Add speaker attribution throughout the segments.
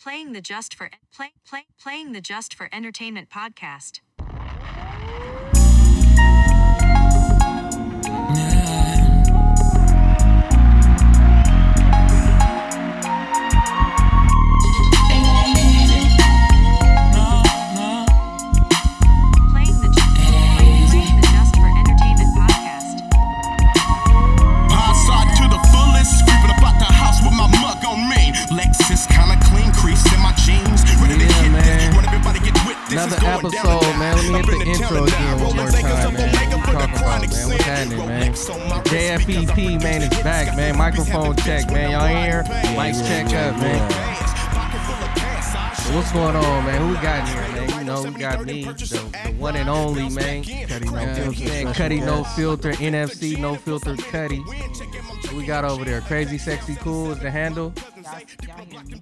Speaker 1: Playing the Just for play, play, playing the Just for Entertainment podcast. Playing the, play, playing the Just for Entertainment podcast.
Speaker 2: Hindsight to the fullest, creeping about the house with my mug on me. Lexus kinda clean, crease in my jeans. Ready to
Speaker 3: Yeah,
Speaker 2: hit
Speaker 3: man.
Speaker 2: this, want everybody get with this.
Speaker 3: Another
Speaker 2: it's going down
Speaker 3: episode,
Speaker 2: and
Speaker 3: man. Let me
Speaker 2: out. Up
Speaker 3: hit the
Speaker 2: in
Speaker 3: intro
Speaker 2: town and
Speaker 3: again
Speaker 2: out.
Speaker 3: one more
Speaker 2: Rolex acres
Speaker 3: time,
Speaker 2: up
Speaker 3: man.
Speaker 2: Omega for
Speaker 3: What you
Speaker 2: the
Speaker 3: talking about,
Speaker 2: chronic
Speaker 3: man? What's
Speaker 2: sin.
Speaker 3: happening, man?
Speaker 2: Rolex on my wrist because I'm
Speaker 3: JFPP, man, is
Speaker 2: hits,
Speaker 3: back,
Speaker 2: got
Speaker 3: man.
Speaker 2: them
Speaker 3: Microphone
Speaker 2: hippies
Speaker 3: check,
Speaker 2: having fits
Speaker 3: man. Y'all
Speaker 2: when I'm
Speaker 3: hear?
Speaker 2: riding past.
Speaker 3: Mics check up, man.
Speaker 2: Pocket full of pants, I show
Speaker 3: What's going on, man? Who we got in here, man? You know, we got me, the, the one and only, man.
Speaker 2: Cuddy
Speaker 3: You know what I'm saying? Cuddy No Filter, NFC No Filter Cuddy. Who we got over there? Crazy Sexy Cool is the handle.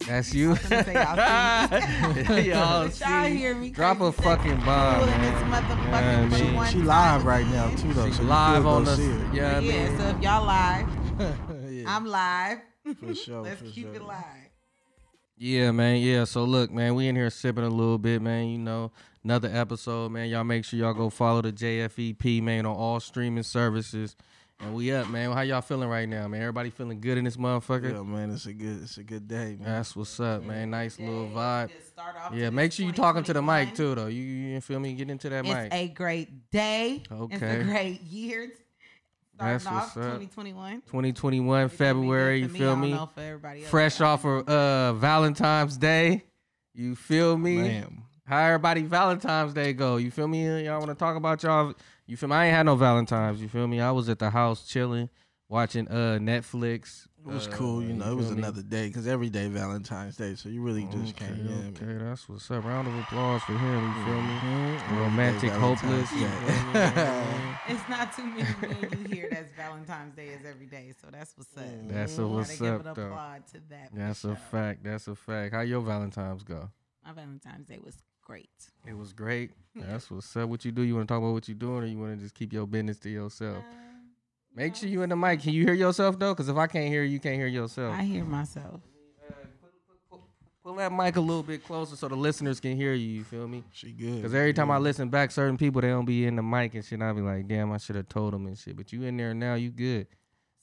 Speaker 3: That's you. y'all
Speaker 4: Y'all
Speaker 3: see.
Speaker 4: hear me?
Speaker 3: Drop a
Speaker 4: Crazy
Speaker 3: fucking
Speaker 4: Sexy
Speaker 3: bomb,
Speaker 4: Cool in
Speaker 3: man.
Speaker 4: this motherfucking
Speaker 3: Yeah,
Speaker 4: for
Speaker 3: man.
Speaker 4: one
Speaker 5: She
Speaker 4: time.
Speaker 5: live right now too though.
Speaker 3: She's
Speaker 5: so you
Speaker 3: live
Speaker 5: could
Speaker 3: on
Speaker 5: go
Speaker 3: us.
Speaker 5: see it.
Speaker 3: Yeah, I
Speaker 4: Yeah,
Speaker 3: mean,
Speaker 4: so if y'all live,
Speaker 5: yeah,
Speaker 4: I'm live.
Speaker 5: for sure.
Speaker 4: Let's
Speaker 5: for
Speaker 4: keep
Speaker 5: sure.
Speaker 3: Oh,
Speaker 4: it live.
Speaker 3: Yeah, man. Yeah. So look, man, we in here sipping a little bit, man. You know, another episode, man. Y'all make sure y'all go follow the JFEP, man, on all streaming services. And we up, man. How y'all feeling right now, man? Everybody feeling good in this motherfucker?
Speaker 5: Yeah, man, it's a good, it's a good day, man.
Speaker 3: That's what's up, man. Nice little vibe.
Speaker 4: Just start off
Speaker 3: Yeah,
Speaker 4: to
Speaker 3: make
Speaker 4: this
Speaker 3: sure you talking to the mic
Speaker 4: 2021.
Speaker 3: too, though. You you feel me? Get into that
Speaker 4: It's
Speaker 3: mic.
Speaker 4: a great day. It's
Speaker 3: Okay.
Speaker 4: a great year. Starting
Speaker 3: That's
Speaker 4: off
Speaker 3: what's up.
Speaker 4: 2021. It's
Speaker 3: 2021
Speaker 4: gonna be good
Speaker 3: February. You
Speaker 4: for
Speaker 3: feel
Speaker 4: I don't
Speaker 3: me?
Speaker 4: know for everybody else.
Speaker 3: Fresh
Speaker 4: Yeah.
Speaker 3: off of uh Valentine's Day. You feel me?
Speaker 5: Man,
Speaker 3: How everybody Valentine's Day go? You feel me? Y'all want to talk about y'all? You feel me? I ain't had no Valentine's. You feel me? I was at the house chilling, watching uh Netflix.
Speaker 5: it was
Speaker 3: Uh,
Speaker 5: cool, you know. It was
Speaker 3: feel me?
Speaker 5: another day because every day Valentine's Day, so you really just
Speaker 3: Okay,
Speaker 5: can't.
Speaker 3: okay, that's what's up. Round of applause for him. You feel
Speaker 5: Mm-hmm.
Speaker 3: me?
Speaker 5: Yeah,
Speaker 3: Romantic, hopeless. you feel me?
Speaker 5: Yeah.
Speaker 4: It's not too many men you hear that's Valentine's Day is every day, so that's what's up.
Speaker 3: That's a
Speaker 4: Gotta
Speaker 3: what's
Speaker 4: give
Speaker 3: up,
Speaker 4: it a
Speaker 3: though.
Speaker 4: applaud to that. for
Speaker 3: That's a
Speaker 4: sure.
Speaker 3: fact. That's a fact. How your Valentine's go?
Speaker 4: My Valentine's Day was great.
Speaker 3: It was great. That's what's up. What you do? You want to talk about what you doing, or you want to just keep your business to yourself?
Speaker 4: Um,
Speaker 3: Make sure you in the mic. Can you hear yourself though? Because if I can't hear you, you can't hear yourself.
Speaker 4: I hear myself.
Speaker 3: Pull that mic a little bit closer so the listeners can hear you. You feel me?
Speaker 5: she good.
Speaker 3: Because every time I listen back, certain people they don't be in the mic and shit. and I be like, damn, I should have told them and shit. But you in there now, you good.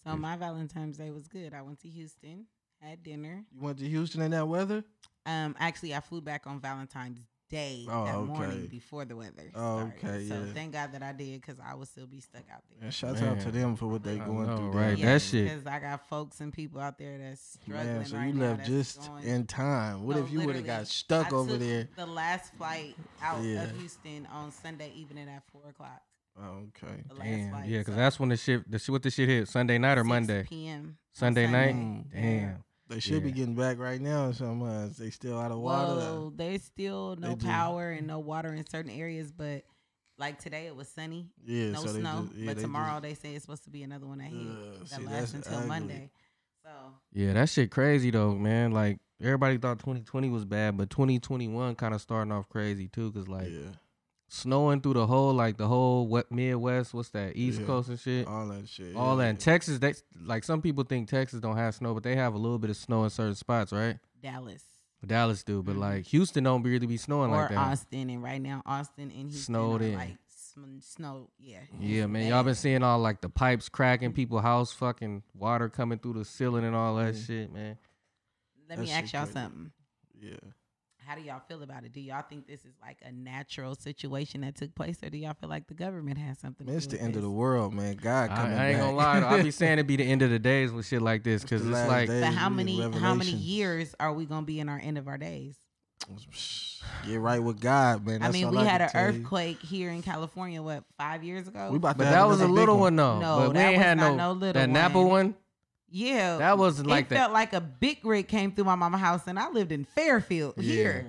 Speaker 4: So my Valentine's Day was good. I went to Houston, had dinner.
Speaker 5: you went to Houston in that weather.
Speaker 4: Um, actually, I flew back on Valentine's Day
Speaker 5: Oh,
Speaker 4: that
Speaker 5: okay.
Speaker 4: morning before the weather.
Speaker 5: Oh,
Speaker 4: started.
Speaker 5: okay,
Speaker 4: So
Speaker 5: yeah.
Speaker 4: thank God that I did because I would still be stuck out there.
Speaker 5: And shouts out to
Speaker 3: Man.
Speaker 5: them for what they
Speaker 3: I
Speaker 5: going
Speaker 3: know,
Speaker 5: through.
Speaker 3: right?
Speaker 5: down
Speaker 3: that
Speaker 5: there.
Speaker 3: shit.
Speaker 4: Because I got folks and people out there that's struggling
Speaker 5: Man, so
Speaker 4: right
Speaker 5: you
Speaker 4: now.
Speaker 5: left
Speaker 4: that's
Speaker 5: just
Speaker 4: going-
Speaker 5: in time. What
Speaker 4: No,
Speaker 5: if you would have
Speaker 4: literally.
Speaker 5: got stuck
Speaker 4: I
Speaker 5: over
Speaker 4: took
Speaker 5: there?
Speaker 4: The last flight out
Speaker 5: Yeah.
Speaker 4: of Houston on Sunday evening at four o'clock.
Speaker 5: Oh, okay.
Speaker 4: The last
Speaker 3: Damn.
Speaker 4: flight.
Speaker 3: yeah, because
Speaker 4: so
Speaker 3: that's when the shit, the shit, what the shit hit? Sunday night or
Speaker 4: 6
Speaker 3: Monday?
Speaker 4: p.m. on
Speaker 3: Sunday, night?
Speaker 5: Mm.
Speaker 3: Damn.
Speaker 5: They should be
Speaker 3: Yeah.
Speaker 5: getting back right now. in Some uh, they still out of water.
Speaker 4: Whoa, there's still no
Speaker 5: They just-
Speaker 4: power and no water in certain areas, but like today it was sunny,
Speaker 5: Yeah,
Speaker 4: no
Speaker 5: so they
Speaker 4: snow.
Speaker 5: just, yeah,
Speaker 4: but
Speaker 5: they
Speaker 4: tomorrow
Speaker 5: just,
Speaker 4: they say it's supposed to be another one ahead
Speaker 5: Ugh,
Speaker 4: that
Speaker 5: see,
Speaker 4: lasts
Speaker 5: that's
Speaker 4: until
Speaker 5: ugly.
Speaker 4: Monday. So
Speaker 3: Yeah, that shit crazy though, man. Like, everybody thought 2020 was bad, but 2021 kind of starting off crazy too. Because, like,
Speaker 5: yeah,
Speaker 3: snowing through the whole, like, the whole what, Midwest, what's that, East
Speaker 5: Yeah.
Speaker 3: Coast and shit.
Speaker 5: all that shit.
Speaker 3: All that
Speaker 5: yeah.
Speaker 3: in Texas, they like some people think Texas don't have snow, but they have a little bit of snow in certain spots, right?
Speaker 4: Dallas
Speaker 3: Dallas do, but
Speaker 5: Mm-hmm.
Speaker 4: Mhm.
Speaker 3: like Houston don't really be snowing
Speaker 4: or
Speaker 3: like that.
Speaker 4: Austin, and right now Austin and Houston
Speaker 3: Snowed
Speaker 4: are
Speaker 3: in.
Speaker 4: like sm- snow. Yeah,
Speaker 3: Yeah, man,
Speaker 4: bad.
Speaker 3: y'all been seeing all like the pipes cracking, people house fucking water coming through the ceiling and all that
Speaker 5: Mhm.
Speaker 3: shit, man.
Speaker 4: Let
Speaker 5: That
Speaker 4: me
Speaker 5: shit
Speaker 4: ask y'all
Speaker 5: crazy.
Speaker 4: something.
Speaker 5: Yeah.
Speaker 4: How do y'all feel about it? Do y'all think this is like a natural situation that took place, or do y'all feel like the government has something?
Speaker 5: Man,
Speaker 4: to
Speaker 5: it's
Speaker 4: do with
Speaker 5: the end of
Speaker 4: this?
Speaker 5: the world, man. God
Speaker 3: I,
Speaker 5: coming
Speaker 3: I ain't
Speaker 5: back.
Speaker 3: gonna lie, though. I be saying it be the end of the days with shit like this,
Speaker 5: It's
Speaker 3: cause
Speaker 5: the
Speaker 3: it's,
Speaker 5: last
Speaker 3: like
Speaker 5: day.
Speaker 4: But how
Speaker 5: Days,
Speaker 4: many how many
Speaker 5: revelations.
Speaker 4: years are we gonna be in our end of our days?
Speaker 5: Get right with God, man.
Speaker 4: I
Speaker 5: That's
Speaker 4: mean,
Speaker 5: all
Speaker 4: we had
Speaker 5: can
Speaker 4: an
Speaker 5: tell you.
Speaker 4: earthquake here in California. What five years ago?
Speaker 5: We about
Speaker 3: but
Speaker 5: to have
Speaker 3: that was a
Speaker 5: another big
Speaker 3: little one though.
Speaker 4: No,
Speaker 3: but we
Speaker 4: that
Speaker 3: ain't
Speaker 4: was
Speaker 3: had
Speaker 4: not
Speaker 3: no,
Speaker 4: no little
Speaker 3: that
Speaker 4: one.
Speaker 3: Napa one.
Speaker 4: yeah,
Speaker 3: That wasn't like
Speaker 4: it
Speaker 3: that.
Speaker 4: felt like a big rig came through my mama's house, and I lived in Fairfield
Speaker 3: Yeah.
Speaker 4: here.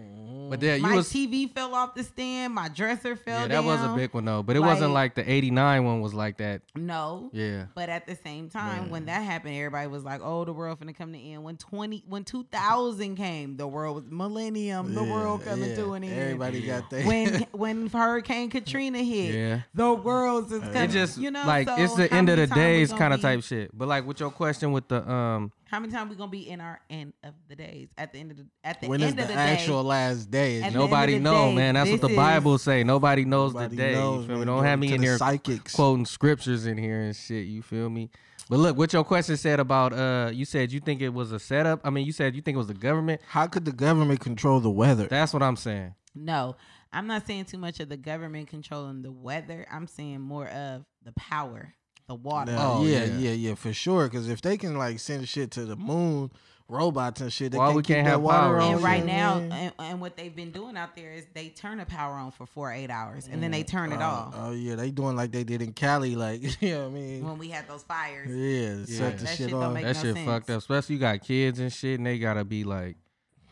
Speaker 3: But there, you
Speaker 4: my
Speaker 3: was
Speaker 4: TV fell off the stand. My dresser fell
Speaker 3: yeah, that
Speaker 4: down.
Speaker 3: was a big one though. But it wasn't like
Speaker 4: Like-
Speaker 3: the '89 one was like that.
Speaker 4: no.
Speaker 3: Yeah.
Speaker 4: But at the same time, when
Speaker 5: Man.
Speaker 4: that happened, everybody was like, "Oh, the world finna come to end." When twenty, when two thousand came, the world was millennium. The
Speaker 5: Yeah,
Speaker 4: world coming
Speaker 5: yeah.
Speaker 4: to an end.
Speaker 5: Everybody got that.
Speaker 4: when when Hurricane Katrina hit,
Speaker 3: Yeah.
Speaker 4: the world's just
Speaker 5: It
Speaker 4: coming.
Speaker 3: It just
Speaker 4: you know,
Speaker 3: like
Speaker 4: so
Speaker 3: it's the
Speaker 4: how
Speaker 3: end of
Speaker 4: many
Speaker 3: the
Speaker 4: times we
Speaker 3: days
Speaker 4: gonna
Speaker 3: kind of
Speaker 4: be-
Speaker 3: type shit. But like with your question with the um
Speaker 4: How many times we gonna be in our end of the days? At the end of the at the
Speaker 5: When is
Speaker 4: end
Speaker 5: the,
Speaker 4: of the
Speaker 5: actual
Speaker 4: day.
Speaker 5: last day?
Speaker 4: At the end of
Speaker 3: Nobody
Speaker 4: the
Speaker 3: know,
Speaker 4: day,
Speaker 3: man. That's what the
Speaker 4: this
Speaker 3: Bible
Speaker 4: is-
Speaker 3: say. Nobody knows
Speaker 5: Nobody
Speaker 3: the day.
Speaker 5: knows,
Speaker 3: you feel me?
Speaker 5: man.
Speaker 3: Don't
Speaker 5: Go
Speaker 3: have me
Speaker 5: to
Speaker 3: in
Speaker 5: the
Speaker 3: there
Speaker 5: psychics.
Speaker 3: quoting scriptures in here and shit. You feel me? But look, what your question said about uh, you said you think it was a setup. I mean, you said you think it was the government.
Speaker 5: How could the government control the weather?
Speaker 3: That's what I'm saying.
Speaker 4: No, I'm not saying too much of the government controlling the weather. I'm saying more of the power, the water.
Speaker 5: Nah,
Speaker 3: Oh,
Speaker 5: yeah,
Speaker 3: yeah.
Speaker 5: yeah, yeah, for sure. Because if they can like send shit to the moon, robots and shit, they
Speaker 3: Why
Speaker 5: can't
Speaker 3: we
Speaker 5: keep
Speaker 3: can't
Speaker 5: that
Speaker 3: have
Speaker 5: water
Speaker 3: power?
Speaker 5: on.
Speaker 4: And
Speaker 5: you
Speaker 4: right
Speaker 5: know
Speaker 4: now,
Speaker 5: what I mean?
Speaker 4: and, and what they've been doing out there is they turn the power on for four or eight hours, and then they turn it
Speaker 5: Uh,
Speaker 4: off
Speaker 5: Oh yeah, they doing like they did in Cali, like you know what I mean.
Speaker 4: when we had those fires.
Speaker 5: Yeah,
Speaker 3: Yeah.
Speaker 5: set the
Speaker 4: That shit
Speaker 5: shit
Speaker 4: don't
Speaker 5: off.
Speaker 4: make-
Speaker 3: that
Speaker 4: no
Speaker 3: shit
Speaker 4: sense.
Speaker 3: fucked up. Especially you got kids and shit, and they gotta be like,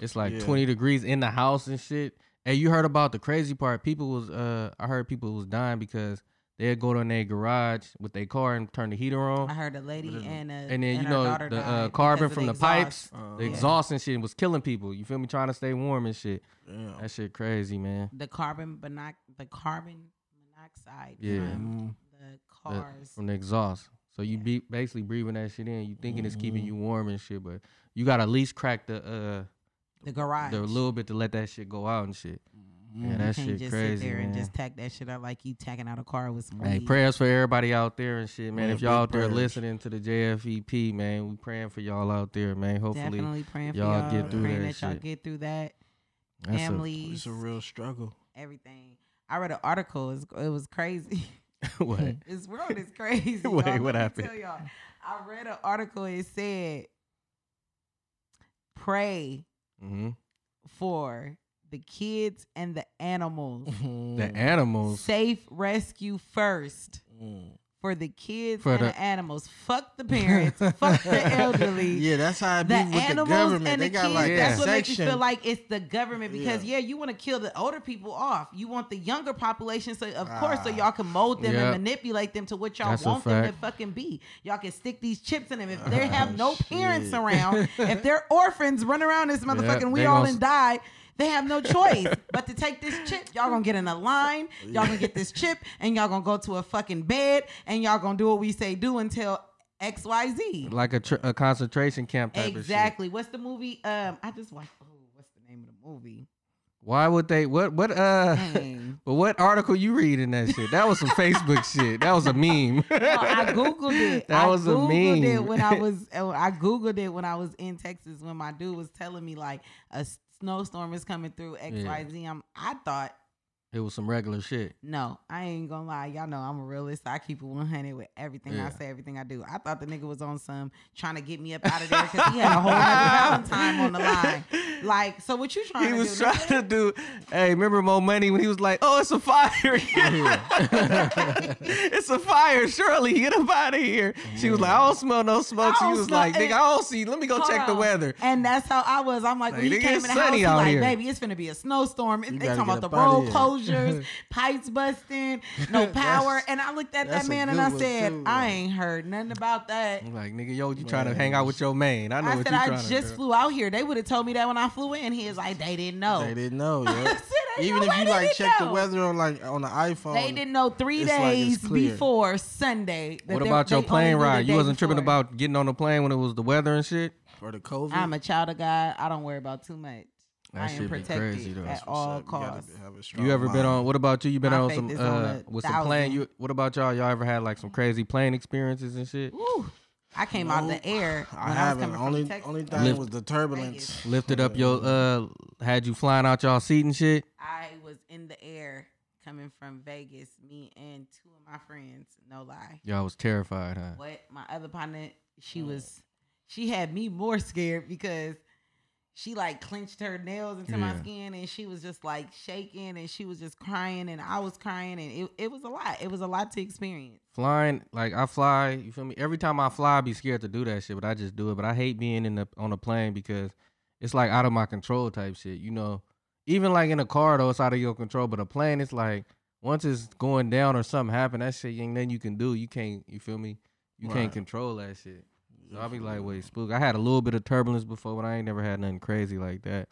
Speaker 3: it's like
Speaker 5: Yeah.
Speaker 3: 20 degrees in the house and shit. Hey, you heard about the crazy part? People was uh, I heard people was dying because they'd go to their garage with their car and turn the heater on.
Speaker 4: I heard a lady and a
Speaker 3: and then you
Speaker 4: her
Speaker 3: know
Speaker 4: daughter
Speaker 3: the
Speaker 4: died
Speaker 3: uh,
Speaker 4: because
Speaker 3: carbon
Speaker 4: of
Speaker 3: from the
Speaker 4: exhaust.
Speaker 3: pipes, the exhaust and shit was killing people. You feel me? Trying to stay warm and shit.
Speaker 5: Yeah. Mm.
Speaker 3: That shit crazy, man.
Speaker 4: The carbon monox- the carbon monoxide
Speaker 3: Yeah.
Speaker 4: from the
Speaker 3: The-
Speaker 4: cars.
Speaker 3: from the exhaust. So you be basically breathing that shit in. You thinking it's keeping you warm and shit, but you gotta at least crack the
Speaker 4: the
Speaker 3: uh
Speaker 4: garage.
Speaker 3: the little bit to let that shit go out and shit.
Speaker 5: Mm-hmm.
Speaker 3: Yeah,
Speaker 4: you
Speaker 3: that
Speaker 4: can't
Speaker 3: shit
Speaker 4: just sit
Speaker 3: crazy,
Speaker 4: there
Speaker 3: man.
Speaker 4: and just tack that shit out like you tacking out a car with some
Speaker 3: Hey,
Speaker 4: weed.
Speaker 3: prayers for everybody out there and shit, man.
Speaker 5: Yeah,
Speaker 3: if y'all
Speaker 5: big
Speaker 3: out there
Speaker 5: prayers.
Speaker 3: listening to the JFEP, man, we praying for y'all out there, man. Hopefully,
Speaker 4: Definitely praying for
Speaker 3: y'all
Speaker 4: y'all,
Speaker 3: get through
Speaker 4: praying
Speaker 3: that
Speaker 4: that, y'all
Speaker 3: shit.
Speaker 4: get through that.
Speaker 3: that's a-
Speaker 4: Families,
Speaker 5: It's a real struggle.
Speaker 4: everything. I read an article. It was, it was crazy.
Speaker 3: what?
Speaker 4: this world is crazy.
Speaker 3: Wait,
Speaker 4: y'all.
Speaker 3: what
Speaker 4: Let me
Speaker 3: happened?
Speaker 4: Tell y'all. I read an article. It said, "Pray
Speaker 3: hmm
Speaker 4: for the kids and the animals.
Speaker 3: The animals.
Speaker 4: Safe rescue first for the kids
Speaker 3: For
Speaker 4: and
Speaker 3: the-
Speaker 4: the animals. Fuck the parents. fuck the elderly.
Speaker 5: Mm. Yeah, that's how it
Speaker 4: the
Speaker 5: be with the
Speaker 4: animals
Speaker 5: government.
Speaker 4: and
Speaker 5: they
Speaker 4: the
Speaker 5: got
Speaker 4: kids.
Speaker 5: like
Speaker 4: That's
Speaker 5: a
Speaker 4: what makes you
Speaker 5: section.
Speaker 4: feel like it's the government because yeah,
Speaker 5: Yeah.
Speaker 4: you want to kill the older people off. You want the younger population, so of course, so
Speaker 5: Ah.
Speaker 4: y'all can mold them
Speaker 3: Yeah.
Speaker 4: and manipulate them to what y'all
Speaker 3: That's a
Speaker 4: want them to
Speaker 3: fact.
Speaker 4: fucking be. Y'all can stick these chips in them if they have no
Speaker 5: shit.
Speaker 4: parents around. if they're orphans, run around this motherfucking we
Speaker 3: they
Speaker 4: all
Speaker 3: gonna
Speaker 4: and
Speaker 3: s-
Speaker 4: die. They have no choice but to take this chip. Y'all gonna get in a line. Y'all gonna get this chip, and y'all gonna go to a fucking bed, and y'all gonna do what we say do until X Y Z.
Speaker 3: Like a, tr- a concentration camp type of shit.
Speaker 4: Exactly. What's the movie? Um, I just watched. Oh, what's the name of the movie?
Speaker 3: Why would they? What? What? Uh.
Speaker 4: Dang.
Speaker 3: But what article you read in that shit? That was some Facebook shit. That was a meme.
Speaker 4: No, I googled it.
Speaker 3: That
Speaker 4: I
Speaker 3: was a
Speaker 4: googled it
Speaker 3: meme.
Speaker 4: when I was. oh, I googled it when I was in Texas when my dude was telling me like a s- snowstorm is coming through X
Speaker 3: Yeah.
Speaker 4: Y Z. I'm. I thought
Speaker 3: It was some regular shit.
Speaker 4: no, I ain't gonna lie. Y'all know I'm a realist. I keep it 100 with everything I
Speaker 3: Yeah.
Speaker 4: say, everything I do. I thought the nigga was on some trying to get me up out of there because he had a whole other Valentine on the line. Like, so what you trying
Speaker 3: He
Speaker 4: to
Speaker 3: was
Speaker 4: do?
Speaker 3: trying to do. Hey, remember Mo Money when he was like, "Oh, it's a fire! it's a fire! Shirley, get up out of here!" She was like, "I don't smell no smoke."
Speaker 4: I
Speaker 3: She
Speaker 4: don't
Speaker 3: was
Speaker 4: smell
Speaker 3: like, "Nigga,
Speaker 4: it."
Speaker 3: I don't see. Let me go
Speaker 4: Hold
Speaker 3: check the
Speaker 4: on.
Speaker 3: weather."
Speaker 4: And that's how I was. I'm like,
Speaker 3: Like,
Speaker 4: when he
Speaker 3: nigga,
Speaker 4: came in
Speaker 3: it's
Speaker 4: the house,
Speaker 3: sunny
Speaker 4: he
Speaker 3: out
Speaker 4: like,
Speaker 3: here.
Speaker 4: baby, it's gonna be a snowstorm. They
Speaker 5: gotta
Speaker 4: talking
Speaker 5: get
Speaker 4: about the
Speaker 5: up outta
Speaker 4: road
Speaker 5: here.
Speaker 4: closures, pipes busting, no power. And I looked at that
Speaker 5: that's a
Speaker 4: man and
Speaker 5: good
Speaker 4: I
Speaker 5: one,
Speaker 4: said,
Speaker 5: too,
Speaker 4: I
Speaker 5: like-
Speaker 4: ain't heard nothing about that.
Speaker 3: I'm like, "Nigga, yo, you trying to hang out with your man? I know
Speaker 4: I,
Speaker 3: what
Speaker 4: said,
Speaker 3: you
Speaker 4: I
Speaker 3: trying
Speaker 4: just
Speaker 3: to do."
Speaker 4: flew out here. They would have told me that when I flew in. He was like, they didn't know.
Speaker 5: They didn't know.
Speaker 4: Oh. I
Speaker 5: Yeah.
Speaker 4: said, "Ain't
Speaker 5: Even
Speaker 4: no
Speaker 5: if
Speaker 4: way
Speaker 5: you
Speaker 4: they
Speaker 5: like
Speaker 4: didn't
Speaker 5: check the
Speaker 4: know."
Speaker 5: weather on like on the iPhone,
Speaker 4: They didn't know three
Speaker 5: It's like it's
Speaker 4: days
Speaker 5: clear.
Speaker 4: before Sunday. that
Speaker 3: What
Speaker 4: they-
Speaker 3: about your
Speaker 4: they only
Speaker 3: plane
Speaker 4: knew the
Speaker 3: ride? You
Speaker 4: day
Speaker 3: wasn't tripping
Speaker 4: before.
Speaker 3: about getting on the plane when it was the weather and shit.
Speaker 5: for the COVID.
Speaker 4: I'm a child of God. I don't worry about too much.
Speaker 3: That
Speaker 4: I
Speaker 3: shit be
Speaker 4: am protected
Speaker 3: crazy, though. That's
Speaker 4: at
Speaker 3: what's
Speaker 4: all
Speaker 5: You gotta
Speaker 4: costs.
Speaker 5: have a strong
Speaker 3: You ever been
Speaker 5: mind.
Speaker 3: on? What about you? You been
Speaker 4: My
Speaker 3: on
Speaker 4: faith
Speaker 3: some
Speaker 4: is
Speaker 3: uh,
Speaker 4: on a
Speaker 3: with some plane?
Speaker 4: thousand.
Speaker 3: You what about y'all? Y'all ever had like some crazy plane experiences and shit?
Speaker 4: Ooh, I came out the air when
Speaker 5: I
Speaker 4: I, was
Speaker 5: haven't.
Speaker 4: coming
Speaker 5: only
Speaker 4: from Texas.
Speaker 5: only thing
Speaker 3: Lift-
Speaker 5: was the turbulence.
Speaker 3: Lifted up your uh, had you flying out y'all seat and shit?
Speaker 4: I was in the air coming from Vegas. Me and two of my friends. No lie.
Speaker 3: Y'all was terrified, huh?
Speaker 4: What my other partner? She was. She had me more scared because she like clenched her nails into my
Speaker 3: Yeah.
Speaker 4: skin and she was just like shaking and she was just crying and I was crying and it, it was a lot. It was a lot to experience.
Speaker 3: Flying, like I fly, you feel me? Every time I fly, I be scared to do that shit, but I just do it. But I hate being in the on a plane because it's like out of my control type shit, you know. Even like in a car though, it's out of your control. But a plane, it's like once it's going down or something happen, that shit ain't nothing you can do. You can't, you feel me? You can't
Speaker 5: Right.
Speaker 3: control that shit. So I'll be like, wait, spook. I had a little bit of turbulence before, but I ain't never had nothing crazy like that.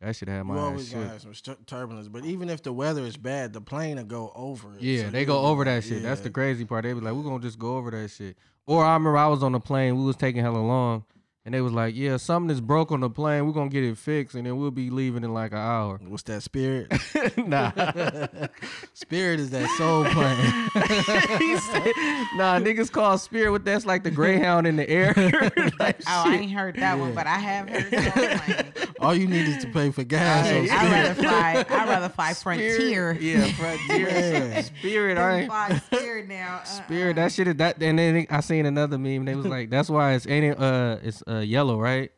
Speaker 3: That should have my
Speaker 5: You
Speaker 3: ass
Speaker 5: always
Speaker 3: shook.
Speaker 5: gonna have some stu- turbulence, but even if the weather is bad, the plane will go over it.
Speaker 3: Yeah,
Speaker 5: So
Speaker 3: they
Speaker 5: you
Speaker 3: go
Speaker 5: would be
Speaker 3: over that
Speaker 5: like,
Speaker 3: shit. That's the
Speaker 5: yeah.
Speaker 3: crazy part. They be like, we're gonna just go over that shit. Or I remember I was on a plane, we was taking hella long, And they was like, yeah, something is broke on the plane. We're gonna get it fixed, and then we'll be leaving in like an hour.
Speaker 5: What's that spirit?
Speaker 3: nah,
Speaker 5: spirit is that soul plane.
Speaker 3: He said, nah, niggas call Spirit. What that's like the Greyhound in the air. Like,
Speaker 4: Oh, I ain't heard that one, but I have heard that one.
Speaker 5: All you need is to pay for gas. on
Speaker 4: I'd
Speaker 5: Oh, spirit.
Speaker 4: rather fly. I'd rather fly Frontier.
Speaker 3: Spirit, yeah, Frontier.
Speaker 5: Yeah.
Speaker 3: Spirit, I
Speaker 4: Than
Speaker 3: ain't.
Speaker 4: fly Spirit now. Uh-uh.
Speaker 3: Spirit, that shit is that. And then I seen another meme. They was like, "That's why it's ain't it, uh it's uh yellow, right?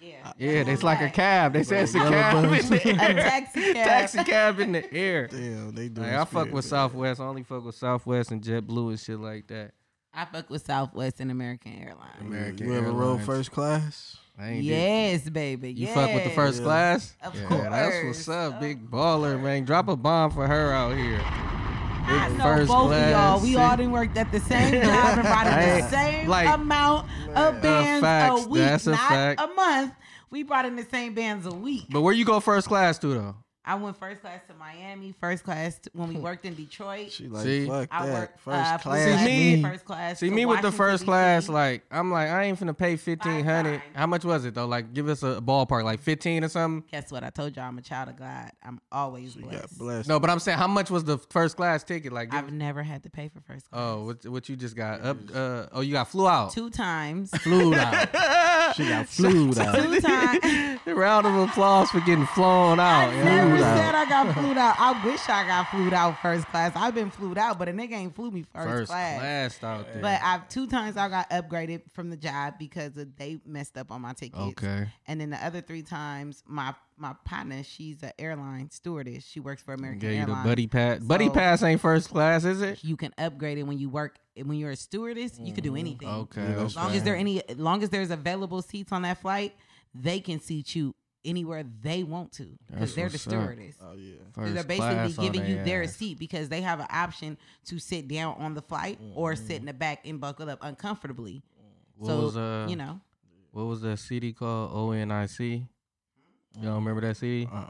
Speaker 4: Yeah.
Speaker 3: uh, Yeah, it's like a
Speaker 4: Right.
Speaker 3: cab. They said it's a
Speaker 5: Yellow
Speaker 3: cab
Speaker 5: bus.
Speaker 3: in the
Speaker 4: A
Speaker 3: air.
Speaker 4: taxi cab.
Speaker 3: Taxi cab in the air.
Speaker 5: Damn, they do.
Speaker 3: Like, I fuck with Southwest. I only fuck with Southwest and JetBlue and shit like that.
Speaker 4: I fuck with Southwest and American Airlines.
Speaker 3: American
Speaker 5: You ever rode
Speaker 3: Airlines.
Speaker 5: first class?
Speaker 3: I ain't did-
Speaker 4: Yes, baby.
Speaker 3: You fuck with the
Speaker 4: yes.
Speaker 3: first
Speaker 5: Yeah.
Speaker 3: class?
Speaker 4: Of
Speaker 3: Yeah, that's
Speaker 4: course.
Speaker 3: what's up, big baller, man. Drop a bomb for her out here.
Speaker 4: I
Speaker 3: Big
Speaker 4: know both of y'all. We
Speaker 3: shit.
Speaker 4: all done worked at the same job and brought in
Speaker 3: Hey,
Speaker 4: the same
Speaker 3: like- uh,
Speaker 4: amount of bands
Speaker 3: facts,
Speaker 4: a week,
Speaker 3: that's a
Speaker 4: not
Speaker 3: fact.
Speaker 4: a month. We brought in the same bands a week.
Speaker 3: But where you go first class to though?
Speaker 4: I went first class to Miami, first class to, when we worked in Detroit.
Speaker 5: She like
Speaker 3: See?
Speaker 5: fuck
Speaker 4: I
Speaker 5: that.
Speaker 4: worked
Speaker 5: first
Speaker 4: uh, flew
Speaker 5: class.
Speaker 4: back
Speaker 3: See me-
Speaker 4: from first class.
Speaker 3: See
Speaker 4: to
Speaker 3: me with the
Speaker 4: Washington,
Speaker 3: first
Speaker 4: D.C.
Speaker 3: class, like I'm like I ain't finna pay fifteen hundred.
Speaker 4: times.
Speaker 3: How much was it though? Like give us a ballpark, like fifteen or something.
Speaker 4: Guess what? I told y'all I'm a child of God. I'm always
Speaker 5: You got
Speaker 4: blessed.
Speaker 5: blessed.
Speaker 3: No, but I'm saying how much was the first class ticket? Like give,
Speaker 4: I've never had to pay for first class.
Speaker 3: oh, what, what you just got up? Uh, oh, you got flew out.
Speaker 4: Two times.
Speaker 5: flew out. she got flew out.
Speaker 4: Two times.
Speaker 3: Round of applause for getting flown out.
Speaker 4: I
Speaker 3: you
Speaker 4: never
Speaker 3: know?
Speaker 4: said I got flued out. I wish I got flued out first class. I've been flued out, but a nigga ain't flew me first,
Speaker 3: First
Speaker 4: class.
Speaker 3: class out there.
Speaker 4: But I've two times I got upgraded from the job because of, they messed up on my tickets.
Speaker 3: Okay.
Speaker 4: And then the other three times, my my partner, she's an airline stewardess. She works for American
Speaker 3: Gave you the
Speaker 4: Airlines.
Speaker 3: buddy pass. buddy
Speaker 4: So-
Speaker 3: pass ain't first class, is it?
Speaker 4: You can upgrade it when you work. When you're a stewardess, you can do anything.
Speaker 3: Okay.
Speaker 5: Yeah,
Speaker 4: As long as there any, as long as there's available seats on that flight, they can seat you anywhere they want to
Speaker 3: That's
Speaker 4: because they're the
Speaker 3: what's up. Uh,
Speaker 4: stewardess.
Speaker 5: Oh yeah.
Speaker 3: First
Speaker 4: they're
Speaker 3: class
Speaker 4: basically
Speaker 3: on
Speaker 4: giving you
Speaker 3: they
Speaker 4: their
Speaker 3: ass.
Speaker 4: seat because they have an option to sit down on the flight or sit in the back and buckle up uncomfortably.
Speaker 3: Mm-hmm. What
Speaker 4: so
Speaker 3: was, uh,
Speaker 4: you know,
Speaker 3: What was that CD called? O N I C. Y'all remember that CD?
Speaker 5: Uh.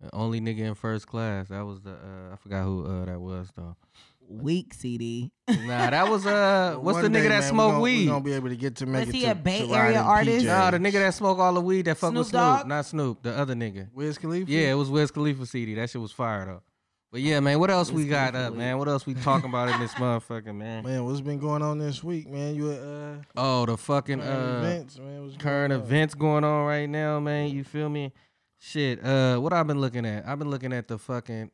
Speaker 3: The Only nigga in first class. That was the uh, I forgot who uh, that was though.
Speaker 4: weak CD.
Speaker 3: Nah, that was uh what's the nigga that smoked
Speaker 5: We
Speaker 3: weed?
Speaker 5: gonna be able to get to make it
Speaker 4: Was he
Speaker 5: to,
Speaker 4: a Bay
Speaker 5: to ride
Speaker 4: Area
Speaker 5: in
Speaker 4: artist?
Speaker 5: PJs.
Speaker 3: Nah, the nigga that smoked all the weed that fuck with
Speaker 4: Snoop
Speaker 3: Snoop,
Speaker 4: Dogg?
Speaker 3: not Snoop, the other nigga.
Speaker 5: Wiz Khalifa.
Speaker 3: Yeah, it was Wiz Khalifa CD. That shit was fire though. But yeah, man, what else we got up, man? What else we talking about in this motherfucker, man?
Speaker 5: Man, what's been going on this week, man? You at uh,
Speaker 3: Oh, the fucking
Speaker 5: current
Speaker 3: uh,
Speaker 5: events, man? What's
Speaker 3: current
Speaker 5: going on?
Speaker 3: events going on right now, man. You feel me? Shit. Uh, what I've been looking at? I've been looking at the fucking.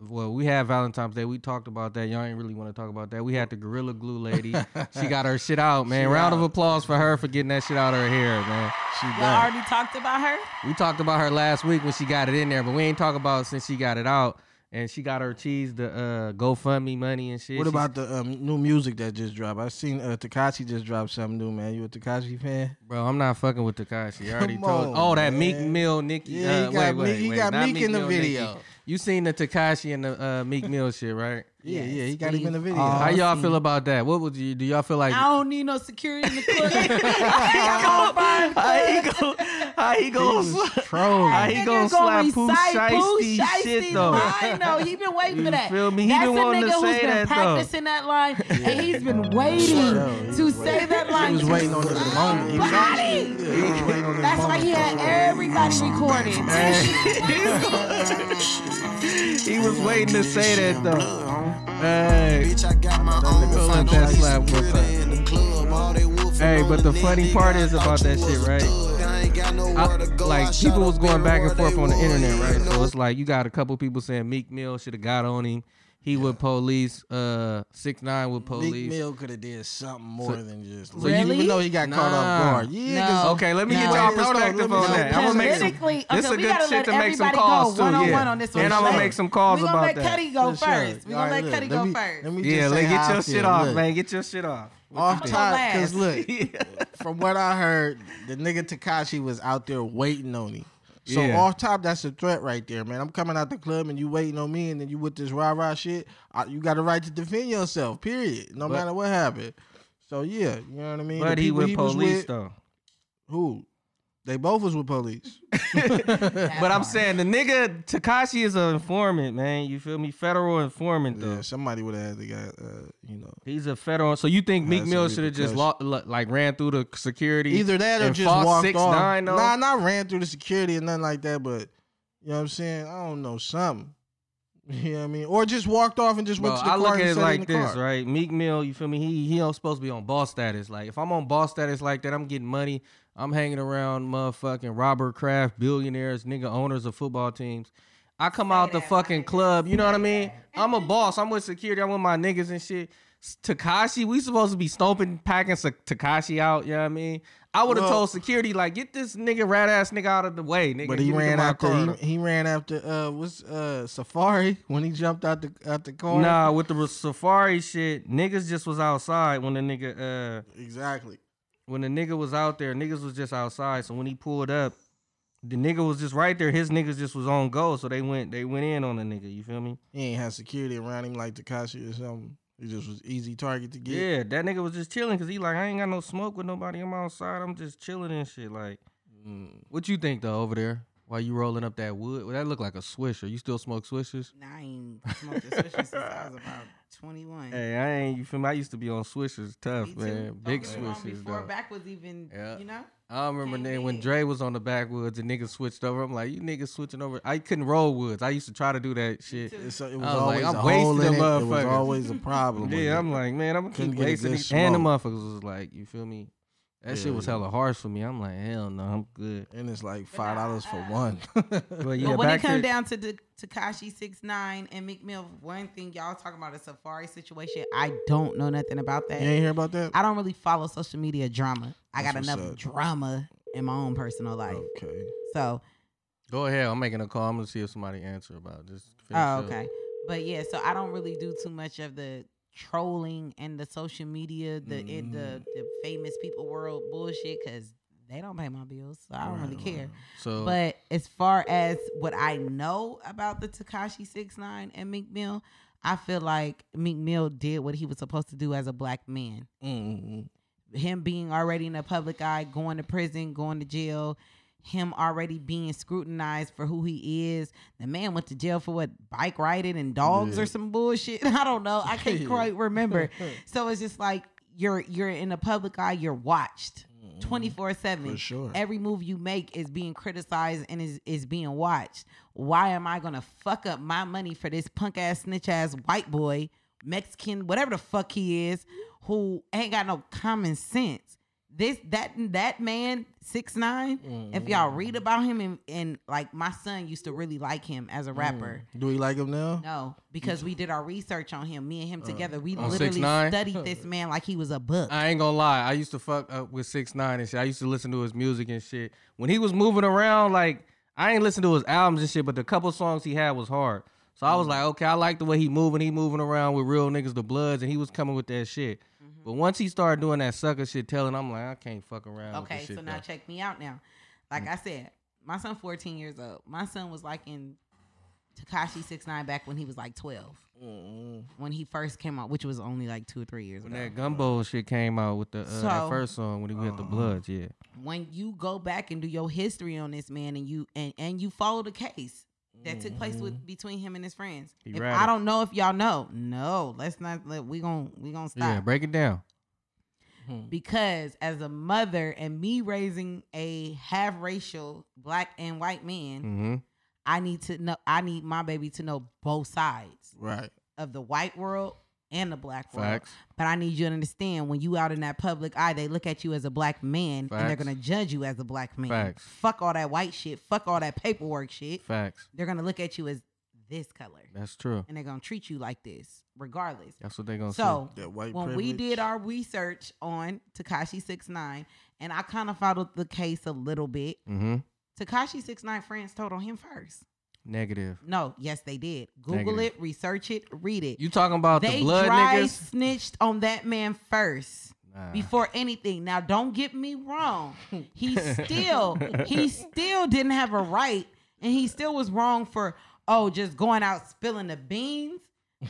Speaker 3: Well, we had Valentine's Day. We talked about that. Y'all ain't really want to talk about that. We had the Gorilla Glue lady. she got her shit out, man. Round of applause for her for getting that shit out of her hair, man.
Speaker 5: She
Speaker 4: Y'all
Speaker 5: back.
Speaker 4: already talked about her.
Speaker 3: We talked about her last week when she got it in there, but we ain't talk about it since she got it out. And she got her cheese, the uh, GoFundMe money and shit.
Speaker 5: What
Speaker 3: She-
Speaker 5: about the um, new music that just dropped? I seen uh, Takashi just dropped something new, man. You a Takashi fan?
Speaker 3: bro? I'm not fucking with Takashi. I already
Speaker 5: Come
Speaker 3: told.
Speaker 5: on,
Speaker 3: oh, that
Speaker 5: man.
Speaker 3: Meek Mill, Nicki.
Speaker 5: Yeah, he
Speaker 3: uh,
Speaker 5: got
Speaker 3: wait, wait,
Speaker 5: Meek- he
Speaker 3: wait,
Speaker 5: got
Speaker 3: not
Speaker 5: Meek in the
Speaker 3: Mill, Nicki.
Speaker 5: video.
Speaker 3: You seen the Takashi and the uh, Meek Mill shit, right?
Speaker 5: Yeah,
Speaker 4: Yes,
Speaker 5: yeah, he got him in the
Speaker 4: we've
Speaker 5: video.
Speaker 4: all-
Speaker 3: How
Speaker 4: I
Speaker 3: y'all
Speaker 4: seen
Speaker 3: feel
Speaker 4: it.
Speaker 3: about that? What would you do? Y'all feel like?
Speaker 4: I don't need no security in the club. I ain't gonna find
Speaker 3: he go? How he
Speaker 5: was trolling.
Speaker 3: How he
Speaker 4: Nigga
Speaker 3: gonna slap Pooh
Speaker 4: recite
Speaker 3: Shiesty
Speaker 4: Pooh
Speaker 3: shit
Speaker 4: Shiesty
Speaker 3: though?
Speaker 4: line, though. He been waiting
Speaker 3: You
Speaker 4: for that.
Speaker 3: feel me? He
Speaker 4: That's
Speaker 3: been
Speaker 4: a
Speaker 3: wanting to
Speaker 4: nigga who's
Speaker 3: say
Speaker 4: been
Speaker 3: that, though.
Speaker 4: practicing that line, and he's been waiting
Speaker 5: Yeah, he
Speaker 4: to
Speaker 5: was
Speaker 4: say that line.
Speaker 5: He was waiting on this moment. He was actually-
Speaker 4: Body!
Speaker 5: yeah, he was waiting on this
Speaker 4: That's why
Speaker 5: moment.
Speaker 4: he had everybody recording.
Speaker 3: He was waiting to say that though. Hey.
Speaker 6: Bitch, I got my own
Speaker 3: Go let that slap one time.
Speaker 6: in the club. All they woofing
Speaker 3: Hey,
Speaker 6: on
Speaker 3: but the funny
Speaker 6: nigga,
Speaker 3: part
Speaker 6: I
Speaker 3: is about
Speaker 6: thought
Speaker 3: that
Speaker 6: you
Speaker 3: shit,
Speaker 6: was a
Speaker 3: right?
Speaker 6: thug. I ain't got nowhere
Speaker 3: I-
Speaker 6: to go. I
Speaker 3: like
Speaker 6: shot
Speaker 3: people was
Speaker 6: up
Speaker 3: going back and
Speaker 6: everywhere
Speaker 3: forth on the
Speaker 6: they was.
Speaker 3: internet, right?
Speaker 6: You
Speaker 3: So
Speaker 6: know,
Speaker 3: it's like you got a couple people saying Meek Mill should have got on him. He would police, uh, six nine would
Speaker 5: Meek
Speaker 3: police.
Speaker 5: Mill could have did something more than just.
Speaker 3: so
Speaker 5: you
Speaker 4: Really?
Speaker 5: even though he got caught off
Speaker 3: Nah.
Speaker 5: guard. Yeah, 'cause
Speaker 6: Um,
Speaker 4: No.
Speaker 3: Okay, let me
Speaker 4: No.
Speaker 3: get y'all
Speaker 5: Wait, hold on,
Speaker 3: perspective
Speaker 5: let
Speaker 3: on
Speaker 5: me-
Speaker 3: that. I'm gonna make some.
Speaker 4: Politically,
Speaker 3: This
Speaker 4: okay,
Speaker 3: a
Speaker 4: we
Speaker 3: good
Speaker 4: gotta
Speaker 3: shit
Speaker 4: let
Speaker 3: to make some
Speaker 4: everybody
Speaker 3: calls
Speaker 4: go
Speaker 3: too.
Speaker 4: one-on-one
Speaker 3: yeah.
Speaker 4: on this one.
Speaker 3: and I'm gonna
Speaker 4: Hey,
Speaker 3: make some calls
Speaker 4: we gonna
Speaker 3: about
Speaker 4: let
Speaker 3: that.
Speaker 4: Cuddy go
Speaker 5: for sure.
Speaker 4: first. We
Speaker 5: All
Speaker 4: gonna
Speaker 5: right,
Speaker 4: let
Speaker 5: look,
Speaker 4: Cuddy go
Speaker 5: me-
Speaker 4: first.
Speaker 5: Let me
Speaker 3: Yeah,
Speaker 5: just
Speaker 3: let
Speaker 5: say
Speaker 3: get
Speaker 5: how I
Speaker 3: your shit
Speaker 5: feel.
Speaker 3: off,
Speaker 5: Look,
Speaker 3: man. Get your shit off.
Speaker 5: Off top, because look,
Speaker 3: Yeah.
Speaker 5: from what I heard, the nigga Takashi was out there waiting on him. So
Speaker 3: Yeah.
Speaker 5: off top, that's a threat right there, man. I'm coming out the club and you waiting on me, and then you with this rah rah shit. I, you got a right to defend yourself, period. No
Speaker 3: But-
Speaker 5: matter what happened. So yeah, you know what I mean. The
Speaker 3: But he
Speaker 5: people
Speaker 3: with
Speaker 5: was
Speaker 3: police though.
Speaker 5: Who? They both was with police.
Speaker 3: But I'm saying the nigga Takashi is an informant, man. You feel me? Federal informant though.
Speaker 5: Yeah, somebody would have had to got, uh, you know.
Speaker 3: He's a federal. So you think Meek
Speaker 5: That's
Speaker 3: Mill
Speaker 5: a
Speaker 3: should have just lo- lo- like ran through the security?
Speaker 5: Either that or
Speaker 3: and
Speaker 5: just
Speaker 3: fought
Speaker 5: walked
Speaker 3: six,
Speaker 5: off.
Speaker 3: Nine, though?
Speaker 5: nah, not ran through the security or nothing like that. But you know what I'm saying? I don't know something. You know what I mean? Or just walked off and just
Speaker 3: Bro,
Speaker 5: went to the
Speaker 3: I
Speaker 5: car
Speaker 3: look at
Speaker 5: and
Speaker 3: it
Speaker 5: sat
Speaker 3: like
Speaker 5: in the
Speaker 3: this,
Speaker 5: car.
Speaker 3: right? Meek Mill, you feel me? He he don't supposed to be on boss status. Like if I'm on boss status like that, I'm getting money. I'm hanging around motherfucking Robert Kraft, billionaires, nigga owners of football teams. I come out the fucking club, you know what I mean? I'm a boss. I'm with security. I'm with my niggas and shit. Takashi, we supposed to be stomping, packing Takashi out. You know what I mean? I would have
Speaker 5: Well-
Speaker 3: told security like, get this nigga rat ass nigga out of the way, nigga.
Speaker 5: But he
Speaker 3: Get me to
Speaker 5: ran
Speaker 3: my
Speaker 5: after
Speaker 3: corner.
Speaker 5: he, he ran after uh what's uh Safari when he jumped out the out the car.
Speaker 3: Nah, with the safari shit, niggas just was outside when the nigga uh
Speaker 5: exactly.
Speaker 3: when the nigga was out there, niggas was just outside. So when he pulled up, the nigga was just right there. His niggas just was on go. So they went they went in on the nigga. You feel me?
Speaker 5: He ain't had security around him like Takashi or something. He just was easy target to get.
Speaker 3: Yeah, that nigga was just chilling because he like I ain't got no smoke with nobody. I'm outside. I'm just chilling and shit. Like, Mm. what you think though over there? While you rolling up that wood, well, that look like a swisher. You still smoke swishers?
Speaker 4: I ain't smoked a swisher since I was about 21.
Speaker 3: Hey, I ain't. You feel me? I used to be on swishers, tough
Speaker 4: Me too.
Speaker 3: man, big
Speaker 4: Don't get me wrong,
Speaker 3: swishers
Speaker 4: Before
Speaker 3: though.
Speaker 4: back was even,
Speaker 3: Yeah.
Speaker 4: you know,
Speaker 3: I remember
Speaker 4: Can't
Speaker 3: then
Speaker 4: be.
Speaker 3: when Dre was on the backwoods and niggas switched over. I'm like, you niggas switching over. I couldn't roll woods. I used to try to do that shit.
Speaker 4: too.
Speaker 5: So it was,
Speaker 3: was
Speaker 5: always
Speaker 3: like,
Speaker 5: a
Speaker 3: I'm wasting
Speaker 5: hole in it.
Speaker 3: the
Speaker 5: It was
Speaker 3: motherfucker.
Speaker 5: always a problem. with
Speaker 3: Yeah,
Speaker 5: it.
Speaker 3: I'm like, man, I'm gonna
Speaker 5: Couldn't
Speaker 3: keep
Speaker 5: get a
Speaker 3: wasting
Speaker 5: good
Speaker 3: these. And the
Speaker 5: smoke.
Speaker 3: motherfuckers was like, you feel me? That
Speaker 5: Yeah,
Speaker 3: shit was
Speaker 5: yeah.
Speaker 3: hella harsh for me. I'm like, hell no, I'm good.
Speaker 5: and it's like five dollars for one.
Speaker 3: But yeah,
Speaker 4: But when it
Speaker 3: back
Speaker 4: come
Speaker 3: to-
Speaker 4: down to the Takashi six nine and Meek Mill, one thing y'all talking about a safari situation. I don't know nothing about that.
Speaker 5: you ain't hear about that?
Speaker 4: I don't really follow social media drama. I got
Speaker 5: That's what's
Speaker 4: enough
Speaker 5: up.
Speaker 4: drama in my own personal life.
Speaker 5: okay.
Speaker 4: So,
Speaker 3: go ahead. I'm making a call. I'm gonna see if somebody answer about it. Just finish
Speaker 4: oh,
Speaker 3: up.
Speaker 4: okay. But yeah, so I don't really do too much of the trolling and the social media, the in the,
Speaker 5: Mm.
Speaker 4: the famous people world bullshit because they don't pay my bills, so I don't really care.
Speaker 3: So
Speaker 4: But as far as what I know about the Takashi Six Nine and Meek Mill, I feel like Meek Mill did what he was supposed to do as a black man.
Speaker 5: Mm,
Speaker 4: Him being already in the public eye, going to prison, going to jail, him already being scrutinized for who he is. The man went to jail for what bike riding and dogs or some bullshit. I don't know. I can't quite remember. So it's just like you're you're in the public eye, you're watched. 24 7
Speaker 5: Mm. For sure.
Speaker 4: every move you make is being criticized and is, is being watched. Why am I gonna fuck up my money for this punk ass snitch ass white boy, Mexican, whatever the fuck he is, who ain't got no common sense? This that that man six If y'all read about him and, and like my son used to really like him as a rapper.
Speaker 5: Do we like him now?
Speaker 4: No, because we did our research on him. Me and him together, we
Speaker 3: on
Speaker 4: literally
Speaker 3: 6ix9ine?
Speaker 4: studied this man like he was a book.
Speaker 3: I ain't gonna lie. I used to fuck up with Six Nine and shit. I used to listen to his music and shit. When he was moving around, like I ain't listen to his albums and shit, but the couple songs he had was hard. So
Speaker 4: Mm-hmm.
Speaker 3: I was like, okay, I like the way he moving. He moving around with real niggas, the Bloods, and he was coming with that shit.
Speaker 4: Mm-hmm.
Speaker 3: But once he started doing that sucker shit, telling, I'm like, I can't fuck around. with
Speaker 4: Okay,
Speaker 3: this shit,
Speaker 4: so now
Speaker 3: though. Mm.
Speaker 4: check me out now. Like I said, my son 14 years old. My son was like in Takashi 69 back when he was like 12. When he first came out, which was only like two or three years
Speaker 3: when
Speaker 4: ago.
Speaker 3: that gumbo shit came out with the uh,
Speaker 4: So- Oh.
Speaker 3: that first song when he went with the Bloods, yeah.
Speaker 4: When you go back and do your history on this man and you and, and you follow the case that took place with between him and his friends.
Speaker 3: Mm-hmm. He
Speaker 4: If
Speaker 3: ratted.
Speaker 4: I don't know if y'all know, no, let's not let we gon' we gonna stop.
Speaker 3: Yeah, break it down.
Speaker 4: because as a mother and me raising a half racial black and white man,
Speaker 3: hmm
Speaker 4: I need to know. I need my baby to know both sides
Speaker 5: Right.
Speaker 4: of the white world and the black world.
Speaker 3: Facts.
Speaker 4: But I need you to understand when you out in that public eye, they look at you as a black man and they're
Speaker 3: Facts.
Speaker 4: gonna judge you as a black man.
Speaker 3: Facts.
Speaker 4: Fuck all that white shit. Fuck all that paperwork shit.
Speaker 3: Facts.
Speaker 4: They're gonna look at you as this color
Speaker 3: That's true.
Speaker 4: and they're gonna treat you like this regardless.
Speaker 3: That's what they gonna
Speaker 4: So
Speaker 5: That white
Speaker 4: when we
Speaker 5: privilege.
Speaker 4: did our research on Takashi Six Nine, and I kind of followed the case a little bit.
Speaker 3: say. hmm
Speaker 4: Takashi Six Nine friends told on him first.
Speaker 3: Negative.
Speaker 4: No, yes, they did. Google
Speaker 3: Negative.
Speaker 4: it, research it, read it.
Speaker 3: You talking about
Speaker 4: they
Speaker 3: the blood
Speaker 4: dry
Speaker 3: niggas?
Speaker 4: snitched on that man first
Speaker 3: Nah.
Speaker 4: before anything. Now, don't get me wrong. He still, he still didn't have a right, and he still was wrong for oh just going out spilling the beans.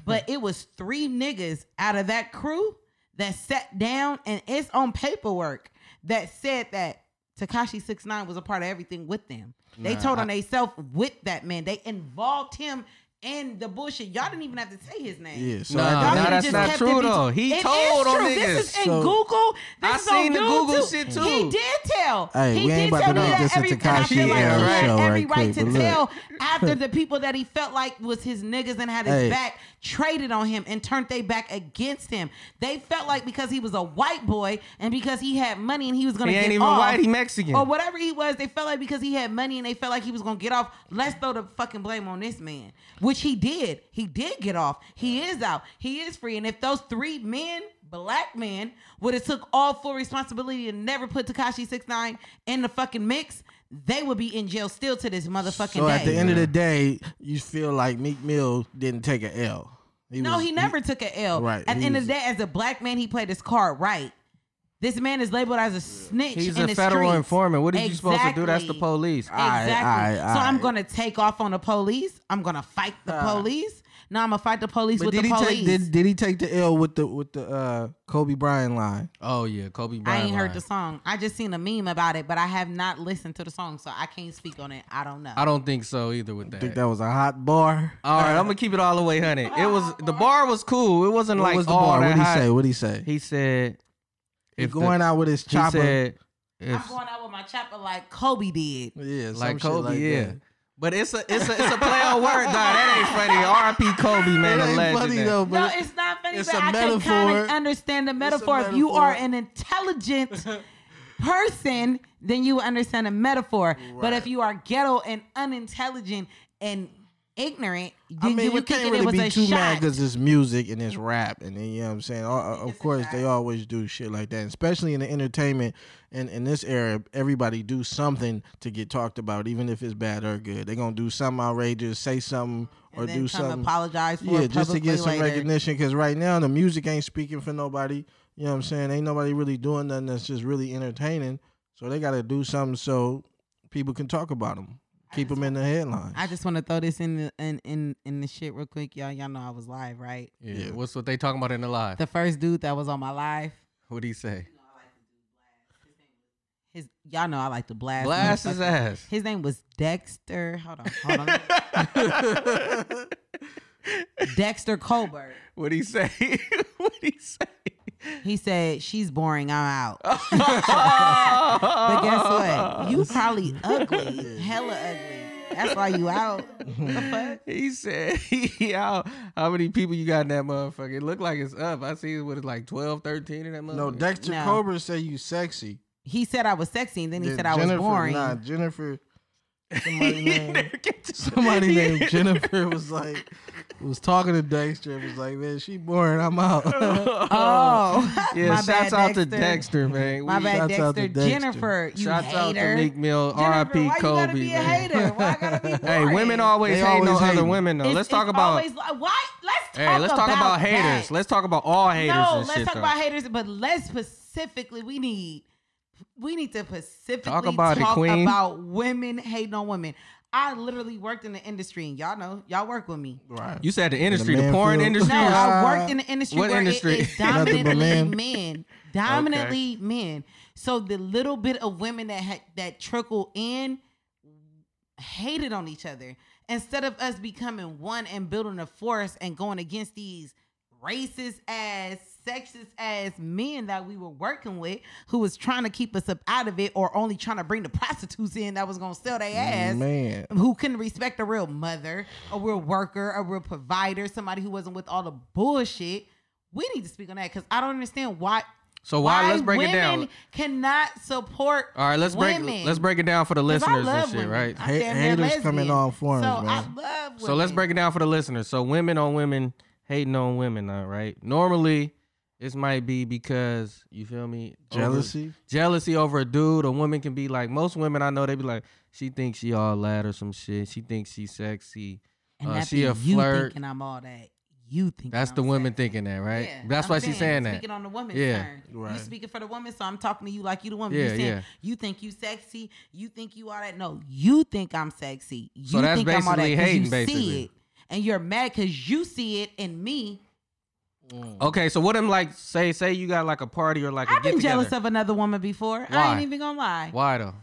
Speaker 4: But it was three niggas out of that crew that sat down, and it's on paperwork that said that Takashi Six Nine was a part of everything with them. They
Speaker 3: Nah,
Speaker 4: told
Speaker 3: I-
Speaker 4: on themselves with that man. They involved him in the bullshit. Y'all didn't even have to say his name.
Speaker 5: Yeah, so
Speaker 3: Nah,
Speaker 5: I
Speaker 3: nah,
Speaker 5: think-
Speaker 4: Y'all could've
Speaker 3: that's
Speaker 4: just
Speaker 3: not
Speaker 4: kept
Speaker 3: true,
Speaker 4: it be-
Speaker 3: though. He
Speaker 4: It is
Speaker 3: told on
Speaker 4: true.
Speaker 3: niggas.
Speaker 4: This is in
Speaker 5: So-
Speaker 4: Google. This
Speaker 3: I
Speaker 4: is on
Speaker 3: seen the Google
Speaker 4: YouTube.
Speaker 3: shit,
Speaker 4: He
Speaker 3: too.
Speaker 4: did tell.
Speaker 5: Hey,
Speaker 4: he
Speaker 5: we ain't
Speaker 4: did
Speaker 5: about to
Speaker 4: tell me
Speaker 5: make
Speaker 4: that
Speaker 5: this a
Speaker 4: every, and I
Speaker 5: Takashi
Speaker 4: feel like
Speaker 3: era
Speaker 4: he had
Speaker 5: show
Speaker 4: every
Speaker 5: right
Speaker 4: right
Speaker 5: quick,
Speaker 4: to
Speaker 5: but look.
Speaker 4: tell after the people that he felt like was his niggas and had his
Speaker 5: Hey.
Speaker 4: back traded on him and turned their back against him. They felt like because he was a white boy and because he had money and he was gonna
Speaker 3: He
Speaker 4: get
Speaker 3: ain't even
Speaker 4: off,
Speaker 3: white, he Mexican.
Speaker 4: or whatever he was. They felt like because he had money and they felt like he was gonna get off. Let's throw the fucking blame on this man, which he did. He did get off. He is out. He is free. And if those three men, black men, would have took all full responsibility and never put Takashi Six Nine in the fucking mix, they would be in jail still to this motherfucking
Speaker 5: so
Speaker 4: day.
Speaker 5: at the end of the day, you feel like Meek Mill didn't take an L.
Speaker 4: no,
Speaker 5: was-
Speaker 4: he never took an L.
Speaker 5: Right,
Speaker 4: At the
Speaker 5: he
Speaker 4: end of
Speaker 5: was-
Speaker 4: the day, as a black man, he played his card right. This man is labeled as a snitch.
Speaker 3: He's
Speaker 4: in
Speaker 3: a
Speaker 4: the
Speaker 3: federal
Speaker 4: streets.
Speaker 3: informant. What are you supposed to do? That's the
Speaker 4: Exactly.
Speaker 3: police.
Speaker 5: Aye,
Speaker 4: Exactly.
Speaker 5: aye,
Speaker 4: so I'm
Speaker 5: aye.
Speaker 4: gonna take off on the police. I'm gonna fight the police. Now I'm gonna fight the police
Speaker 5: But
Speaker 4: with
Speaker 5: did
Speaker 4: the
Speaker 5: he
Speaker 4: police.
Speaker 5: take did, did he take the L with the with the uh, Kobe Bryant line?
Speaker 3: Oh yeah, Kobe
Speaker 4: I
Speaker 3: Bryant.
Speaker 4: ain't heard
Speaker 3: line.
Speaker 4: the song. I just seen a meme about it, but I have not listened to the song, so I can't speak on it. I don't know.
Speaker 3: I don't think so either with that.
Speaker 5: I think that was a hot bar.
Speaker 3: all right, I'm gonna keep it all the way, honey. It was the bar was cool. It wasn't
Speaker 5: what
Speaker 3: like
Speaker 5: was the
Speaker 3: all
Speaker 5: bar?
Speaker 3: that
Speaker 5: What he
Speaker 3: hot.
Speaker 5: say? What he say?
Speaker 3: He said,
Speaker 5: He
Speaker 3: "If the-
Speaker 5: going out with his
Speaker 3: he
Speaker 5: chopper.
Speaker 3: said, if,
Speaker 4: I'm going out with my chopper like Kobe did.
Speaker 5: yeah, some
Speaker 3: like
Speaker 5: shit
Speaker 3: Kobe,
Speaker 5: like
Speaker 3: yeah."
Speaker 5: that.
Speaker 3: But it's a it's a it's a play on word, dog. That ain't funny. R.I.P. Kobe, man.
Speaker 5: It
Speaker 3: the
Speaker 5: ain't
Speaker 3: legend,
Speaker 5: funny
Speaker 3: man.
Speaker 5: though,
Speaker 4: No,
Speaker 5: but
Speaker 4: it's not funny,
Speaker 5: it's a
Speaker 4: but I can kind of
Speaker 5: metaphor.
Speaker 4: understand the
Speaker 5: It's a
Speaker 4: metaphor. If you are
Speaker 5: metaphor.
Speaker 4: an intelligent person, then you understand a metaphor. But if you are ghetto and unintelligent and ignorant, then
Speaker 5: I mean,
Speaker 4: you
Speaker 5: you
Speaker 4: would think
Speaker 5: can't
Speaker 4: that it
Speaker 5: really
Speaker 4: was
Speaker 5: be
Speaker 4: a
Speaker 5: too mad
Speaker 4: shot.
Speaker 5: because it's music and it's rap, and then you know what I'm saying. All- uh, Of course, they always do shit like that, especially in the entertainment and in this era. Everybody do something to get talked about, even if it's bad or good. They're gonna do something outrageous, say something, or
Speaker 4: and then
Speaker 5: do
Speaker 4: come
Speaker 5: something.
Speaker 4: apologize for
Speaker 5: Yeah,
Speaker 4: it
Speaker 5: just to
Speaker 4: publicly
Speaker 5: get some
Speaker 4: later.
Speaker 5: recognition. Because right now the music ain't speaking for nobody. You know what I'm saying? Ain't nobody really doing nothing that's just really entertaining. So they got to do something so people can talk about them, keep them in the headline.
Speaker 4: I just want to throw this in the in, in in the shit real quick, y'all. Y'all know I was live, right?
Speaker 3: Yeah, what's what they talking about in the live?
Speaker 4: The first dude that was on my live,
Speaker 3: What would he say?
Speaker 4: his y'all know I like to blast.
Speaker 3: Blast his
Speaker 4: motherfuckers.
Speaker 3: ass.
Speaker 4: His name was Dexter. Hold on, hold on. Dexter Colbert.
Speaker 3: What he say? what he say?
Speaker 4: He said, She's boring, I'm out. but guess what? You probably ugly. Hella ugly. That's why you out. The fuck?
Speaker 3: He said, "Yo, how many people you got in that motherfucker? It look like it's up. I see what it's like 12, 13 in that motherfucker.
Speaker 5: No, Dexter
Speaker 4: Uh, No.
Speaker 5: Cobra say you sexy.
Speaker 4: He said I was sexy and then he
Speaker 5: Then
Speaker 4: said I was
Speaker 5: Jennifer-
Speaker 4: boring.
Speaker 5: Nah, Jennifer. Somebody named,
Speaker 3: somebody
Speaker 5: somebody named Jennifer was like, was talking to Dexter. and Was like, man, she boring. I'm out.
Speaker 4: Oh.
Speaker 3: Yeah,
Speaker 4: My
Speaker 3: shouts
Speaker 4: bad,
Speaker 3: out to Dexter, man.
Speaker 4: My
Speaker 3: We-
Speaker 4: bad,
Speaker 5: Shouts out to
Speaker 4: Dexter.
Speaker 5: Dexter.
Speaker 4: Jennifer, you
Speaker 3: shouts
Speaker 4: hater.
Speaker 3: out to Meek Mill,
Speaker 4: Jennifer,
Speaker 3: R.I.P.
Speaker 4: why
Speaker 3: Kobe.
Speaker 4: you gotta be a
Speaker 3: man.
Speaker 4: hater? Why I gotta be
Speaker 3: Hey,
Speaker 4: boring?
Speaker 3: women always
Speaker 5: They
Speaker 3: hate on
Speaker 5: always
Speaker 3: other
Speaker 5: hating.
Speaker 3: women though.
Speaker 4: It's-
Speaker 3: let's talk
Speaker 4: it's
Speaker 3: about
Speaker 4: always like- why? Let's talk
Speaker 3: hey, let's talk about haters.
Speaker 4: that.
Speaker 3: Let's talk about all haters
Speaker 4: no,
Speaker 3: and
Speaker 4: let's
Speaker 3: shit.
Speaker 4: talk
Speaker 3: though.
Speaker 4: about haters, but let's specifically we need we need to specifically
Speaker 3: Talk
Speaker 4: talk
Speaker 3: about
Speaker 4: about,
Speaker 3: it, queen.
Speaker 4: women hating on women. I literally worked in the industry, and y'all know y'all work with me.
Speaker 5: right.
Speaker 3: you said the industry,
Speaker 5: the
Speaker 3: the
Speaker 5: man
Speaker 3: porn
Speaker 5: field.
Speaker 3: industry.
Speaker 4: No,
Speaker 3: is-
Speaker 4: I worked in the industry
Speaker 3: What
Speaker 4: where
Speaker 3: industry?
Speaker 4: it is
Speaker 5: Nothing but
Speaker 4: dominantly
Speaker 5: men.
Speaker 4: men. Dominantly men. So the little bit of women that ha- that trickle in hated on each other instead of us becoming one and building a force and going against these racist ass sexist ass men that we were working with who was trying to keep us up out of it or only trying to bring the prostitutes in that was going to sell their ass
Speaker 5: Man.
Speaker 4: who couldn't respect a real mother, a real worker, a real provider, somebody who wasn't with all the bullshit. We need to speak on that because I don't understand why.
Speaker 3: so why? Let's break it
Speaker 4: women
Speaker 3: down.
Speaker 4: Cannot support.
Speaker 3: All right, let's
Speaker 4: women.
Speaker 3: break let's break it down for the
Speaker 4: 'Cause I
Speaker 3: listeners and
Speaker 4: love
Speaker 3: shit,
Speaker 4: women.
Speaker 3: right?
Speaker 4: I'm
Speaker 5: Ha-
Speaker 4: damn near
Speaker 5: haters come in
Speaker 4: lesbian.
Speaker 5: all forms,
Speaker 4: so
Speaker 5: man.
Speaker 4: I love. Women.
Speaker 3: So let's break it down for the listeners. So women on women hating on women, all right? Normally, this might be because you feel me over-
Speaker 5: Jealousy?
Speaker 3: jealousy over a dude. A woman can be like most women I know. They be like, she thinks she all that or some shit. She thinks she sexy.
Speaker 4: And
Speaker 3: Uh,
Speaker 4: that
Speaker 3: she
Speaker 4: be
Speaker 3: a
Speaker 4: you
Speaker 3: flirt.
Speaker 4: Thinking I'm all that. You think
Speaker 3: That's the women thinking that, right? That's why she's saying that.
Speaker 4: Speaking on the woman's
Speaker 3: Yeah.
Speaker 4: turn.
Speaker 5: Right.
Speaker 4: You speaking for the woman, so I'm talking to you like you the woman.
Speaker 3: Yeah,
Speaker 4: you saying
Speaker 3: yeah.
Speaker 4: you think you sexy, you think you all that. No, you think I'm sexy. You
Speaker 3: So that's
Speaker 4: think I'm all that
Speaker 3: basically
Speaker 4: 'cause
Speaker 3: hating,
Speaker 4: you
Speaker 3: basically.
Speaker 4: see it. And you're mad because you see it in me
Speaker 5: Oh,
Speaker 3: Okay, so what am like say say you got like a party or like a
Speaker 4: I've
Speaker 3: get
Speaker 4: been jealous
Speaker 3: together?
Speaker 4: of another woman before. I
Speaker 3: Why?
Speaker 4: ain't even gonna lie,
Speaker 3: Why though?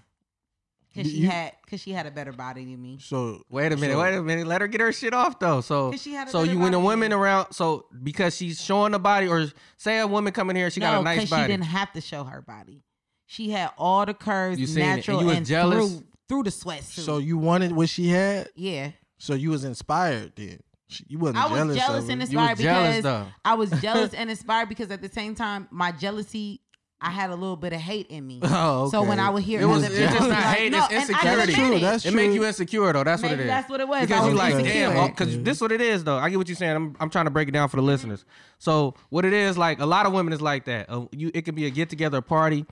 Speaker 4: cause she
Speaker 5: You-
Speaker 4: had cause she had a better body than me.
Speaker 5: So
Speaker 3: Wait a minute,
Speaker 5: So-
Speaker 3: wait a minute. Let her get her shit off though. So
Speaker 4: 'Cause she had a
Speaker 3: so
Speaker 4: better
Speaker 3: you when the
Speaker 4: body.
Speaker 3: women around so because she's showing the body or say a woman coming here she
Speaker 4: no,
Speaker 3: got a nice
Speaker 4: cause
Speaker 3: body.
Speaker 4: she didn't have to show her body. She had all the curves,
Speaker 3: You seen it, and
Speaker 4: natural,
Speaker 3: you was jealous?
Speaker 4: through through the sweatsuit.
Speaker 5: so you wanted what she had.
Speaker 4: yeah,
Speaker 5: So you was inspired then. She- You wasn't
Speaker 4: I was
Speaker 5: jealous.
Speaker 4: jealous,
Speaker 5: of
Speaker 4: and
Speaker 5: her.
Speaker 3: You was
Speaker 4: inspired
Speaker 3: jealous,
Speaker 4: because
Speaker 3: though.
Speaker 4: I was jealous and inspired because at the same time, my jealousy, I had a little bit of hate in me.
Speaker 5: Oh,
Speaker 4: So when
Speaker 5: okay.
Speaker 4: I would hear
Speaker 3: It was-
Speaker 4: other
Speaker 3: it's just
Speaker 4: people
Speaker 3: not
Speaker 4: like-
Speaker 3: hate,
Speaker 4: no,
Speaker 3: it's
Speaker 4: and I
Speaker 5: That's
Speaker 4: admit
Speaker 5: true.
Speaker 4: it.
Speaker 5: That's
Speaker 3: it
Speaker 5: true.
Speaker 3: make you insecure though. That's what
Speaker 4: Maybe
Speaker 3: it is.
Speaker 4: that's what it was.
Speaker 3: Because
Speaker 4: I
Speaker 3: you
Speaker 4: was
Speaker 3: like,
Speaker 4: insecure.
Speaker 3: damn, because this what it is though. I get what you're saying. I'm, I'm trying to break it down for the listeners. So what it is like, a lot of women is like that. Uh, you, it could be a get together party.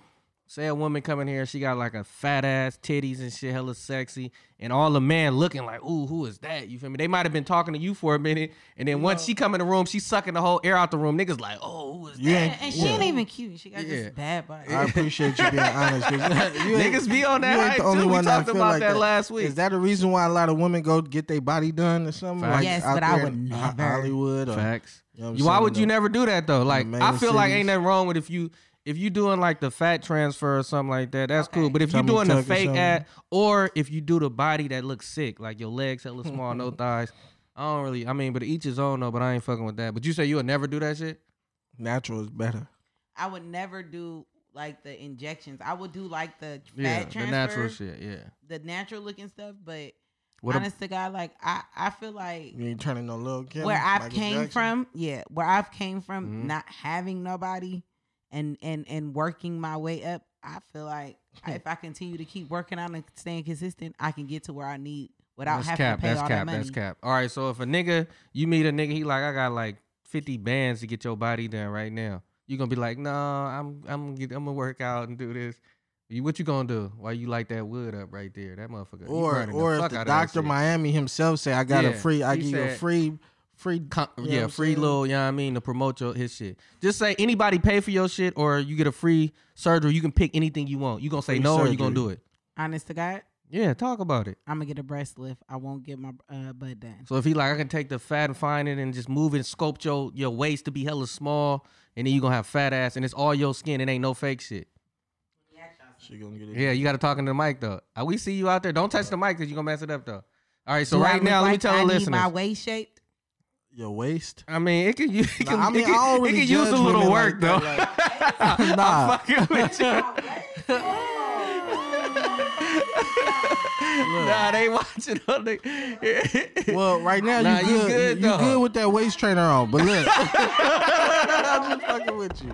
Speaker 3: Say a woman coming here, she got like a fat ass, titties and shit, hella sexy, and all the man looking like, ooh, who is that? You feel me? They might have been talking to you for a minute, and then once she come in the room, she sucking the whole air out the room. Niggas like, oh, who is that?
Speaker 5: You ain't-
Speaker 4: And she ain't even cute. She got
Speaker 3: Yeah.
Speaker 4: just bad body.
Speaker 5: I appreciate you being honest. 'cause you ain't-
Speaker 3: Niggas be on that
Speaker 5: you ain't
Speaker 3: hype,
Speaker 5: the
Speaker 3: too.
Speaker 5: only
Speaker 3: We
Speaker 5: one that
Speaker 3: talked
Speaker 5: feel
Speaker 3: about
Speaker 5: like
Speaker 3: that last week.
Speaker 5: Is that a reason why a lot of women go get their body done or something?
Speaker 3: Facts.
Speaker 5: Like
Speaker 4: Yes,
Speaker 5: out
Speaker 4: but I
Speaker 5: there
Speaker 4: would
Speaker 5: in Ho-
Speaker 4: never.
Speaker 5: Hollywood or
Speaker 3: Facts.
Speaker 5: You know what I'm
Speaker 3: You- Why
Speaker 5: saying?
Speaker 3: would you
Speaker 5: The-
Speaker 3: never do that though? Like
Speaker 5: main
Speaker 3: I feel like ain't
Speaker 5: cities.
Speaker 3: nothing wrong with if you if you doing like the fat transfer or something like that. That's cool. But if you
Speaker 5: Tummy
Speaker 3: doing the
Speaker 5: tuck or
Speaker 3: fake
Speaker 5: something.
Speaker 3: ad or if you do the body that looks sick, like your legs hella small, no thighs. I don't really. I mean, but each his own though. But I ain't fucking with that. But you say you would never do that shit.
Speaker 5: natural is better.
Speaker 4: I would never do like the injections. I would do like the fat
Speaker 3: Yeah,
Speaker 4: transfer,
Speaker 3: the natural shit. Yeah.
Speaker 4: the natural looking stuff. But
Speaker 3: What a-
Speaker 4: honest to God, like I, I feel like
Speaker 5: You ain't turning no little kid.
Speaker 4: where I've came from, yeah, where I've came from,
Speaker 3: Mm-hmm.
Speaker 4: not having nobody, and and and working my way up. I feel like
Speaker 3: Hmm.
Speaker 4: I- if I continue to keep working out and staying consistent, I can get to where I need without
Speaker 3: That's
Speaker 4: having
Speaker 3: cap.
Speaker 4: to pay
Speaker 3: That's
Speaker 4: all that
Speaker 3: cap.
Speaker 4: money.
Speaker 3: That's cap. All right. So if a nigga, you meet a nigga, he like, I got like fifty bands to get your body done right now. You gonna be like, no, I'm, I'm, gonna get, I'm gonna work out and do this. You, what you gonna do? Why you like that wood up right there? That motherfucker. you
Speaker 5: Or
Speaker 3: burning
Speaker 5: or if
Speaker 3: fuck
Speaker 5: the
Speaker 3: out of that
Speaker 5: doctor
Speaker 3: shit.
Speaker 5: Miami himself say I got a
Speaker 3: Yeah,
Speaker 5: free, I
Speaker 3: he
Speaker 5: give you a
Speaker 3: said-
Speaker 5: free, free.
Speaker 3: Com-
Speaker 5: you know what
Speaker 3: yeah,
Speaker 5: I'm
Speaker 3: free
Speaker 5: saying?
Speaker 3: little, you know what I mean, to promote your his shit. Just say anybody pay for your shit or you get a free surgery. You can pick anything you want. You gonna say
Speaker 5: Free
Speaker 3: no or you gonna
Speaker 5: surgery.
Speaker 3: do it.
Speaker 4: Honest to God,
Speaker 3: Yeah, talk about it.
Speaker 4: I'm gonna get a breast lift. I won't get my uh, butt done.
Speaker 3: So if he like, I can take the fat and find it and just move and sculpt your your waist to be hella small, and then you gonna have fat ass, and it's all your skin. It ain't no fake shit.
Speaker 5: She gonna get it.
Speaker 3: Yeah, you gotta talk into the mic though. Uh, We see you out there. Don't touch the mic because you gonna mess it up though. All right, so
Speaker 4: Do I
Speaker 3: right
Speaker 4: look
Speaker 3: now, let me
Speaker 4: like
Speaker 3: tell
Speaker 4: I
Speaker 3: the
Speaker 4: need My
Speaker 3: listeners.
Speaker 4: waist shaped.
Speaker 5: Your waist.
Speaker 3: I mean, it can, you, it
Speaker 5: Nah,
Speaker 3: can,
Speaker 5: I mean,
Speaker 3: it can,
Speaker 5: I don't
Speaker 3: it
Speaker 5: really
Speaker 3: can use a
Speaker 5: judge
Speaker 3: little
Speaker 5: women
Speaker 3: work
Speaker 5: like
Speaker 3: though.
Speaker 5: that, Nah,
Speaker 3: Fucking with you. nah, they watching on the.
Speaker 5: Well, right now
Speaker 3: Nah,
Speaker 5: you
Speaker 3: you
Speaker 5: good. You
Speaker 3: good,
Speaker 5: good,
Speaker 3: though.
Speaker 5: with that waist trainer on. But look, I'm just fucking with you.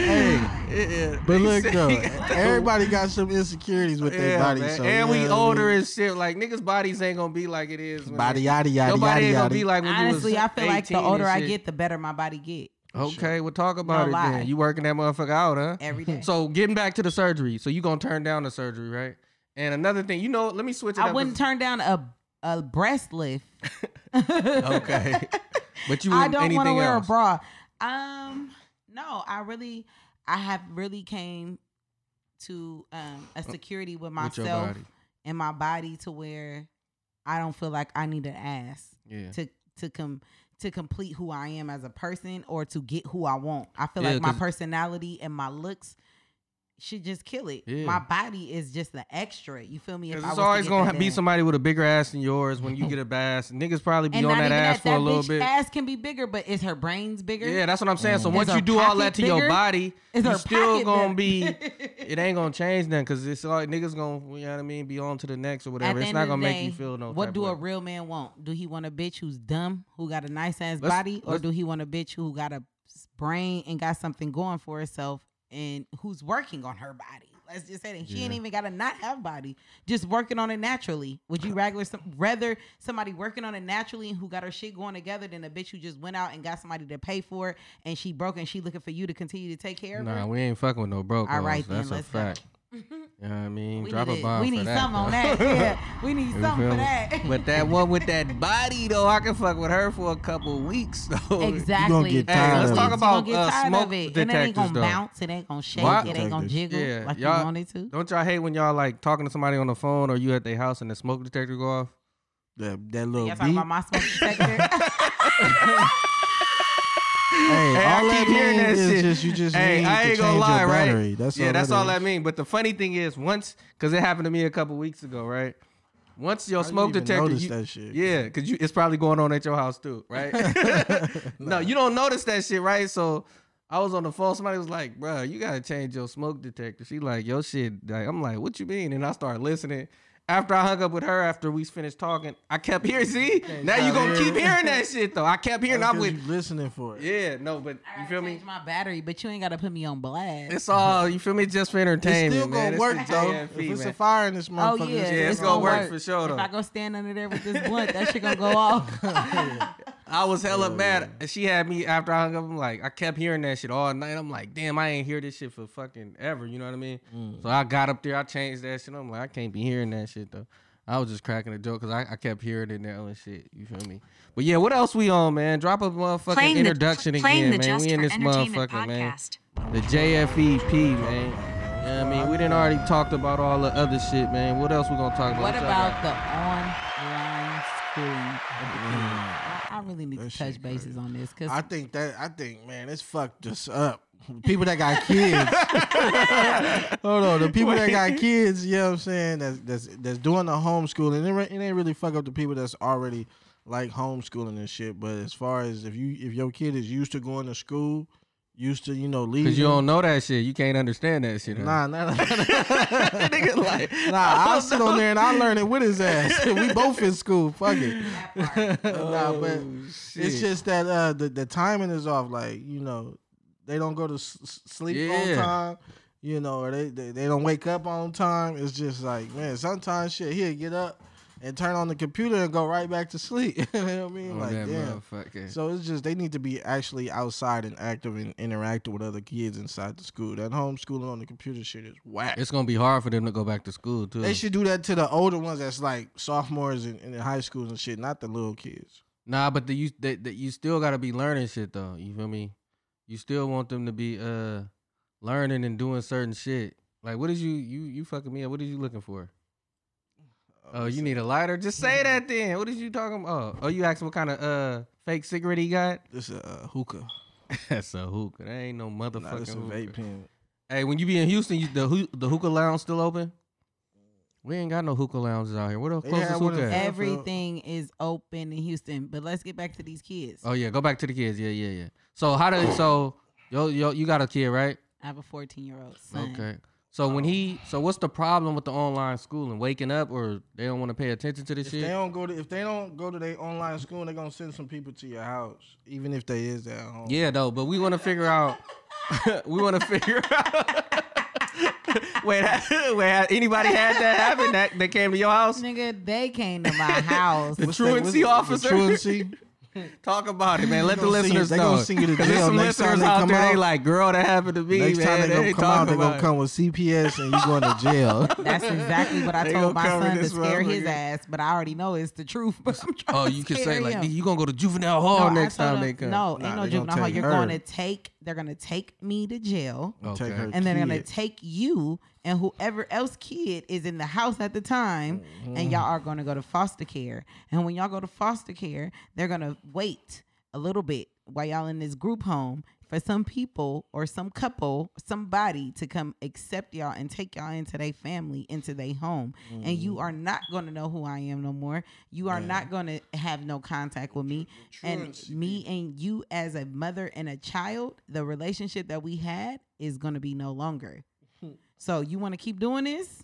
Speaker 5: hey, but look
Speaker 3: said
Speaker 5: though,
Speaker 3: he got the-
Speaker 5: everybody got some insecurities with their
Speaker 3: Yeah,
Speaker 5: body.
Speaker 3: man.
Speaker 5: So,
Speaker 3: and
Speaker 5: you
Speaker 3: we
Speaker 5: know what I
Speaker 3: older
Speaker 5: mean?
Speaker 3: and shit. Like niggas' bodies ain't gonna be like it is. when
Speaker 5: Body
Speaker 3: they-
Speaker 5: yada yada
Speaker 3: Your body ain't
Speaker 5: yada
Speaker 3: gonna be
Speaker 5: yada.
Speaker 3: like when
Speaker 4: Honestly,
Speaker 3: you
Speaker 4: I
Speaker 3: was
Speaker 4: feel like the
Speaker 3: 18 and
Speaker 4: older I
Speaker 3: shit.
Speaker 4: get, the better my body get
Speaker 3: Okay, well talk about it
Speaker 4: No lie.
Speaker 3: then. You working that motherfucker out, huh?
Speaker 4: every day.
Speaker 3: So getting back to the surgery. So you gonna turn down the surgery, right? And another thing, you know, let me switch it
Speaker 4: I
Speaker 3: up.
Speaker 4: wouldn't
Speaker 3: 'cause-
Speaker 4: turn down a a breast lift.
Speaker 3: Okay. but you
Speaker 4: I
Speaker 3: wouldn't
Speaker 4: don't want to
Speaker 3: anything
Speaker 4: wear
Speaker 3: else.
Speaker 4: a bra. Um, no, I really, I have really came to um a security with
Speaker 3: Uh, With your
Speaker 4: myself
Speaker 3: body.
Speaker 4: and my body to where I don't feel like I need an ass
Speaker 3: Yeah.
Speaker 4: to to come to complete who I am as a person or to get who I want. I feel
Speaker 3: Yeah,
Speaker 4: like my
Speaker 3: 'cause-
Speaker 4: personality and my looks should just kill it.
Speaker 3: Yeah.
Speaker 4: My body is just an extra. You feel me? If
Speaker 3: 'Cause
Speaker 4: I was
Speaker 3: it's
Speaker 4: to
Speaker 3: always
Speaker 4: get
Speaker 3: gonna
Speaker 4: that
Speaker 3: be
Speaker 4: done.
Speaker 3: somebody with a bigger ass than yours when you get a bass. Niggas probably be
Speaker 4: And
Speaker 3: on
Speaker 4: not
Speaker 3: that
Speaker 4: even
Speaker 3: ass
Speaker 4: that,
Speaker 3: for
Speaker 4: that
Speaker 3: a little
Speaker 4: bitch
Speaker 3: bit.
Speaker 4: ass can be bigger, but is her brains bigger?
Speaker 3: Yeah, that's what I'm saying. So once
Speaker 4: her
Speaker 3: you do all
Speaker 4: pocket
Speaker 3: that to your
Speaker 4: bigger?
Speaker 3: body,
Speaker 4: Is
Speaker 3: you
Speaker 4: her
Speaker 3: still
Speaker 4: pocket
Speaker 3: gonna
Speaker 4: bigger?
Speaker 3: be. It ain't gonna change nothing because it's like niggas gonna, you know what I mean, be on to the next or
Speaker 4: At
Speaker 3: whatever.
Speaker 4: the
Speaker 3: It's
Speaker 4: end
Speaker 3: not
Speaker 4: of the
Speaker 3: gonna make you
Speaker 4: day,
Speaker 3: feel no.
Speaker 4: What
Speaker 3: type
Speaker 4: do
Speaker 3: of
Speaker 4: a
Speaker 3: way.
Speaker 4: real man want? Do he want a bitch who's dumb, who got a nice ass
Speaker 3: Let's-
Speaker 4: body, or
Speaker 3: let's-
Speaker 4: do he want a bitch who got a s- brain and got something going for herself and who's working on her body? Let's just say that she ain't even got to not have body, just working on it naturally. Would you rather some, rather somebody working on it naturally and who got her shit going together than a bitch who just went out and got somebody to pay for it and she broke and she looking for you to continue to take care of her?
Speaker 3: Nah, we ain't fucking with no broke.
Speaker 4: All right,
Speaker 3: hoes.
Speaker 4: then,
Speaker 3: that's a
Speaker 4: let's go.
Speaker 3: fact. You know what I mean?
Speaker 4: We
Speaker 3: Drop
Speaker 4: need,
Speaker 3: a
Speaker 4: it.
Speaker 3: bomb.
Speaker 4: we
Speaker 3: for
Speaker 4: need
Speaker 3: that,
Speaker 4: something on
Speaker 3: though.
Speaker 4: that. Yeah, we need
Speaker 3: You
Speaker 4: something
Speaker 3: feel me?
Speaker 4: for that.
Speaker 3: But that one with that body though, I can fuck with her for a couple weeks though.
Speaker 4: Exactly.
Speaker 5: get
Speaker 3: Hey,
Speaker 5: tired
Speaker 3: let's
Speaker 5: of
Speaker 3: talk
Speaker 5: it.
Speaker 3: about
Speaker 4: You gonna
Speaker 3: uh,
Speaker 4: get tired
Speaker 3: smoke
Speaker 4: of it. And it ain't
Speaker 3: detectors
Speaker 4: gonna
Speaker 3: though.
Speaker 4: bounce. It ain't gonna shake.
Speaker 3: Why-
Speaker 4: It ain't gonna jiggle
Speaker 3: Yeah,
Speaker 4: like you
Speaker 3: y'all-
Speaker 4: want it to.
Speaker 3: Don't y'all hate when y'all like talking to somebody on the phone or you at their house and the smoke detector go off?
Speaker 5: that that little
Speaker 4: Y'all
Speaker 5: beat.
Speaker 4: talking about my smoke detector?
Speaker 5: hey,
Speaker 3: Hey,
Speaker 5: all
Speaker 3: I
Speaker 5: that
Speaker 3: keep hearing that
Speaker 5: means is
Speaker 3: shit.
Speaker 5: just you just
Speaker 3: hey,
Speaker 5: need
Speaker 3: I
Speaker 5: to
Speaker 3: ain't
Speaker 5: change
Speaker 3: gonna lie,
Speaker 5: your
Speaker 3: right?
Speaker 5: battery. That's
Speaker 3: yeah,
Speaker 5: all
Speaker 3: that's all
Speaker 5: is.
Speaker 3: that mean. But the funny thing is, once because it happened to me a couple weeks ago, right? Once your
Speaker 5: I didn't
Speaker 3: smoke
Speaker 5: even
Speaker 3: detector,
Speaker 5: notice
Speaker 3: you-
Speaker 5: that shit.
Speaker 3: yeah, because you it's probably going on at your house too, right? no, you don't notice that shit, right? So I was on the phone. Somebody was like, "Bruh, you gotta change your smoke detector." She like, "Yo, shit." Like, I'm like, "What you mean?" And I started listening. After I hung up with her, after we finished talking, I kept hearing. See, now you
Speaker 5: stop
Speaker 3: gonna keep
Speaker 5: hearing it.
Speaker 3: hearing that shit though. I kept hearing. I'm
Speaker 5: Because
Speaker 3: with.
Speaker 5: you listening for it.
Speaker 3: Yeah, no, but you feel me?
Speaker 4: Change my battery, but you ain't gotta put me on blast.
Speaker 3: It's all you feel me, just for
Speaker 5: It's
Speaker 3: entertainment.
Speaker 5: still
Speaker 3: man.
Speaker 5: gonna work
Speaker 3: the
Speaker 5: though.
Speaker 3: JFE,
Speaker 5: If it's
Speaker 3: man.
Speaker 5: a fire in this
Speaker 4: oh
Speaker 5: motherfucker,
Speaker 4: yeah,
Speaker 5: it's
Speaker 3: Yeah, it's
Speaker 5: gonna
Speaker 3: gonna work for sure,
Speaker 4: If
Speaker 3: though.
Speaker 4: I go stand under there with this blunt, that shit gonna go off.
Speaker 3: I was hella
Speaker 5: Oh,
Speaker 3: mad. She had me after I hung up. I'm like, I kept hearing that shit all night. I'm like, damn, I ain't hear this shit for fucking ever. You know what I mean?
Speaker 5: Mm.
Speaker 3: So I got up there, I changed that shit. I'm like, I can't be hearing that shit though. I was just cracking a joke because I, I kept hearing it now and shit. You feel me? But yeah, what else we on, man? Drop a motherfucking
Speaker 1: Playing the-
Speaker 3: introduction
Speaker 1: playing
Speaker 3: again,
Speaker 1: the
Speaker 3: man.
Speaker 1: Just
Speaker 3: We in
Speaker 1: for
Speaker 3: this
Speaker 1: Entertainment
Speaker 3: motherfucker, man.
Speaker 1: podcast.
Speaker 3: The JFEP, man. You know what I mean, we didn't already talked about all the other shit, man. What else we gonna talk about?
Speaker 4: What
Speaker 3: y'all Mm.
Speaker 4: about the online schooling? of the kids? I, I really need to touch bases on this because
Speaker 5: I think that I think man, it's fucked us up. People that got kids. Hold on, the people that got kids, you know what I'm saying, that's that's that's doing the homeschooling. It, re- it ain't really fuck up the people that's already like homeschooling and shit. But as far as if you if your kid is used to going to school, used to, you know, leaving
Speaker 3: Cause you don't know that shit. You can't understand that shit.
Speaker 5: Nah, nah, nah,
Speaker 3: nigga, like,
Speaker 5: nah. I'll sit on there and I'll learn it with his ass. we both in school. Fuck it. nah,
Speaker 3: Oh,
Speaker 5: but it's just that uh, the the timing is off. Like you know, they don't go to s- s- sleep
Speaker 3: Yeah.
Speaker 5: on time. You know, or they, they they don't wake up on time. It's just like man, sometimes shit. He'll get up and turn on the computer and go right back to sleep. you know what I mean?
Speaker 3: on
Speaker 5: like
Speaker 3: Oh, that
Speaker 5: damn.
Speaker 3: motherfucker.
Speaker 5: So it's just they need to be actually outside and active and interacting with other kids inside the school. That homeschooling on the computer shit is whack.
Speaker 3: it's gonna be hard for them to go back to school too.
Speaker 5: They should do that to the older ones that's like sophomores and in, in high schools and shit, not the little kids.
Speaker 3: nah, but the, you that that you still gotta be learning shit though. You feel me? You still want them to be uh learning and doing certain shit. Like, what is you you you fucking me up? What is you looking for? Oh, you need a lighter? Just say that then. What is you talking about? Oh, you asking what kind of uh fake cigarette he got?
Speaker 5: This is a hookah.
Speaker 3: That's a hookah. That ain't no motherfucking
Speaker 5: Nah, this is a
Speaker 3: hookah.
Speaker 5: vape pen.
Speaker 3: Hey, when you be in Houston, you, the hoo- the hookah lounge still open? We ain't got no hookah lounges out here. Where the
Speaker 5: They
Speaker 3: closest
Speaker 5: had one in
Speaker 3: hookah? at?
Speaker 5: Fayetteville.
Speaker 4: everything is open in Houston. But let's get back to these kids.
Speaker 3: Oh yeah, go back to the kids. Yeah, yeah, yeah. So how did so yo yo you got a kid right?
Speaker 4: I have a 14 year old son.
Speaker 3: Okay. So when he so what's the problem with the online schooling? Waking up or they don't want to pay attention to this
Speaker 5: If
Speaker 3: shit?
Speaker 5: they don't go to if they don't go to their online school, they're gonna send some people to your house, even if they is at home.
Speaker 3: Yeah, though, but we want to figure out. we want to figure out. wait, ha- wait, ha- anybody had that happen? That they came to your house?
Speaker 4: Nigga, they came to my house.
Speaker 3: The
Speaker 5: What's that- what's-
Speaker 3: truancy
Speaker 5: the
Speaker 3: officer.
Speaker 5: truancy.
Speaker 3: Talk about it, man. Let the
Speaker 5: gonna sing you-
Speaker 3: listeners
Speaker 5: they
Speaker 3: know.
Speaker 5: gonna sing you to
Speaker 3: 'Cause there's
Speaker 5: jail
Speaker 3: some
Speaker 5: next time
Speaker 3: listeners
Speaker 5: they
Speaker 3: out
Speaker 5: come
Speaker 3: there, they
Speaker 5: out.
Speaker 3: like, girl, that happened to me,
Speaker 5: Next
Speaker 3: man.
Speaker 5: time they gonna
Speaker 3: ain't
Speaker 5: come out, they
Speaker 3: talking
Speaker 5: gonna
Speaker 3: about
Speaker 5: come with CPS and you going to jail.
Speaker 4: That's exactly what I
Speaker 5: They gonna
Speaker 4: told my
Speaker 5: cover
Speaker 4: son to
Speaker 5: this
Speaker 4: scare his
Speaker 5: motherfucker.
Speaker 4: ass, but I already know it's the truth. But I'm
Speaker 3: it. Oh,
Speaker 4: trying
Speaker 3: you
Speaker 4: to
Speaker 3: can
Speaker 4: scare
Speaker 3: say like,
Speaker 4: him.
Speaker 3: you gonna go to juvenile hall
Speaker 4: No, I
Speaker 3: next
Speaker 4: told
Speaker 3: time
Speaker 4: him,
Speaker 3: they come.
Speaker 4: No,
Speaker 5: Nah,
Speaker 4: ain't
Speaker 5: they
Speaker 4: no
Speaker 5: gonna
Speaker 4: juvenile hall.
Speaker 5: take
Speaker 4: You're
Speaker 5: her.
Speaker 4: going to take. They're going to take me to jail.
Speaker 3: Okay.
Speaker 5: Take her
Speaker 4: and they're gonna
Speaker 5: kid.
Speaker 4: take you and whoever else kid is in the house at the time and y'all are gonna go to foster care and when y'all go to foster care they're gonna wait a little bit while y'all in this group home for some people or some couple somebody to come accept y'all and take y'all into their family into their home and you are not gonna know who i am no more you are not gonna have no contact with me and me and you as a mother and a child the relationship that we had is gonna be no longer so you want to keep doing this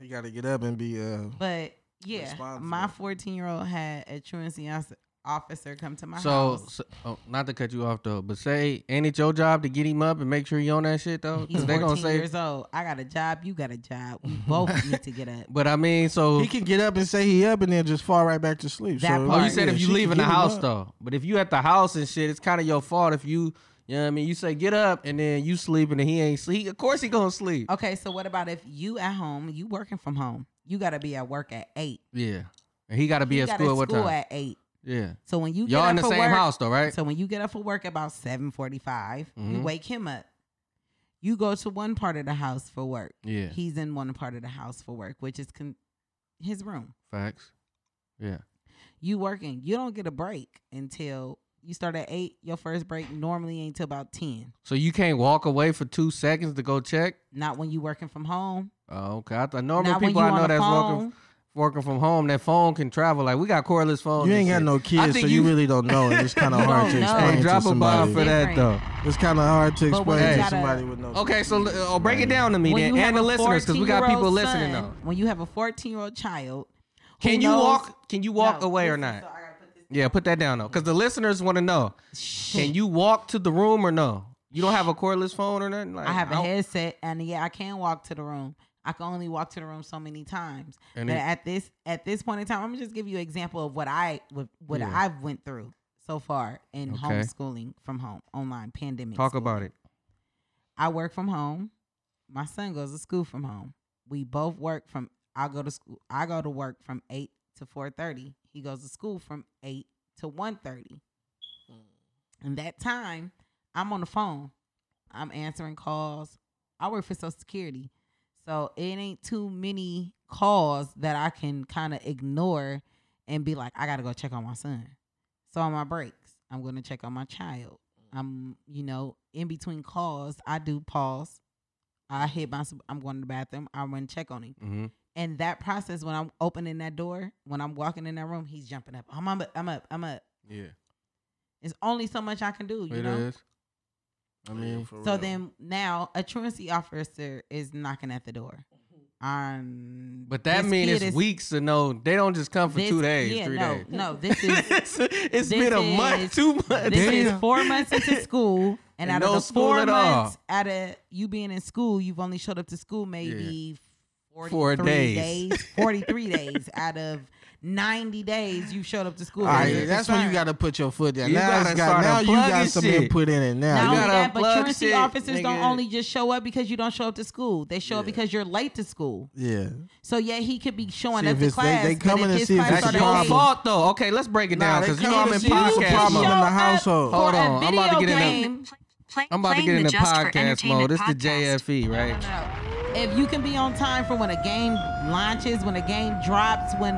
Speaker 5: he got to get up and be uh.
Speaker 4: but yeah
Speaker 5: Responsible.
Speaker 4: my 14 year old had a truancy os- officer come to my
Speaker 3: So,
Speaker 4: house
Speaker 3: so oh, not to cut you off though, but say, ain't it your job to get him up and make sure he on that shit though? Because
Speaker 4: he's
Speaker 3: they
Speaker 4: 14
Speaker 3: gonna say.
Speaker 4: years old i got a job you got a job we both need to get up
Speaker 3: But I mean, so
Speaker 5: He can get up and say he up and then just fall right back to sleep.
Speaker 4: That
Speaker 5: so
Speaker 4: part.
Speaker 3: Oh, you said
Speaker 5: yeah,
Speaker 3: if you
Speaker 5: she
Speaker 3: leaving
Speaker 5: can
Speaker 3: the
Speaker 5: get him
Speaker 3: house
Speaker 5: up.
Speaker 3: though, but if you at the house and shit, it's kind of your fault if you, you know what I mean. You say get up and then you sleeping and he ain't sleep. Of course he gonna sleep.
Speaker 4: okay so what about if you at home you working from home you got to be at work at 8
Speaker 3: Yeah, and he got to be
Speaker 4: You
Speaker 3: at
Speaker 4: got
Speaker 3: school at what
Speaker 4: school
Speaker 3: time?
Speaker 4: at 8
Speaker 3: yeah,
Speaker 4: so when you
Speaker 3: y'all
Speaker 4: get
Speaker 3: in
Speaker 4: up
Speaker 3: the
Speaker 4: for
Speaker 3: same
Speaker 4: work-
Speaker 3: house though, right?
Speaker 4: So when you get up for work about 745, you
Speaker 3: Mhm.
Speaker 4: wake him up. You go to one part of the house for work.
Speaker 3: Yeah.
Speaker 4: He's in one part of the house for work, which is con- his room.
Speaker 3: Facts. Yeah,
Speaker 4: You working, you don't get a break until you start at eight. Your first break normally ain't till about ten.
Speaker 3: So you can't walk away for two seconds to go check.
Speaker 4: Not when you working from home.
Speaker 3: Oh, okay. I thought normal
Speaker 4: Not when
Speaker 3: people
Speaker 4: you
Speaker 3: I
Speaker 4: on
Speaker 3: know
Speaker 4: the
Speaker 3: that's
Speaker 4: phone.
Speaker 3: working working from home. That phone can travel. Like we got cordless
Speaker 4: Oh,
Speaker 3: phones.
Speaker 5: You
Speaker 3: and
Speaker 5: ain't got
Speaker 3: shit.
Speaker 5: no
Speaker 3: I
Speaker 5: kids,
Speaker 3: think
Speaker 5: so you really don't know. And it's kind of
Speaker 4: You
Speaker 5: hard
Speaker 4: don't
Speaker 5: to
Speaker 4: know.
Speaker 5: explain
Speaker 3: Hey,
Speaker 5: to
Speaker 3: drop a bomb
Speaker 5: somebody.
Speaker 3: for that
Speaker 4: Oh. Different.
Speaker 3: though.
Speaker 5: It's kind of hard to
Speaker 4: But when
Speaker 5: explain
Speaker 4: you
Speaker 5: to
Speaker 4: gotta-
Speaker 5: somebody with no.
Speaker 3: Okay, so uh, break it
Speaker 5: Right.
Speaker 3: down to me
Speaker 4: When
Speaker 3: then,
Speaker 4: you
Speaker 3: and the
Speaker 4: have a
Speaker 3: listeners, because we got
Speaker 4: 14-year-old
Speaker 3: people listening
Speaker 4: son,
Speaker 3: though.
Speaker 4: When you have a fourteen year old child, who
Speaker 3: Can you
Speaker 4: knows-
Speaker 3: walk? Can you walk
Speaker 4: No,
Speaker 3: away or
Speaker 4: listen,
Speaker 3: not?
Speaker 4: so I gotta put this-
Speaker 3: Yeah, put that down though, because the listeners want to know: Can
Speaker 4: Shit.
Speaker 3: you walk to the room or no? You don't have a cordless phone or nothing. Like,
Speaker 4: I have a
Speaker 3: don't-
Speaker 4: headset, and yeah, I can walk to the room. I can only walk to the room so many times.
Speaker 3: And
Speaker 4: but
Speaker 3: it-
Speaker 4: at this at this point in time, I'm gonna just give you an example of what I what, what
Speaker 3: Yeah.
Speaker 4: I've went through so far in
Speaker 3: Okay.
Speaker 4: homeschooling from home, online pandemic.
Speaker 3: Talk
Speaker 4: school.
Speaker 3: about it.
Speaker 4: I work from home. My son goes to school from home. We both work from. I go to school. I go to work from eight to four thirty. He goes to school from eight to one thirty. And that time, I'm on the phone. I'm answering calls. I work for Social Security, so it ain't too many calls that I can kind of ignore and be like, I gotta go check on my son. So on my breaks, I'm gonna check on my child. I'm, you know, in between calls, I do pause. I hit my. I'm going to the bathroom. I run check on him.
Speaker 3: hmm
Speaker 4: And that process, when I'm opening that door, when I'm walking in that room, he's jumping up. I'm up. I'm up. I'm up.
Speaker 3: Yeah,
Speaker 4: It's only so much I can do.
Speaker 3: it
Speaker 4: You
Speaker 3: is.
Speaker 4: know.
Speaker 3: I mean,
Speaker 4: So then now a truancy officer is knocking at the door. Um,
Speaker 3: but that
Speaker 4: this
Speaker 3: means
Speaker 4: kid
Speaker 3: it's
Speaker 4: is-
Speaker 3: weeks to know. They don't just come for
Speaker 4: this-
Speaker 3: two days,
Speaker 4: yeah,
Speaker 3: three
Speaker 4: no,
Speaker 3: days.
Speaker 4: No, this is
Speaker 3: it's it's
Speaker 4: this
Speaker 3: been a
Speaker 4: is-
Speaker 3: month, two months.
Speaker 4: This
Speaker 5: Damn.
Speaker 4: is four months into school,
Speaker 3: And
Speaker 4: and, out
Speaker 3: no
Speaker 4: of the
Speaker 3: school
Speaker 4: four
Speaker 3: at all.
Speaker 4: months, out of you being in school, you've only showed up to school maybe
Speaker 3: Four
Speaker 4: 43
Speaker 3: days.
Speaker 4: days, 43 days out of 90 days you showed up to school.
Speaker 5: All right,
Speaker 4: You're
Speaker 5: that's when you
Speaker 4: concerned.
Speaker 5: got to put your foot down.
Speaker 3: You
Speaker 5: now
Speaker 3: gotta
Speaker 5: it's
Speaker 3: start
Speaker 5: got, now you got
Speaker 3: unplugging
Speaker 5: some
Speaker 3: shit.
Speaker 5: input in it. Now
Speaker 4: Not
Speaker 5: you
Speaker 4: only
Speaker 5: got
Speaker 3: gotta
Speaker 4: that, but
Speaker 3: unplug
Speaker 4: truancy
Speaker 3: shit,
Speaker 4: officers don't
Speaker 3: nigga.
Speaker 4: only just show up because you don't show up to school. They show up because you're late to school.
Speaker 5: yeah.
Speaker 4: So yeah, he could be showing
Speaker 5: See
Speaker 4: up
Speaker 5: if
Speaker 4: to
Speaker 5: it's- they-
Speaker 4: class.
Speaker 5: they
Speaker 4: but
Speaker 5: coming
Speaker 4: if
Speaker 5: to
Speaker 4: his
Speaker 5: see if
Speaker 4: class
Speaker 5: it's
Speaker 3: That's
Speaker 5: Started
Speaker 4: started
Speaker 3: your
Speaker 5: late.
Speaker 3: fault though. Okay, let's break it
Speaker 5: Nah,
Speaker 3: down
Speaker 5: they
Speaker 3: because you
Speaker 5: come
Speaker 3: know I'm
Speaker 5: to
Speaker 3: in
Speaker 5: see you. It's a
Speaker 3: podcast
Speaker 5: problem
Speaker 3: mode.
Speaker 5: in the
Speaker 4: Show up
Speaker 5: household.
Speaker 4: for
Speaker 3: Hold
Speaker 4: a
Speaker 3: on, I'm about to
Speaker 4: video
Speaker 3: get in.
Speaker 4: game.
Speaker 3: the- I'm about to get in the podcast mode. This the JFE, right?
Speaker 4: If you can be on time for when a game launches, when a game drops, when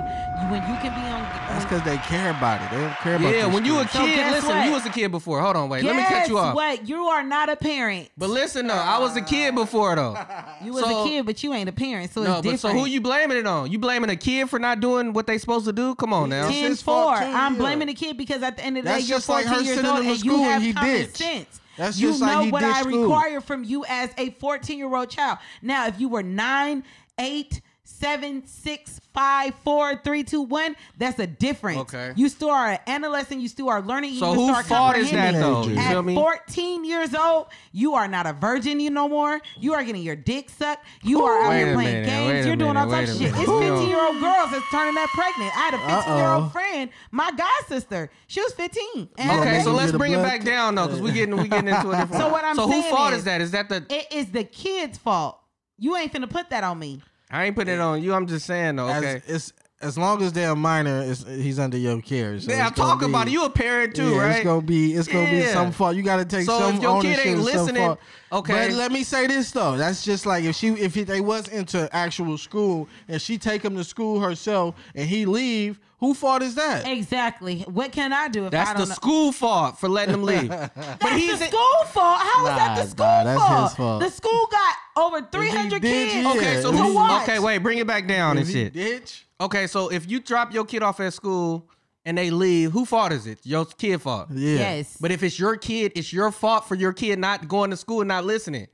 Speaker 4: when you can be on.
Speaker 5: That's
Speaker 4: when-
Speaker 5: because they care about it. They don't care about
Speaker 3: Yeah,
Speaker 5: this
Speaker 3: when you a
Speaker 5: shit.
Speaker 4: So
Speaker 3: kid,
Speaker 4: guess
Speaker 3: listen,
Speaker 4: what?
Speaker 3: you was a kid before. Hold on, wait. Let me cut
Speaker 4: Guess
Speaker 3: you off.
Speaker 4: What you are not a parent.
Speaker 3: But listen though, I was a kid before though.
Speaker 4: You was
Speaker 3: so-
Speaker 4: a kid, but you ain't a parent, so
Speaker 3: no,
Speaker 4: it's
Speaker 3: but so
Speaker 4: different.
Speaker 3: who you blaming it on? You blaming a kid for not doing what they supposed to do? Come on now.
Speaker 5: It's Yeah.
Speaker 4: 10
Speaker 5: his
Speaker 4: 4.
Speaker 5: fault, too,
Speaker 4: I'm
Speaker 5: yeah.
Speaker 4: blaming the kid because at the end of the day,
Speaker 5: That's
Speaker 4: you're
Speaker 5: just like
Speaker 4: 14
Speaker 5: her
Speaker 4: years
Speaker 5: sending
Speaker 4: old
Speaker 5: him to
Speaker 4: and you
Speaker 5: school
Speaker 4: have
Speaker 5: and he
Speaker 4: common
Speaker 5: ditched.
Speaker 4: sense.
Speaker 5: That's
Speaker 4: you
Speaker 5: just like
Speaker 4: know
Speaker 5: he
Speaker 4: what I
Speaker 5: ditched school.
Speaker 4: require from you as a 14 year old child. Now, if you were 9, 8, 7, 6, 5, 4, 3, 2, 1, that's a difference.
Speaker 3: Okay.
Speaker 4: You still are an adolescent. You still are learning. You
Speaker 3: So
Speaker 4: can
Speaker 3: who
Speaker 4: start
Speaker 3: fault is that
Speaker 4: comprehending.
Speaker 3: though? You
Speaker 5: Teenagers.
Speaker 3: feel
Speaker 4: At
Speaker 3: me?
Speaker 4: 14 years old, you are not a virgin you no more. You are getting your dick sucked. You are out
Speaker 3: Wait
Speaker 4: here
Speaker 3: a
Speaker 4: playing
Speaker 3: minute, wait
Speaker 4: games.
Speaker 3: a
Speaker 4: You're doing all
Speaker 3: minute,
Speaker 4: types of
Speaker 3: wait a
Speaker 4: shit. It's
Speaker 3: minute.
Speaker 4: 15 year old girls that's turning that pregnant. I had a 15 year
Speaker 5: Uh-oh.
Speaker 4: old friend, my god sister. She was 15. And
Speaker 5: Yeah,
Speaker 3: Okay,
Speaker 5: man,
Speaker 3: so
Speaker 5: you
Speaker 3: let's
Speaker 5: get a
Speaker 3: bring it
Speaker 5: blood
Speaker 3: back down though, because we getting we getting into a different.
Speaker 4: So what I'm
Speaker 3: so whose
Speaker 4: saying
Speaker 3: fault is,
Speaker 4: is-
Speaker 3: that? Is that the?
Speaker 4: it is the kid's fault. You ain't finna put that on me.
Speaker 3: I ain't putting it on you. I'm just saying though.
Speaker 5: As,
Speaker 3: Okay.
Speaker 5: it's, as long as they're a minor, it's, he's under your care. So
Speaker 3: yeah,
Speaker 5: it's gonna
Speaker 3: talk about it.
Speaker 5: be-
Speaker 3: You a parent too,
Speaker 5: yeah,
Speaker 3: right?
Speaker 5: It's gonna be it's gonna be
Speaker 3: Yeah.
Speaker 5: some fault. You gotta take
Speaker 3: So
Speaker 5: some
Speaker 3: if your kid
Speaker 5: ownership.
Speaker 3: ain't
Speaker 5: of some
Speaker 3: listening-
Speaker 5: fault.
Speaker 3: okay.
Speaker 5: But let me say this though. That's just like if she if he, they was into actual school and she take him to school herself and he leave, who fault is that?
Speaker 4: Exactly. What can I do if
Speaker 3: That's
Speaker 4: I
Speaker 3: the
Speaker 4: don't know?
Speaker 3: school fault for letting him leave. but
Speaker 4: That's
Speaker 3: he's
Speaker 4: the
Speaker 3: a-
Speaker 4: school fault. How is that the
Speaker 5: Nah,
Speaker 4: school
Speaker 5: nah, that's
Speaker 4: fault?
Speaker 5: his fault.
Speaker 4: The school got over 300
Speaker 5: did,
Speaker 4: kids.
Speaker 5: yeah.
Speaker 3: Okay, so
Speaker 5: If
Speaker 4: to
Speaker 5: he-
Speaker 4: watch.
Speaker 3: okay, wait, bring it back down and
Speaker 5: Is he
Speaker 3: shit.
Speaker 5: ditch?
Speaker 3: Okay, so if you drop your kid off at school and they leave, who fault is it? Your kid fault.
Speaker 5: Yeah.
Speaker 4: Yes.
Speaker 3: But if it's your kid, it's your fault for your kid not going to school and not listening.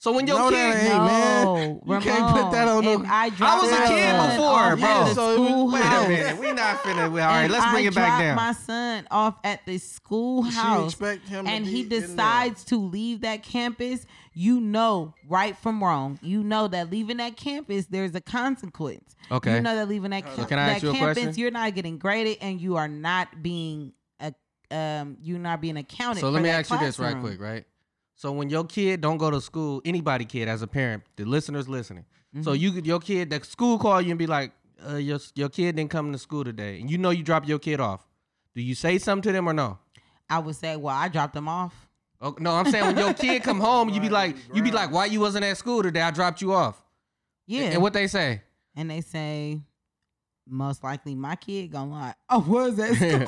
Speaker 3: So when your
Speaker 5: No,
Speaker 3: kid,
Speaker 5: that Hey, ain't. man,
Speaker 4: No,
Speaker 5: you can't put that on
Speaker 4: Oh, Ramon,
Speaker 5: no-
Speaker 4: if I,
Speaker 3: I was a
Speaker 4: dropped my
Speaker 3: kid
Speaker 4: son
Speaker 3: before,
Speaker 4: off
Speaker 3: bro.
Speaker 4: at the
Speaker 5: So we-
Speaker 3: wait
Speaker 4: schoolhouse,
Speaker 3: a minute, we not finna. We, all right,
Speaker 4: and
Speaker 3: let's bring
Speaker 4: I
Speaker 3: it back
Speaker 4: dropped
Speaker 3: down.
Speaker 4: My son off at the schoolhouse,
Speaker 5: expect him to
Speaker 4: and
Speaker 5: be
Speaker 4: he
Speaker 5: in there.
Speaker 4: decides to leave that campus. You know right from wrong. You know that leaving that campus, there's a consequence.
Speaker 3: Okay.
Speaker 4: You know that leaving that,
Speaker 3: So
Speaker 4: camp-
Speaker 3: can I
Speaker 4: that
Speaker 3: ask you a
Speaker 4: campus,
Speaker 3: question?
Speaker 4: you're not getting graded, and you are not being a um, you're not being accounted.
Speaker 3: so
Speaker 4: for
Speaker 3: let me
Speaker 4: that
Speaker 3: ask you this right
Speaker 4: classroom.
Speaker 3: quick, right? So when your kid don't go to school, anybody kid as a parent, the listeners listening. So
Speaker 4: Mm-hmm.
Speaker 3: you could your kid, the school call you and be like, uh, your your kid didn't come to school today, and you know you dropped your kid off. Do you say something to them or no?
Speaker 4: I would say, well, I dropped him off.
Speaker 3: Oh, no, I'm saying when your kid come home, you be like, you be like, why you wasn't at school today? I dropped you off.
Speaker 4: Yeah,
Speaker 3: And what they say?
Speaker 4: and they say, most likely my kid gonna lie. Oh, was that?
Speaker 3: Yeah.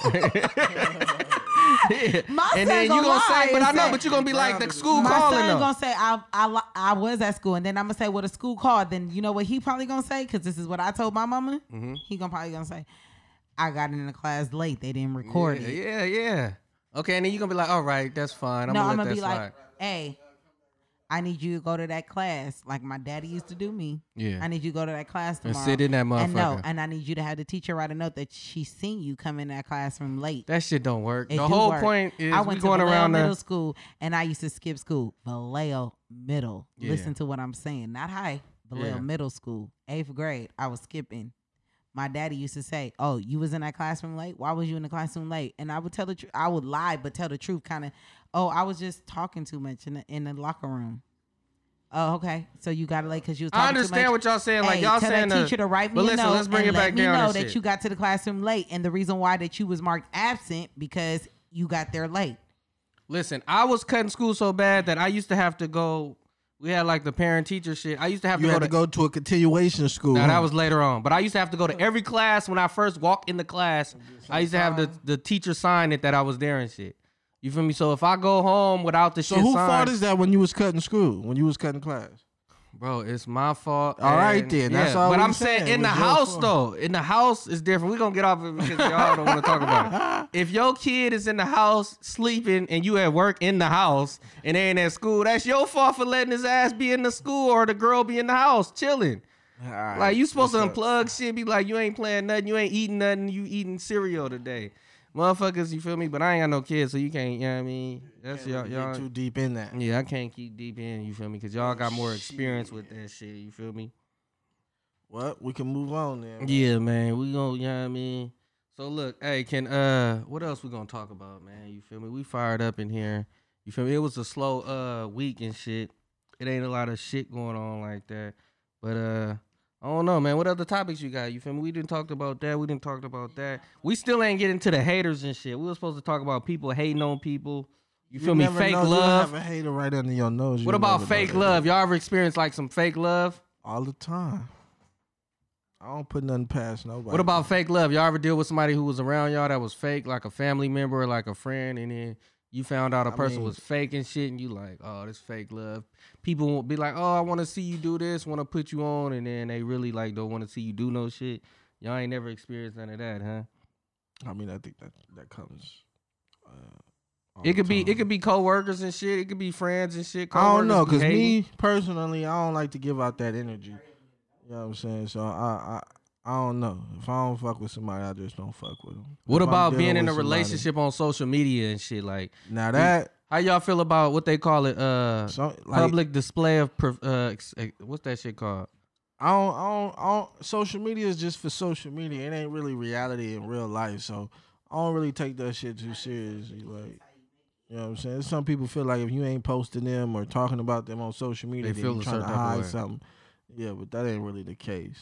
Speaker 4: My son
Speaker 3: and then you
Speaker 4: gonna
Speaker 3: gonna
Speaker 4: lie
Speaker 3: say, but
Speaker 4: and
Speaker 3: I know,
Speaker 4: say-
Speaker 3: but you gonna be like the school
Speaker 4: My
Speaker 3: calling
Speaker 4: son
Speaker 3: them.
Speaker 4: gonna say I, I li- I was at school, and then I'm gonna say, "Well, the school called." Then you know what he probably gonna say because this is what I told my mama.
Speaker 3: Mm-hmm.
Speaker 4: He gonna probably gonna say, "I got in the class late. They didn't record
Speaker 3: yeah,
Speaker 4: it."
Speaker 3: yeah, yeah. Okay, and then you gonna be like, all right, that's fine. I'm
Speaker 4: no,
Speaker 3: gonna
Speaker 4: I'm
Speaker 3: let
Speaker 4: gonna
Speaker 3: that
Speaker 4: be
Speaker 3: slide.
Speaker 4: like, "Hey, I need you to go to that class, like my daddy used to do me.
Speaker 3: Yeah.
Speaker 4: I need you to go to that class
Speaker 3: And
Speaker 4: tomorrow
Speaker 3: sit in that
Speaker 4: And no,
Speaker 3: motherfucker.
Speaker 4: and I need you to have the teacher write a note that she seen you come in that classroom late.
Speaker 3: that shit don't work.
Speaker 4: It
Speaker 3: the
Speaker 4: do
Speaker 3: whole
Speaker 4: work.
Speaker 3: point is
Speaker 4: I
Speaker 3: we
Speaker 4: went
Speaker 3: going
Speaker 4: to Vallejo
Speaker 3: around
Speaker 4: middle
Speaker 3: the
Speaker 4: school and I used to skip school. Vallejo Middle.
Speaker 3: Yeah.
Speaker 4: Listen to what I'm saying. Not high. Vallejo
Speaker 3: Yeah.
Speaker 4: Middle School. Eighth grade. I was skipping. My daddy used to say, "Oh, you was in that classroom late. Why was you in the classroom late?" And I would tell the truth. I would lie, but tell the truth. Kind of. Oh, I was just talking too much in the in the locker room. Oh, okay. So you got late because you was talking
Speaker 3: I
Speaker 4: too much
Speaker 3: understand what y'all saying. Like
Speaker 4: hey,
Speaker 3: y'all
Speaker 4: tell
Speaker 3: saying
Speaker 4: that
Speaker 3: the-
Speaker 4: teacher to write me
Speaker 3: But
Speaker 4: a
Speaker 3: listen,
Speaker 4: note
Speaker 3: let's bring
Speaker 4: and
Speaker 3: it back
Speaker 4: let
Speaker 3: down.
Speaker 4: me know
Speaker 3: and
Speaker 4: that
Speaker 3: shit.
Speaker 4: you got to the classroom late and the reason why that you was marked absent because you got there late.
Speaker 3: Listen, I was cutting school so bad that I used to have to go. We had like the parent teacher shit. I used to have
Speaker 5: You
Speaker 3: to go
Speaker 5: had
Speaker 3: to.
Speaker 5: to go to a continuation school.
Speaker 3: now, that
Speaker 5: huh?
Speaker 3: was later on, but I used to have to go to every class when I first walked in the class. I used to have the, the teacher sign it that I was there and shit. You feel me? So if I go home without the
Speaker 5: so
Speaker 3: shit
Speaker 5: who
Speaker 3: signed,
Speaker 5: fault is that when you was cutting school? When you was cutting class?
Speaker 3: Bro, it's my fault.
Speaker 5: All right
Speaker 3: and-
Speaker 5: then, that's all
Speaker 3: But
Speaker 5: we
Speaker 3: I'm saying,
Speaker 5: saying,
Speaker 3: in
Speaker 5: it
Speaker 3: the
Speaker 5: was your
Speaker 3: house
Speaker 5: fault.
Speaker 3: though, in the house is different. We gonna get off it because y'all don't want to talk about it. If your kid is in the house sleeping and you at work in the house and they ain't at school, that's your fault for letting his ass be in the school or the girl be in the house chilling. Like you supposed to unplug shit, be like you ain't playing nothing, you ain't eating nothing, you eating cereal today. Motherfuckers, you feel me? But I ain't got no kids, so you can't, you know what I mean? That's y'all,
Speaker 5: Get
Speaker 3: y'all
Speaker 5: too deep in that.
Speaker 3: yeah, I can't keep deep in, you feel me? Because y'all got more experience with that shit, you feel me?
Speaker 5: What? We can move on then.
Speaker 3: Yeah, man. We gonna, you know what I mean? So look, hey, can uh what else we gonna talk about, man? You feel me? We fired up in here. You feel me? It was a slow uh week and shit. It ain't a lot of shit going on like that. But uh I don't know, man. What other topics you got? You feel me? We didn't talk about that. We didn't talk about that. We still ain't getting to the haters and shit. We were supposed to talk about people hating on people. You
Speaker 5: You
Speaker 3: feel me?
Speaker 5: never
Speaker 3: Fake
Speaker 5: know,
Speaker 3: love.
Speaker 5: You have a hater right under your nose.
Speaker 3: What
Speaker 5: you
Speaker 3: about
Speaker 5: never know
Speaker 3: fake
Speaker 5: that.
Speaker 3: love? Y'all ever experienced like some fake love?
Speaker 5: All the time. I don't put nothing past nobody.
Speaker 3: What about fake love? Y'all ever deal with somebody who was around y'all that was fake, like a family member or like a friend, and then you found out a
Speaker 5: I
Speaker 3: person
Speaker 5: mean-
Speaker 3: was fake and shit, and you like, oh, this fake love. People won't be like, oh, I want to see you do this, want to put you on, and then they really like don't want to see you do no shit. Y'all ain't never experienced none of that, huh?
Speaker 5: I mean, I think that that comes. Uh, all
Speaker 3: It
Speaker 5: the
Speaker 3: could be, it
Speaker 5: time.
Speaker 3: could be coworkers and shit. It could be friends and shit.
Speaker 5: I
Speaker 3: coworkers
Speaker 5: don't know,
Speaker 3: be
Speaker 5: cause
Speaker 3: hating.
Speaker 5: me personally, I don't like to give out that energy. You know what I'm saying? So I, I, I don't know. If I don't fuck with somebody, I just don't fuck with them.
Speaker 3: What about being in a relationship on social media and shit? Like,
Speaker 5: Now that
Speaker 3: how y'all feel about what they call it? Uh,
Speaker 5: so, like,
Speaker 3: public display of per- uh, ex- eh, what's that shit called?
Speaker 5: I don't, I don't, I don't. Social media is just for social media. It ain't really reality in real life. So I don't really take that shit too seriously. Like, you know what I'm saying? Some people feel like if you ain't posting them or talking about them on social media,
Speaker 3: They
Speaker 5: they
Speaker 3: feel
Speaker 5: feel
Speaker 3: a
Speaker 5: trying to
Speaker 3: certain type of way.
Speaker 5: hide something. Yeah, but that ain't really the case.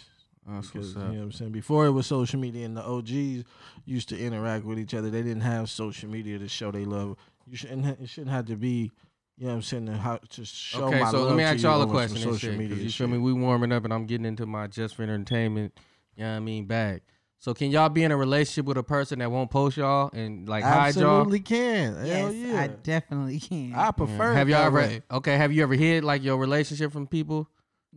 Speaker 3: That's
Speaker 5: Because, you know what I'm saying? Before it was social media and the OGs used to interact with each other. They didn't have social media to show they love. You shouldn't ha- it shouldn't have to be, you know what I'm saying, to how to show
Speaker 3: okay,
Speaker 5: my
Speaker 3: so
Speaker 5: love
Speaker 3: let me
Speaker 5: to
Speaker 3: ask
Speaker 5: you
Speaker 3: y'all a
Speaker 5: over some
Speaker 3: question. and
Speaker 5: Social
Speaker 3: shit, 'cause
Speaker 5: media.
Speaker 3: you
Speaker 5: shit.
Speaker 3: feel me? We warming up, and I'm getting into my just for entertainment. You know what I mean? Bag. So can y'all be in a relationship with a person that won't post y'all and like hide
Speaker 5: Absolutely can. Hell
Speaker 4: yes,
Speaker 5: yeah.
Speaker 4: I Mm-hmm. definitely can.
Speaker 5: I
Speaker 3: y'all?
Speaker 5: prefer.
Speaker 3: Have
Speaker 5: it
Speaker 3: y'all
Speaker 5: that
Speaker 3: ever
Speaker 5: way.
Speaker 3: okay? Have you ever hid like your relationship from people?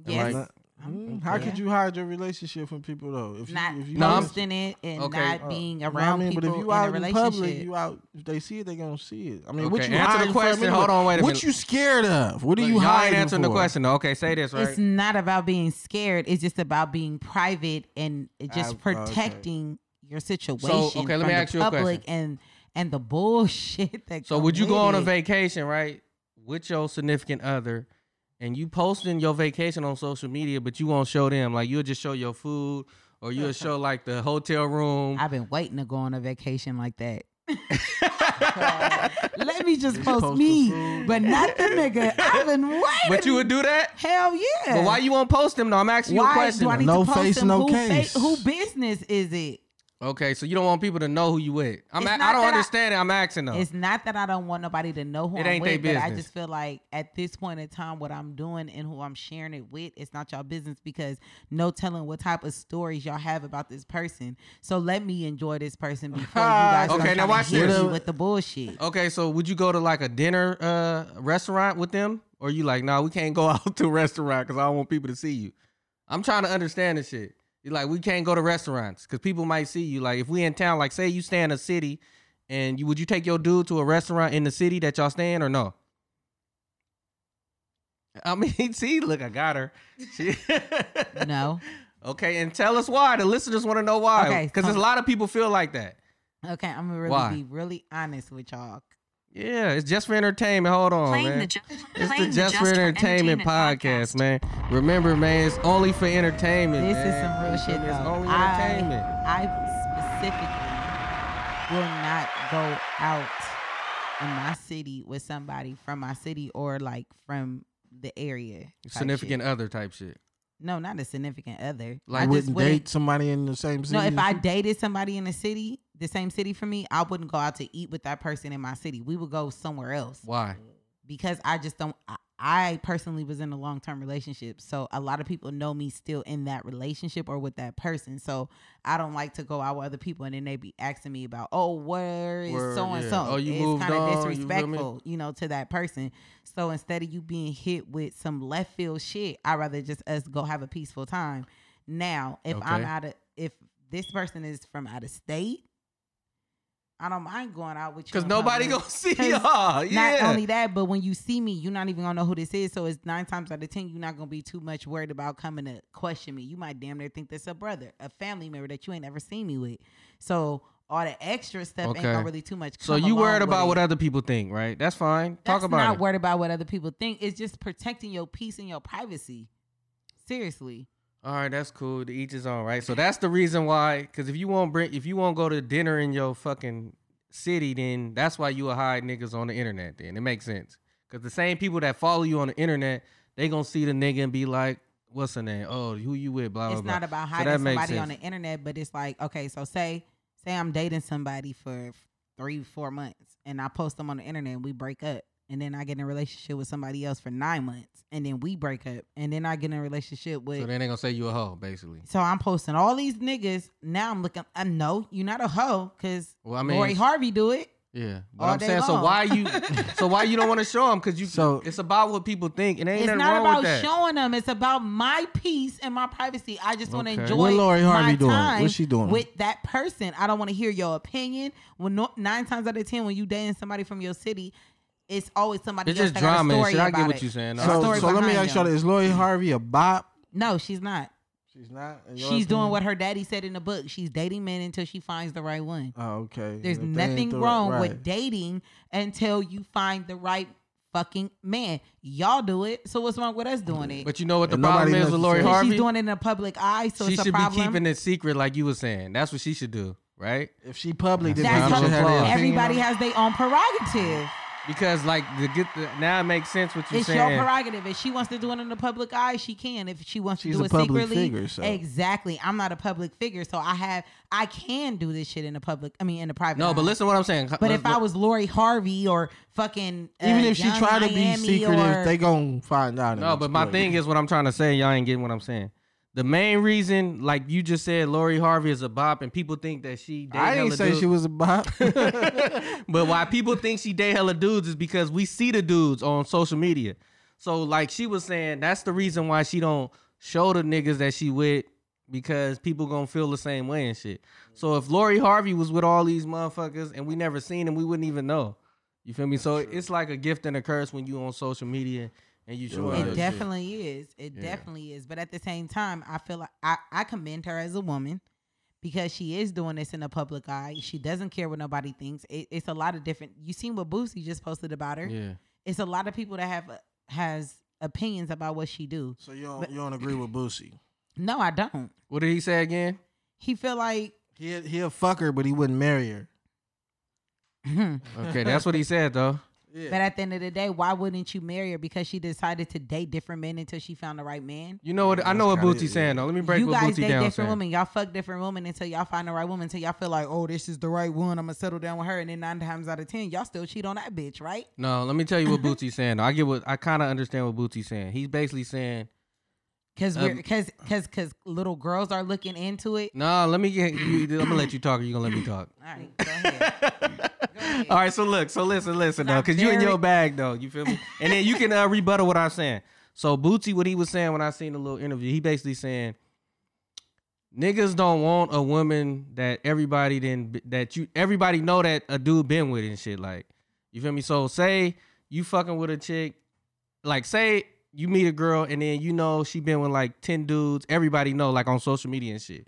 Speaker 4: yes.
Speaker 5: Like,
Speaker 4: I'm-
Speaker 5: mm, how
Speaker 4: mm-hmm. yeah.
Speaker 5: could you hide your relationship from people though? If
Speaker 4: not
Speaker 5: you, if you
Speaker 3: No, I'm-
Speaker 4: posting it and
Speaker 3: Okay.
Speaker 5: Uh,
Speaker 4: not
Speaker 5: you
Speaker 4: being
Speaker 5: know what
Speaker 4: around
Speaker 5: I mean?
Speaker 4: people
Speaker 5: but if you
Speaker 4: in
Speaker 5: out
Speaker 4: a
Speaker 5: in
Speaker 4: relationship?
Speaker 5: public, you out. If they see it, they gonna see it. I mean, what
Speaker 3: Okay,
Speaker 5: you
Speaker 3: answer the
Speaker 5: hiding from
Speaker 3: question.
Speaker 5: anyway?
Speaker 3: Hold on, wait a
Speaker 5: what
Speaker 3: minute.
Speaker 5: you scared of? What are you
Speaker 3: Y'all ain't
Speaker 5: hiding?
Speaker 3: answering the
Speaker 5: for?
Speaker 3: question. though. Okay, say this right.
Speaker 4: It's not about being scared. It's just about being private and
Speaker 5: Uh,
Speaker 4: just
Speaker 5: okay.
Speaker 4: protecting your situation.
Speaker 3: okay, let
Speaker 4: from
Speaker 3: me
Speaker 4: the
Speaker 3: ask you a
Speaker 4: public
Speaker 3: question.
Speaker 4: And and the bullshit that.
Speaker 3: So
Speaker 4: come
Speaker 3: would you go on
Speaker 4: with
Speaker 3: a
Speaker 4: it.
Speaker 3: vacation, right, with your significant other, and you posting your vacation on social media, but you won't show them? Like you'll just show your food, or you'll show like the hotel room.
Speaker 4: I've been waiting to go on a vacation like that. Let me just post
Speaker 5: post the
Speaker 4: me,
Speaker 5: food.
Speaker 4: but not the nigga. I've been waiting.
Speaker 3: but you would do that.
Speaker 4: Hell yeah.
Speaker 3: But why you won't post them? though? I'm asking you a
Speaker 4: Why
Speaker 3: question.
Speaker 4: do I need
Speaker 5: No
Speaker 4: to post
Speaker 5: face,
Speaker 4: them?
Speaker 5: no
Speaker 4: who
Speaker 5: case.
Speaker 4: who business is it?
Speaker 3: Okay, so you don't want people to know who you with. I'm.
Speaker 4: It's
Speaker 3: A- I
Speaker 4: not
Speaker 3: don't
Speaker 4: that I-
Speaker 3: understand it. I'm asking though.
Speaker 4: It's not that I don't want nobody to know who
Speaker 3: Oh. It
Speaker 4: I'm
Speaker 3: ain't they
Speaker 4: with, but I
Speaker 3: business.
Speaker 4: just feel like at this point in time, what I'm doing and who I'm sharing it with, it's not y'all business because no telling what type of stories y'all have about this person. So let me enjoy this person before you guys
Speaker 3: Okay,
Speaker 4: start
Speaker 3: now
Speaker 4: trying to
Speaker 3: watch
Speaker 4: hit
Speaker 3: this.
Speaker 4: me with the bullshit.
Speaker 3: Okay, so would you go to like a dinner uh restaurant with them, or you like, nah, we can't go out to a restaurant because I don't want people to see you. I'm trying to understand this shit. You're like, we can't go to restaurants because people might see you. Like, if we in town, like, say you stay in a city, and you would you take your dude to a restaurant in the city that y'all stay in, or no? I mean, see, look, I got her. She-
Speaker 4: No.
Speaker 3: Okay, and tell us why. The listeners want to know why.
Speaker 4: Okay,
Speaker 3: Because
Speaker 4: so-
Speaker 3: there's a lot of people feel like that.
Speaker 4: Okay, I'm gonna really
Speaker 3: Why?
Speaker 4: be really honest with y'all.
Speaker 3: Yeah, it's just for entertainment. Hold on,
Speaker 1: Playing
Speaker 3: man.
Speaker 1: the, ju-
Speaker 3: It's
Speaker 1: playing
Speaker 3: the Just for Entertainment podcast, man. Remember, man, it's only for entertainment.
Speaker 4: This is
Speaker 3: man.
Speaker 4: some real
Speaker 3: It's
Speaker 4: shit though.
Speaker 3: only
Speaker 4: I-
Speaker 3: entertainment.
Speaker 4: I, specifically will not go out in my city with somebody from my city or like from the area. type
Speaker 3: Significant
Speaker 4: shit.
Speaker 3: other type shit.
Speaker 4: No, not a significant other.
Speaker 3: Like,
Speaker 5: I
Speaker 4: I just
Speaker 5: wouldn't
Speaker 4: wouldn't.
Speaker 5: date somebody in the same city.
Speaker 4: No, if
Speaker 5: as
Speaker 4: I
Speaker 5: you?
Speaker 4: dated somebody in the city, the same city for me, I wouldn't go out to eat with that person in my city. We would go somewhere else
Speaker 3: Why?
Speaker 4: because I just don't. I, I personally was in a long term relationship, so a lot of people know me still in that relationship or with that person. So I don't like to go out with other people and then they be asking me about, oh, where is
Speaker 3: Where-
Speaker 4: so and so?
Speaker 3: yeah. Oh, you
Speaker 4: it's
Speaker 3: moved
Speaker 4: kinda
Speaker 3: on, you feel me?
Speaker 4: disrespectful, you, know, to that person. So instead of you being hit with some left field shit, I would rather just us go have a peaceful time. Now, if I'm
Speaker 3: Okay.
Speaker 4: out of, if this person is from out of state. I don't mind going out with you.
Speaker 3: Because
Speaker 4: and having
Speaker 3: nobody
Speaker 4: a-
Speaker 3: gonna see
Speaker 4: 'Cause
Speaker 3: y'all.
Speaker 4: not
Speaker 3: Yeah.
Speaker 4: only that, but when you see me, you're not even gonna know who this is. So it's nine times out of ten, you're not gonna be too much worried about coming to question me. You might damn near think that's a brother, a family member that you ain't ever seen me with. So all the extra stuff ain't
Speaker 3: Okay.
Speaker 4: gonna really too much.
Speaker 3: so
Speaker 4: come
Speaker 3: you
Speaker 4: along
Speaker 3: worried about
Speaker 4: with
Speaker 3: what
Speaker 4: it.
Speaker 3: other people think, right? That's fine.
Speaker 4: That's
Speaker 3: Talk about
Speaker 4: not
Speaker 3: it.
Speaker 4: worried about what other people think. It's just protecting your peace and your privacy. Seriously.
Speaker 3: All right, that's cool. To each his own, right? So that's the reason why. Because if you won't bring, if you won't go to dinner in your fucking city, then that's why you will hide niggas on the internet. Then it makes sense. Because the same people that follow you on the internet, they gonna see the nigga and be like, "What's her name? Oh, who you with?" Blah blah.
Speaker 4: it's
Speaker 3: blah.
Speaker 4: not about
Speaker 3: So
Speaker 4: hiding
Speaker 3: that makes
Speaker 4: somebody on the
Speaker 3: sense.
Speaker 4: internet, but it's like, okay, so say say I'm dating somebody for f- three, four months and I post them on the internet and we break up. And then I get in a relationship with somebody else for nine months and then we break up. And then I get in a relationship with
Speaker 3: So then they gonna say you a hoe, basically.
Speaker 4: so I'm posting all these niggas. Now I'm looking. I know you're not a hoe because
Speaker 3: Well, I mean,
Speaker 4: Lori Harvey do it.
Speaker 3: yeah. But
Speaker 4: all
Speaker 3: I'm
Speaker 4: day
Speaker 3: saying, so
Speaker 4: long.
Speaker 3: why you, so why you don't want to show them? Because you,
Speaker 5: So-
Speaker 3: it's about what people think, and ain't
Speaker 4: It's
Speaker 3: nothing
Speaker 4: not
Speaker 3: wrong
Speaker 4: about
Speaker 3: with that.
Speaker 4: showing them. It's about my peace and my privacy. I just want to
Speaker 3: Okay.
Speaker 4: enjoy
Speaker 5: What Lori Harvey
Speaker 4: my
Speaker 5: doing?
Speaker 4: time
Speaker 5: What's she doing?
Speaker 4: with that person? I don't want to hear your opinion. When no, nine times out of ten, when you dating somebody from your city, it's always somebody
Speaker 3: It's
Speaker 4: else
Speaker 3: just
Speaker 4: that got a
Speaker 3: drama and
Speaker 4: story
Speaker 3: shit. I get
Speaker 4: about
Speaker 3: what
Speaker 4: it.
Speaker 3: you're saying.
Speaker 4: A
Speaker 3: There's
Speaker 5: So,
Speaker 4: story
Speaker 5: so let me
Speaker 4: behind
Speaker 5: ask y'all:
Speaker 4: them.
Speaker 5: Is Lori Harvey a bop?
Speaker 4: No, she's not.
Speaker 5: She's not. in
Speaker 4: She's
Speaker 5: your
Speaker 4: doing
Speaker 5: opinion?
Speaker 4: what her daddy said in the book. She's dating men until she finds the right one.
Speaker 5: Oh, okay.
Speaker 4: There's
Speaker 5: If they ain't
Speaker 4: nothing
Speaker 5: do it
Speaker 4: wrong with
Speaker 5: right.
Speaker 4: dating until you find the right fucking man. Y'all do it, so what's wrong with us doing it?
Speaker 3: But you know what the
Speaker 5: And
Speaker 3: problem
Speaker 5: nobody
Speaker 3: is
Speaker 5: knows
Speaker 3: with
Speaker 5: the
Speaker 3: Lori
Speaker 5: truth.
Speaker 4: But
Speaker 3: Harvey?
Speaker 4: she's doing it in the public eye, so
Speaker 3: she
Speaker 4: it's a
Speaker 3: should
Speaker 4: problem.
Speaker 3: be keeping it secret, like you were saying. That's what she should do, right?
Speaker 5: If she public, then
Speaker 4: That's
Speaker 5: people
Speaker 4: her-
Speaker 5: should have their
Speaker 3: Everybody
Speaker 5: opinion
Speaker 4: Everybody
Speaker 5: on it.
Speaker 4: has their own prerogative.
Speaker 3: Because like the get the, now it makes sense what you're
Speaker 4: it's
Speaker 3: saying.
Speaker 4: your prerogative. If she wants to do it in the public eye, she can. If she wants
Speaker 5: She's
Speaker 4: to do
Speaker 5: a
Speaker 4: it
Speaker 5: public
Speaker 4: secretly,
Speaker 5: figure, so-
Speaker 4: exactly. I'm not a public figure, so I have I can do this shit in the public. I mean, in the private.
Speaker 3: no, but
Speaker 4: eye.
Speaker 3: listen to what I'm saying.
Speaker 4: But if I was Lori Harvey or fucking uh,
Speaker 5: Even if she
Speaker 4: Young
Speaker 5: try to be
Speaker 4: Miami
Speaker 5: secretive,
Speaker 4: or,
Speaker 5: they gonna find out. and
Speaker 3: no, but my
Speaker 5: exploit
Speaker 3: thing
Speaker 5: it.
Speaker 3: is what I'm trying to say. Y'all ain't getting what I'm saying. The main reason, like you just said, Lori Harvey is a bop, and people think that she. date
Speaker 5: I didn't
Speaker 3: hella
Speaker 5: say
Speaker 3: dudes.
Speaker 5: she was a bop.
Speaker 3: but why people think she date hella dudes is because we see the dudes on social media. So like she was saying, that's the reason why she don't show the niggas that she with because people gonna feel the same way and shit. So if Lori Harvey was with all these motherfuckers and we never seen them, we wouldn't even know. You feel me? so it's like a gift and a curse when you on social media and you show
Speaker 5: right.
Speaker 3: other
Speaker 4: It
Speaker 5: shit.
Speaker 4: definitely is. It definitely is. But at the same time, I feel like I, I commend her as a woman because she is doing this in the public eye. She doesn't care what nobody thinks. It, it's a lot of different. You seen what Boosie just posted about her?
Speaker 3: shit. Yeah.
Speaker 4: It's a lot of people that have has opinions about what she do.
Speaker 5: so you don't, you don't agree with Boosie?
Speaker 4: No, I don't.
Speaker 3: What did he say again?
Speaker 4: He feel like
Speaker 5: He he'll fuck her, but he wouldn't marry her.
Speaker 3: Okay, that's what he said though.
Speaker 5: Yeah.
Speaker 4: But at the end of the day, why wouldn't you marry her because she decided to date different men until she found the right man?
Speaker 3: You know what? I know what
Speaker 5: kinda
Speaker 3: Booty
Speaker 5: it,
Speaker 3: saying though. Let me break
Speaker 4: you
Speaker 3: what
Speaker 4: guys
Speaker 3: Booty
Speaker 4: date
Speaker 3: down.
Speaker 4: different
Speaker 3: saying.
Speaker 4: women. Y'all fuck different women until y'all find the right woman. Until y'all feel like, oh, this is the right one. I'm gonna settle down with her. And then nine times out of ten, y'all still cheat on that bitch, right?
Speaker 3: No, let me tell you what Booty's saying. though. I get what I kind of understand what Booty's saying. He's basically saying,
Speaker 4: Because
Speaker 3: Um,
Speaker 4: we're because because because little girls are looking into it.
Speaker 3: "No, let me get. You, I'm gonna let you talk. or You gonna let me talk."
Speaker 4: All right, go ahead.
Speaker 3: All right, so look, so listen, listen though,
Speaker 4: I'm
Speaker 3: because you in your
Speaker 4: very-
Speaker 3: bag though, you feel me? And then you can uh, rebuttal what I'm saying. So Booty, what he was saying when I seen the little interview, he basically saying niggas don't want a woman that everybody then that you everybody know that a dude been with and shit. Like, you feel me? So say you fucking with a chick, like say you meet a girl and then you know she been with like ten dudes. Everybody know like on social media and shit.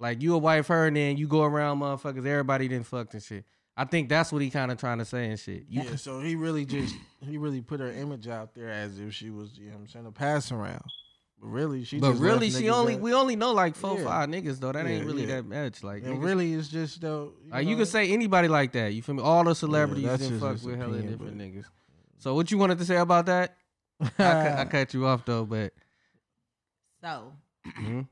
Speaker 3: Like you a wife her and then you go around motherfuckers. Everybody didn't fucked and shit. I think that's what he kind of trying to say and shit. You,
Speaker 5: Yeah, so he really just he really put her image out there as if she was, you know what I'm saying, a passing round. But really she
Speaker 3: but
Speaker 5: just
Speaker 3: really,
Speaker 5: left
Speaker 3: she
Speaker 5: niggas
Speaker 3: only
Speaker 5: at-
Speaker 3: we only know like four
Speaker 5: Yeah.
Speaker 3: five niggas though. That ain't
Speaker 5: Yeah,
Speaker 3: really
Speaker 5: yeah.
Speaker 3: that much. Like
Speaker 5: and
Speaker 3: niggas-
Speaker 5: really it's just though you,
Speaker 3: like, you
Speaker 5: know,
Speaker 3: can say anybody like that. You feel me? All the celebrities
Speaker 5: that's
Speaker 3: didn't
Speaker 5: just
Speaker 3: fuck
Speaker 5: his
Speaker 3: with hella
Speaker 5: opinion,
Speaker 3: different niggas. So what you wanted to say about that? I, cu- I cut you off though, but
Speaker 4: So
Speaker 5: Hmm?
Speaker 3: Mhm.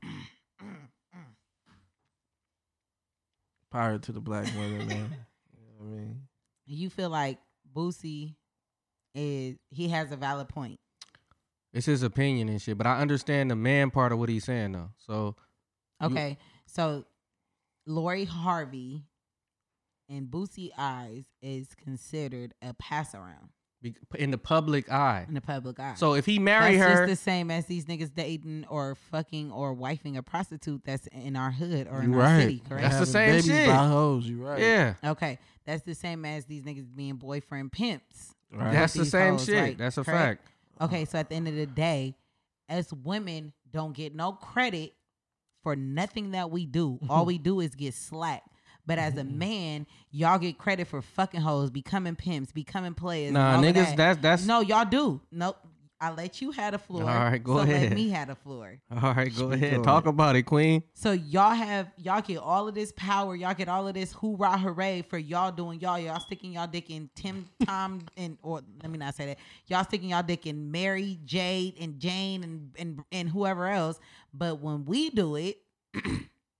Speaker 5: power to the black women, man. You know what I mean?
Speaker 4: you feel like Boosie is he has a valid point.
Speaker 3: it's his opinion and shit. But I understand the man part of what he's saying though. So You-
Speaker 4: Okay, so Lori Harvey in Boosie eyes is considered a pass around
Speaker 3: be- in the public eye.
Speaker 4: in the public eye.
Speaker 3: So if he marry
Speaker 4: that's
Speaker 3: her,
Speaker 4: just the same as these niggas dating or fucking or wifing a prostitute that's in our hood or in
Speaker 5: You
Speaker 4: our city, correct?
Speaker 3: That's the
Speaker 5: Having
Speaker 3: same
Speaker 5: babies
Speaker 3: shit.
Speaker 5: By hoes, you right.
Speaker 3: yeah,
Speaker 4: Okay, that's the same as these niggas being boyfriend pimps.
Speaker 5: Right.
Speaker 3: that's the
Speaker 4: These
Speaker 3: same
Speaker 4: hoes,
Speaker 3: shit.
Speaker 4: like,
Speaker 3: that's a
Speaker 4: correct?
Speaker 3: fact.
Speaker 4: Okay, so at the end of the day, us women don't get no credit for nothing that we do. All we do is get slack. But as a
Speaker 3: Mm-hmm.
Speaker 4: man, y'all get credit for fucking hoes, becoming pimps, becoming players. and
Speaker 3: Nah,
Speaker 4: all of
Speaker 3: niggas,
Speaker 4: that.
Speaker 3: that's that's
Speaker 4: no, y'all do. Nope. I let you have the floor.
Speaker 3: All right, go
Speaker 4: so
Speaker 3: ahead.
Speaker 4: Let me have the floor.
Speaker 3: All right, go
Speaker 5: Speak
Speaker 3: ahead.
Speaker 5: on
Speaker 3: Talk
Speaker 5: it.
Speaker 3: about it, Queen.
Speaker 4: So y'all have y'all get all of this power, y'all get all of this hoorah hooray for y'all doing y'all, y'all sticking y'all dick in Tim Tom and or let me not say that. Y'all sticking y'all dick in Mary, Jade, and Jane and and, and whoever else. But when we do it,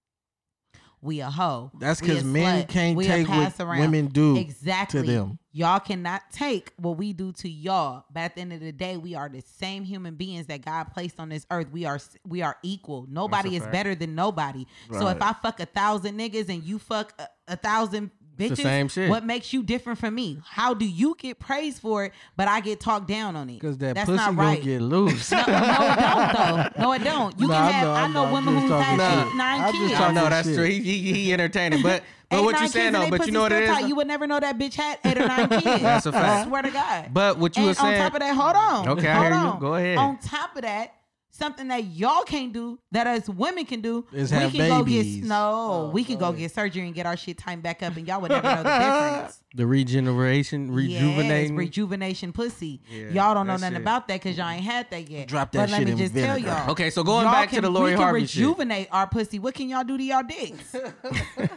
Speaker 4: we a hoe.
Speaker 5: That's
Speaker 4: We a
Speaker 5: because men
Speaker 4: slut.
Speaker 5: can't
Speaker 4: We a
Speaker 5: take what
Speaker 4: pass around.
Speaker 5: women do
Speaker 4: exactly
Speaker 5: to them.
Speaker 4: Y'all cannot take what we do to y'all. But at the end of the day, we are the same human beings that God placed on this earth. We are we are equal. Nobody is
Speaker 3: fact.
Speaker 4: better than nobody. So if I fuck a thousand niggas and you fuck a, a thousand bitches,
Speaker 3: the same shit.
Speaker 4: what makes you different from me? How do you get praised for it, but I get talked down on it?
Speaker 5: Because that
Speaker 4: That's
Speaker 5: pussy
Speaker 4: not
Speaker 5: gonna
Speaker 4: right.
Speaker 5: get loose.
Speaker 4: no, it don't though. No, it don't. You
Speaker 5: Nah, I
Speaker 4: can have.
Speaker 5: know, I
Speaker 4: I know,
Speaker 5: know. I'm
Speaker 4: women
Speaker 5: just
Speaker 4: who's
Speaker 5: talking
Speaker 4: had
Speaker 5: shit.
Speaker 4: eight, nine
Speaker 5: I'm just
Speaker 4: kids.
Speaker 3: Oh
Speaker 5: talking
Speaker 3: no, that's
Speaker 5: shit.
Speaker 3: true. He, he, he entertaining, but but
Speaker 4: Eight,
Speaker 3: what you
Speaker 4: nine
Speaker 3: saying
Speaker 4: kids and
Speaker 3: though?
Speaker 4: they
Speaker 3: But you
Speaker 4: pussy
Speaker 3: know what it
Speaker 4: still
Speaker 3: is.
Speaker 4: tight. You would never know that bitch had eight or nine kids.
Speaker 3: That's a
Speaker 4: I
Speaker 3: fact.
Speaker 4: swear to God.
Speaker 3: But what you
Speaker 4: and
Speaker 3: were saying.
Speaker 4: on top of that, hold on.
Speaker 3: Okay, I
Speaker 4: hold
Speaker 3: hear you.
Speaker 4: on.
Speaker 3: Go ahead.
Speaker 4: On top of that, something that y'all can't do that us women can do
Speaker 5: Is
Speaker 4: we
Speaker 5: have
Speaker 4: can go get
Speaker 5: babies.
Speaker 4: no, we can go get surgery and get our shit tightened back up, and y'all would never know the difference.
Speaker 3: the regeneration,
Speaker 4: Yes,
Speaker 3: rejuvenating.
Speaker 4: rejuvenation pussy.
Speaker 3: Yeah,
Speaker 4: y'all don't know
Speaker 3: that
Speaker 4: nothing
Speaker 3: shit.
Speaker 4: about that because y'all ain't had that yet.
Speaker 5: Drop that
Speaker 4: but let
Speaker 5: shit
Speaker 4: me
Speaker 5: in
Speaker 4: just
Speaker 5: vinegar.
Speaker 4: tell y'all.
Speaker 3: okay, so going
Speaker 4: Y'all
Speaker 3: back
Speaker 4: can-
Speaker 3: to the Lori
Speaker 4: we can
Speaker 3: Harvey shit.
Speaker 4: rejuvenate our pussy. What can y'all do to y'all dicks?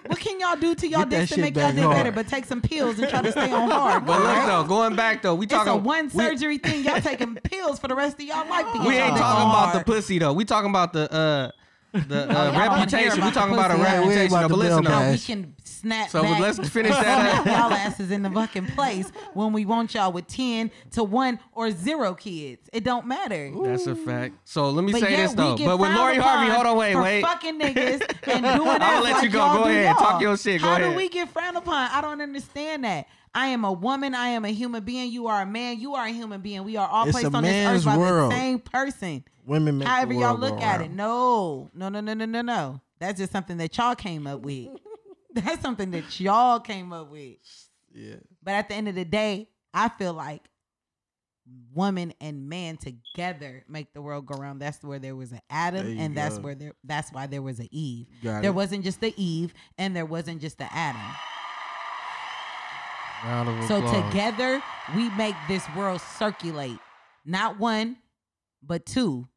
Speaker 4: what can y'all do to y'all
Speaker 5: Get that
Speaker 4: dicks to
Speaker 5: shit
Speaker 4: make y'all
Speaker 5: back
Speaker 4: dick
Speaker 5: hard.
Speaker 4: better? But take some pills and try to stay on hard.
Speaker 3: But look
Speaker 4: girl.
Speaker 3: though, going back though, we
Speaker 4: It's
Speaker 3: talking
Speaker 4: a one
Speaker 3: we-
Speaker 4: surgery thing. Y'all taking pills for the rest of y'all life. To get
Speaker 3: We,
Speaker 4: y'all
Speaker 3: ain't
Speaker 4: dick
Speaker 3: talking
Speaker 4: on
Speaker 3: about the
Speaker 4: hard. Oh,
Speaker 3: pussy though. We talking about the uh the
Speaker 4: y'all
Speaker 3: uh,
Speaker 4: wanna hear
Speaker 3: reputation.
Speaker 4: about
Speaker 3: We
Speaker 4: the
Speaker 3: talking about a
Speaker 4: pussy. Yeah, we ain't
Speaker 3: reputation. though, But
Speaker 5: about to
Speaker 3: listen
Speaker 5: build
Speaker 3: though.
Speaker 5: that.
Speaker 4: No, we
Speaker 5: Ash.
Speaker 4: can snap
Speaker 3: So
Speaker 4: back.
Speaker 3: let's finish
Speaker 4: Snap
Speaker 3: that up.
Speaker 4: y'all asses in the fucking place when we want y'all with ten to one or zero kids. It don't matter.
Speaker 3: That's a fact. So let me
Speaker 4: But
Speaker 3: say
Speaker 4: yeah,
Speaker 3: this
Speaker 4: we
Speaker 3: though.
Speaker 4: get
Speaker 3: But with
Speaker 4: frowned
Speaker 3: Lori
Speaker 4: upon
Speaker 3: Harvey, hold on, wait,
Speaker 4: for
Speaker 3: wait.
Speaker 4: Fucking niggas and doing
Speaker 3: I'll let
Speaker 4: us like
Speaker 3: you go.
Speaker 4: y'all
Speaker 3: Go
Speaker 4: do
Speaker 3: ahead. Talk
Speaker 4: y'all.
Speaker 3: your shit. Go
Speaker 4: How
Speaker 3: ahead.
Speaker 4: do we get frowned upon? I don't understand that. I am a woman. I am a human being. You are a man. You are a human being. We are all
Speaker 5: It's
Speaker 4: placed
Speaker 5: a
Speaker 4: on this
Speaker 5: man's
Speaker 4: earth by
Speaker 5: world.
Speaker 4: the same person.
Speaker 5: Women make
Speaker 4: However
Speaker 5: the
Speaker 4: y'all
Speaker 5: world go
Speaker 4: look at it.
Speaker 5: round.
Speaker 4: No, no, no, no, no, no, no. That's just something that y'all came up with. That's something that y'all came up with.
Speaker 5: Yeah.
Speaker 4: But at the end of the day, I feel like woman and man together make the world go round. That's where there was an
Speaker 5: There
Speaker 4: Adam,
Speaker 5: you
Speaker 4: and that's
Speaker 5: go.
Speaker 4: where there that's why there was an Eve.
Speaker 5: Got
Speaker 4: there
Speaker 5: it.
Speaker 4: wasn't just the Eve, and there wasn't just the Adam.
Speaker 3: Round of
Speaker 4: So
Speaker 3: applause.
Speaker 4: together we make this world circulate. Not one, but two.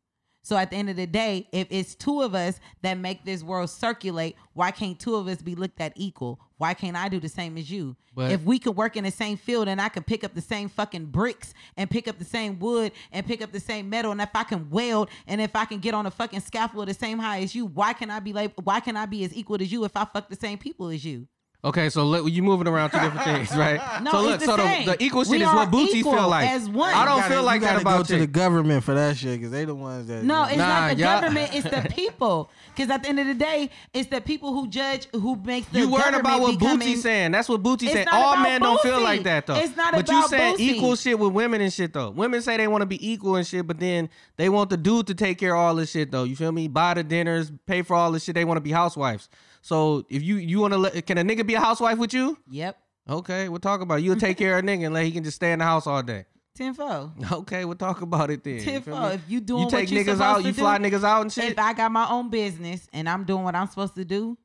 Speaker 4: So at the end of the day, if it's two of us that make this world circulate, why can't two of us be looked at equal? Why can't I do the same as you?
Speaker 3: But-
Speaker 4: if we could work in the same field and I could pick up the same fucking bricks and pick up the same wood and pick up the same metal and if I can weld and if I can get on a fucking scaffold the same high as you, why can I be like why can I be as equal as you if I fuck the same people as you?
Speaker 3: Okay, so let, you moving around to different things, right?
Speaker 4: No,
Speaker 3: so
Speaker 4: it's
Speaker 3: look,
Speaker 4: the
Speaker 3: so
Speaker 4: same.
Speaker 3: The, the equal
Speaker 4: We
Speaker 3: shit is what
Speaker 4: are
Speaker 3: Bootsy
Speaker 4: equal
Speaker 3: feel like.
Speaker 4: as one.
Speaker 3: I don't
Speaker 4: You
Speaker 5: gotta-
Speaker 3: feel like
Speaker 5: you gotta
Speaker 3: that about
Speaker 5: go to the
Speaker 3: you.
Speaker 5: government for that shit because they the ones that
Speaker 4: No, it's
Speaker 3: Nah,
Speaker 4: not the
Speaker 3: y'all-
Speaker 4: government, it's the people. Cause at the end of the day, it's the people who judge who makes the
Speaker 3: You worried about what Bootsy
Speaker 4: government becoming-
Speaker 3: saying. That's what Bootsy
Speaker 4: It's
Speaker 3: saying.
Speaker 4: not
Speaker 3: All
Speaker 4: about
Speaker 3: men don't feel
Speaker 4: Bootsy.
Speaker 3: like that though.
Speaker 4: It's not
Speaker 3: but you
Speaker 4: about
Speaker 3: saying
Speaker 4: Bootsy.
Speaker 3: equal shit with women and shit though. Women say they want to be equal and shit, but then they want the dude to take care of all this shit though. You feel me? Buy the dinners, pay for all this shit. They want to be housewives. So if you you want to let can a nigga be a housewife with you?
Speaker 4: Yep.
Speaker 3: Okay, we'll talk about it. You'll take care of a nigga and let he can just stay in the house all day.
Speaker 4: Tenfold.
Speaker 3: Okay, we'll talk about it then. You feel
Speaker 4: Tenfold.
Speaker 3: me?
Speaker 4: If you doing
Speaker 3: you take
Speaker 4: what you
Speaker 3: niggas
Speaker 4: supposed
Speaker 3: out,
Speaker 4: to
Speaker 3: you
Speaker 4: do,
Speaker 3: fly niggas out and shit.
Speaker 4: If I got my own business and I'm doing what I'm supposed to do,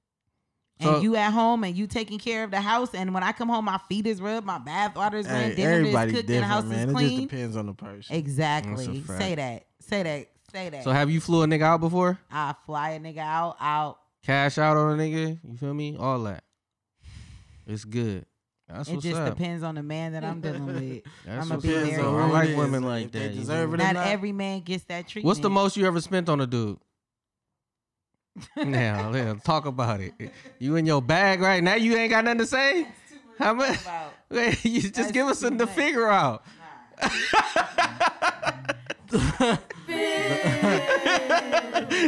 Speaker 4: and
Speaker 3: So-
Speaker 4: you at home and you taking care of the house, and when I come home, my feet is rubbed, my bath water is
Speaker 5: Hey,
Speaker 4: running, dinner is
Speaker 5: everybody
Speaker 4: cooked, and the house
Speaker 5: different, man.
Speaker 4: is
Speaker 5: It just
Speaker 4: clean.
Speaker 5: depends on the person.
Speaker 4: Exactly.
Speaker 3: fact.
Speaker 4: Say that. Say that. Say that.
Speaker 3: so have you flew a nigga out before?
Speaker 4: I fly a nigga out. Out.
Speaker 3: Cash out on a nigga. You feel me? All that. It's good. That's
Speaker 4: It
Speaker 3: what's
Speaker 4: just
Speaker 3: up.
Speaker 4: depends on the man that I'm dealing with.
Speaker 3: That's
Speaker 4: I'ma
Speaker 3: what's
Speaker 4: be
Speaker 3: up.
Speaker 4: very-
Speaker 3: So I
Speaker 5: Who it
Speaker 3: like
Speaker 5: is,
Speaker 3: women
Speaker 5: if
Speaker 3: like
Speaker 5: they
Speaker 3: that. you
Speaker 5: deserve
Speaker 3: know?
Speaker 5: it or
Speaker 4: Not
Speaker 5: not.
Speaker 4: every man gets that treatment.
Speaker 3: What's the most you ever spent on a dude? now, yeah, talk about it. You in your bag right now? You ain't got nothing to say. How much?
Speaker 4: about.
Speaker 3: Wait, you just
Speaker 4: That's
Speaker 3: give us
Speaker 4: too
Speaker 3: the
Speaker 4: much.
Speaker 3: figure out.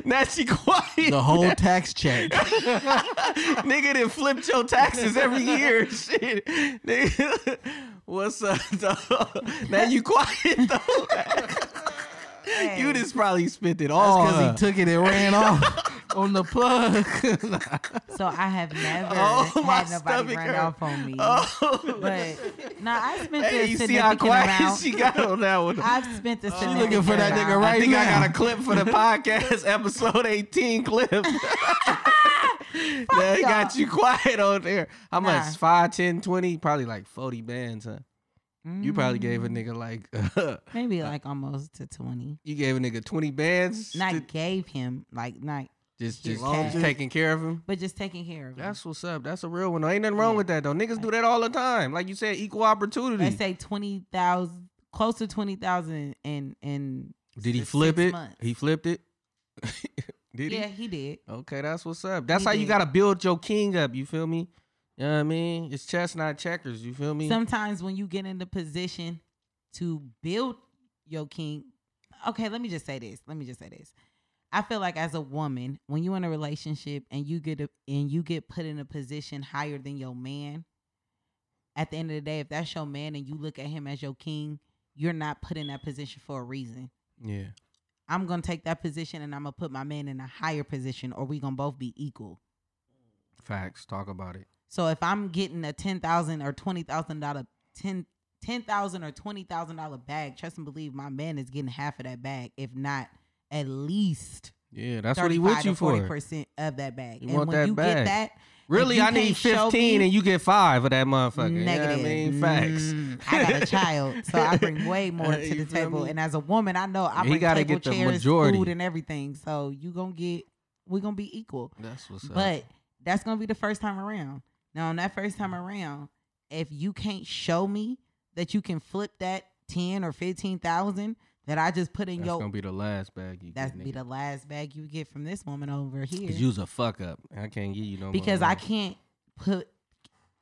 Speaker 3: now she quiet.
Speaker 5: The whole tax check.
Speaker 3: Nigga done flipped your taxes every year. and Shit. Nigga. What's up, though? Now you quiet, though. You just probably spent it all.
Speaker 5: Because he took it and ran off on the plug.
Speaker 4: So I have never
Speaker 3: Oh, my
Speaker 4: had nobody
Speaker 3: stomach
Speaker 4: run
Speaker 3: hurt.
Speaker 4: off on me.
Speaker 3: Oh.
Speaker 4: But nah, I spent
Speaker 3: Hey,
Speaker 4: a
Speaker 3: you see how
Speaker 4: significant
Speaker 3: quiet
Speaker 4: amount.
Speaker 3: she got on that one. I,
Speaker 4: I've spent a significant
Speaker 5: looking for that nigga
Speaker 4: amount.
Speaker 5: right
Speaker 3: think I
Speaker 5: now.
Speaker 3: got a clip for the podcast episode 18 clip. that got you quiet on there. How much?
Speaker 4: Nah.
Speaker 3: 5, 10, 20? Probably like 40 bands, huh? You probably gave a
Speaker 4: Mm.
Speaker 3: nigga like,
Speaker 4: Mm-hmm. Maybe like almost to twenty.
Speaker 3: you gave a nigga 20 bands.
Speaker 4: Not
Speaker 3: to-
Speaker 4: gave him like not,
Speaker 3: just
Speaker 4: His
Speaker 3: just
Speaker 4: cat.
Speaker 3: taking care of him.
Speaker 4: but just taking care of him.
Speaker 3: That's what's up. That's a real one. though. Ain't nothing wrong with that though. Niggas do that all the time. Like you said, equal opportunity.
Speaker 4: They say twenty thousand, close to twenty thousand, and and
Speaker 3: Did he
Speaker 4: six
Speaker 3: flip it?
Speaker 4: months.
Speaker 3: He flipped it. Did
Speaker 4: yeah,
Speaker 3: he?
Speaker 4: he did.
Speaker 3: Okay, that's what's up. That's
Speaker 4: He
Speaker 3: how you
Speaker 4: did.
Speaker 3: gotta build your king up. You feel me? You know what I mean? It's chestnut checkers. You feel me?
Speaker 4: Sometimes when you get in the position to build your king, okay, let me just say this. Let me just say this. I feel like as a woman, when you in a relationship and you get a, and you get put in a position higher than your man, at the end of the day, if that's your man and you look at him as your king, you're not put in that position for a reason.
Speaker 3: yeah.
Speaker 4: I'm gonna take that position and I'm gonna put my man in a higher position, or we gonna both be equal.
Speaker 3: Facts. Talk about it.
Speaker 4: So if I'm getting a ten thousand or twenty thousand dollar ten ten thousand or twenty thousand dollar bag, trust and believe my man is getting half of that bag, if not at least
Speaker 3: Yeah, that's what he
Speaker 4: 35
Speaker 3: with you
Speaker 4: to forty
Speaker 3: for.
Speaker 4: percent of that bag.
Speaker 3: You
Speaker 4: and
Speaker 3: want
Speaker 4: when
Speaker 3: that
Speaker 4: you
Speaker 3: bag.
Speaker 4: get that, if
Speaker 3: Really,
Speaker 4: you
Speaker 3: I need
Speaker 4: can't show
Speaker 3: 15
Speaker 4: me-
Speaker 3: and you get five of that motherfucker.
Speaker 4: Negative.
Speaker 3: You know what I mean? Facts.
Speaker 4: Mm, I got a child, so I bring way more to the table. And as a woman, I know I
Speaker 3: He
Speaker 4: bring
Speaker 3: gotta
Speaker 4: table
Speaker 3: get the
Speaker 4: chairs,
Speaker 3: majority.
Speaker 4: food, and everything. So you gonna get, we gonna be equal.
Speaker 3: That's what's up.
Speaker 4: But that's gonna be the first time around. Now, on that first time around, if you can't show me that you can flip that ten or fifteen thousand that I just put in
Speaker 3: that's
Speaker 4: your,
Speaker 3: gonna be the last bag you
Speaker 4: that's
Speaker 3: get.
Speaker 4: gonna be
Speaker 3: nigga.
Speaker 4: the last bag you get from this woman over here
Speaker 3: Cause you's a fuck up. I can't give you no more
Speaker 4: because
Speaker 3: money.
Speaker 4: I can't put.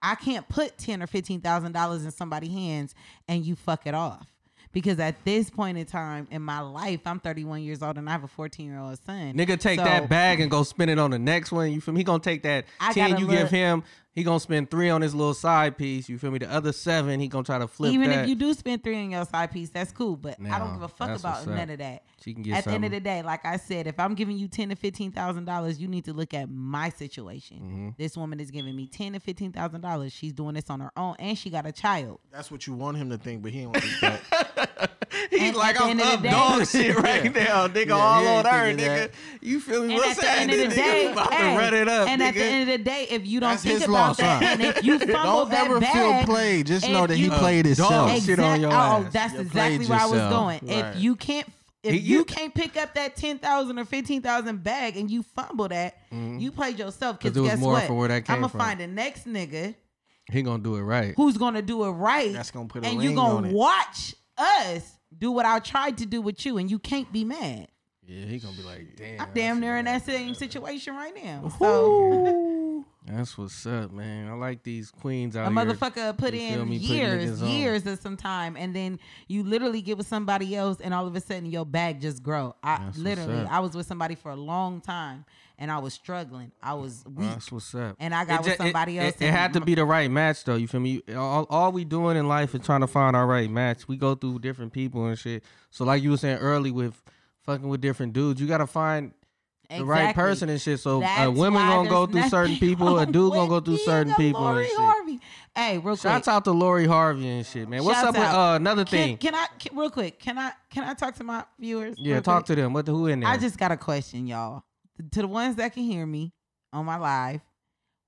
Speaker 4: I can't put ten or fifteen thousand dollars in somebody's hands and you fuck it off. Because at this point in time in my life, I'm 31 years old and I have a 14 year old son.
Speaker 3: Nigga take
Speaker 4: So-
Speaker 3: that bag and go spend it on the next one. You feel me? He gonna take that
Speaker 4: I
Speaker 3: ten
Speaker 4: gotta
Speaker 3: you
Speaker 4: look-
Speaker 3: give him. He gonna spend three on his little side piece. You feel me? The other seven he gonna try to flip.
Speaker 4: Even
Speaker 3: that.
Speaker 4: if you do spend three on your side piece, that's cool. But I
Speaker 3: No,
Speaker 4: don't give a fuck
Speaker 3: that's
Speaker 4: about
Speaker 3: what's up.
Speaker 4: none of that.
Speaker 3: she can get
Speaker 4: at the end of the
Speaker 3: something.
Speaker 4: day, like I said, if I'm giving you ten to fifteen thousand dollars, you need to look at my situation.
Speaker 3: Mm-hmm.
Speaker 4: This woman is giving me ten to fifteen thousand dollars. She's doing this on her own, and she got a child.
Speaker 5: That's what you want him to think, but he ain't want to think that.
Speaker 3: He's
Speaker 4: and
Speaker 3: like
Speaker 4: at the
Speaker 3: I'm
Speaker 4: end of the
Speaker 3: up
Speaker 4: day-
Speaker 3: dog shit right now, nigga.
Speaker 5: Yeah,
Speaker 3: all
Speaker 5: he
Speaker 3: on
Speaker 5: ain't
Speaker 3: her,
Speaker 5: thinking
Speaker 3: nigga.
Speaker 5: that.
Speaker 3: You feel me?
Speaker 4: And
Speaker 3: What's
Speaker 4: at the end of
Speaker 3: happening?
Speaker 4: the day,
Speaker 3: Nigga about
Speaker 4: hey,
Speaker 3: to run it up,
Speaker 4: and at the
Speaker 3: nigga.
Speaker 4: end of the day, if you don't
Speaker 5: That's
Speaker 4: think
Speaker 5: his
Speaker 4: about
Speaker 5: loss,
Speaker 4: that,
Speaker 5: huh?
Speaker 4: and if you fumble
Speaker 5: Don't
Speaker 4: that
Speaker 5: ever
Speaker 4: bag,
Speaker 5: feel played. Just
Speaker 4: if
Speaker 5: know that he
Speaker 4: you-
Speaker 5: played
Speaker 3: dog
Speaker 5: himself.
Speaker 3: shit on your
Speaker 4: Exact-
Speaker 3: ass.
Speaker 4: Oh, that's
Speaker 5: You
Speaker 4: exactly
Speaker 5: played
Speaker 4: where I was
Speaker 5: yourself.
Speaker 4: going.
Speaker 5: Right.
Speaker 4: If you can't, if
Speaker 3: He-
Speaker 4: you
Speaker 3: you-
Speaker 4: can't pick up that ten thousand or fifteen thousand bag and you fumble that, you played yourself.
Speaker 3: Mm-hmm. 'Cause
Speaker 4: Because
Speaker 3: it was
Speaker 4: guess
Speaker 3: more
Speaker 4: what?
Speaker 3: from where that came
Speaker 4: I'm gonna
Speaker 3: from.
Speaker 4: find the next nigga
Speaker 3: He gonna do it right.
Speaker 4: who's gonna do it right.
Speaker 5: That's gonna put a
Speaker 4: and
Speaker 5: ring
Speaker 4: you gonna
Speaker 5: on it.
Speaker 4: watch us do what I tried to do with you, and you can't be mad.
Speaker 3: Yeah, he gonna be like, damn.
Speaker 4: I'm damn
Speaker 3: that's-
Speaker 4: near in that same situation right now. So
Speaker 3: That's what's up, man. I like these queens out
Speaker 4: a
Speaker 3: here.
Speaker 4: motherfucker put
Speaker 3: you feel
Speaker 4: in
Speaker 3: me, putting
Speaker 4: years,
Speaker 3: niggas on.
Speaker 4: years of some time, and then you literally get with somebody else, and all of a sudden your bag just grow. I
Speaker 3: That's what's
Speaker 4: literally,
Speaker 3: up.
Speaker 4: I was with somebody for a long time, and I was struggling. I was weak.
Speaker 3: That's what's up.
Speaker 4: And I got with
Speaker 3: ju-
Speaker 4: somebody
Speaker 3: it,
Speaker 4: else
Speaker 3: It, it
Speaker 4: and
Speaker 3: had to
Speaker 4: my-
Speaker 3: be the right match, though. You feel me? You- All, all we doing in life is trying to find our right match. We go through different people and shit. So, like you were saying early, with fucking with different dudes, you gotta find the right
Speaker 4: Exactly.
Speaker 3: person and shit. So, a
Speaker 4: That's
Speaker 3: woman
Speaker 4: why
Speaker 3: gonna go
Speaker 4: there's
Speaker 3: through certain
Speaker 4: nothing
Speaker 3: people, a
Speaker 4: wrong
Speaker 3: dude gonna
Speaker 4: with
Speaker 3: go through
Speaker 4: being
Speaker 3: certain
Speaker 4: a
Speaker 3: people
Speaker 4: Lori
Speaker 3: and shit.
Speaker 4: Harvey. Hey, real quick.
Speaker 3: Shouts out to Lori Harvey and shit, man. What's
Speaker 4: Shouts
Speaker 3: up with
Speaker 4: out.
Speaker 3: uh, another
Speaker 4: Can,
Speaker 3: thing?
Speaker 4: can I can, real quick? Can I can I talk to my viewers?
Speaker 3: yeah, talk to them. What the who in there?
Speaker 4: I just got a question, y'all. To the ones that can hear me on my live,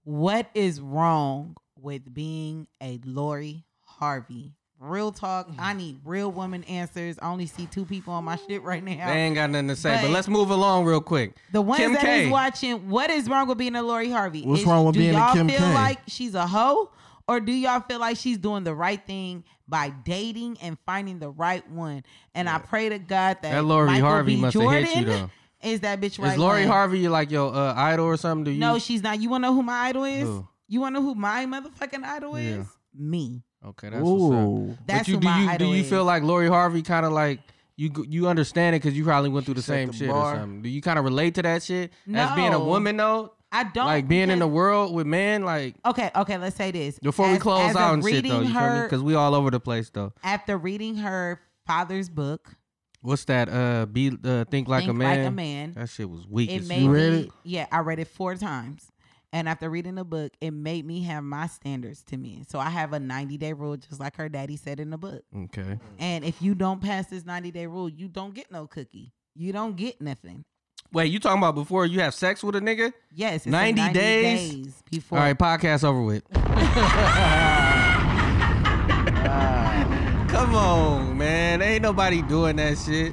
Speaker 4: what is wrong with being a Lori Harvey? Real talk.
Speaker 3: Mm.
Speaker 4: I need real woman answers. I only see two people on my shit right now.
Speaker 3: they ain't got nothing to say, but,
Speaker 4: But-
Speaker 3: let's move along real quick.
Speaker 4: The ones
Speaker 3: Kim
Speaker 4: that is
Speaker 3: K.
Speaker 4: watching, what is wrong with being a Lori Harvey?
Speaker 5: What's
Speaker 4: Is-
Speaker 5: wrong with
Speaker 4: do
Speaker 5: being a
Speaker 4: y'all
Speaker 5: Kim
Speaker 4: feel
Speaker 5: K?
Speaker 4: like she's a hoe, or do y'all feel like she's doing the right thing by dating and finding the right one? And I pray to God that,
Speaker 3: That Lori
Speaker 4: Michael
Speaker 3: Harvey
Speaker 4: B.
Speaker 3: must have
Speaker 4: Jordan
Speaker 3: hit you, though.
Speaker 4: Is that bitch right?
Speaker 3: Is Lori
Speaker 4: one.
Speaker 3: Harvey like your uh, idol or something? Do you?
Speaker 4: No, she's not. You want to know who my idol is?
Speaker 3: Who?
Speaker 4: You want to know who my motherfucking idol is?
Speaker 3: Yeah.
Speaker 4: Me.
Speaker 3: okay, that's what's up.
Speaker 5: Ooh.
Speaker 4: That's
Speaker 3: but you
Speaker 4: who
Speaker 3: do
Speaker 4: my
Speaker 3: you
Speaker 4: idol
Speaker 3: do you
Speaker 4: is.
Speaker 3: feel like Lori Harvey kind of like you g- you understand it because you probably went through the
Speaker 5: set
Speaker 3: same
Speaker 5: the
Speaker 3: shit
Speaker 5: bar.
Speaker 3: or something? Do you kind of relate to that shit as being a
Speaker 4: No.
Speaker 3: woman though?
Speaker 4: I don't
Speaker 3: Like being in the
Speaker 4: because-
Speaker 3: world with men, like
Speaker 4: Okay, okay. Let's say this
Speaker 3: before we
Speaker 4: As-
Speaker 3: close
Speaker 4: as
Speaker 3: out
Speaker 4: of
Speaker 3: and shit though,
Speaker 4: reading
Speaker 3: you feel me?
Speaker 4: her-
Speaker 3: Because we all over the place though.
Speaker 4: after reading her father's book,
Speaker 3: What's that? Uh, be uh, think like a
Speaker 4: Think
Speaker 3: man.
Speaker 4: Like a Man.
Speaker 3: That shit was weak.
Speaker 4: it
Speaker 3: as
Speaker 4: made
Speaker 5: You
Speaker 3: fuck.
Speaker 5: read
Speaker 4: me,
Speaker 5: it?
Speaker 4: yeah, I read it four times. And after reading the book, it made me have my standards to men. So I have a 90 day rule, just like her daddy said in the book.
Speaker 3: Okay.
Speaker 4: And if you don't pass this 90 day rule, you don't get no cookie. You don't get nothing.
Speaker 3: Wait, you talking about before you have sex with a nigga?
Speaker 4: Yes, it's a
Speaker 3: 90 days?
Speaker 4: before.
Speaker 3: All right, podcast over with. Come on, man. Ain't nobody doing that shit.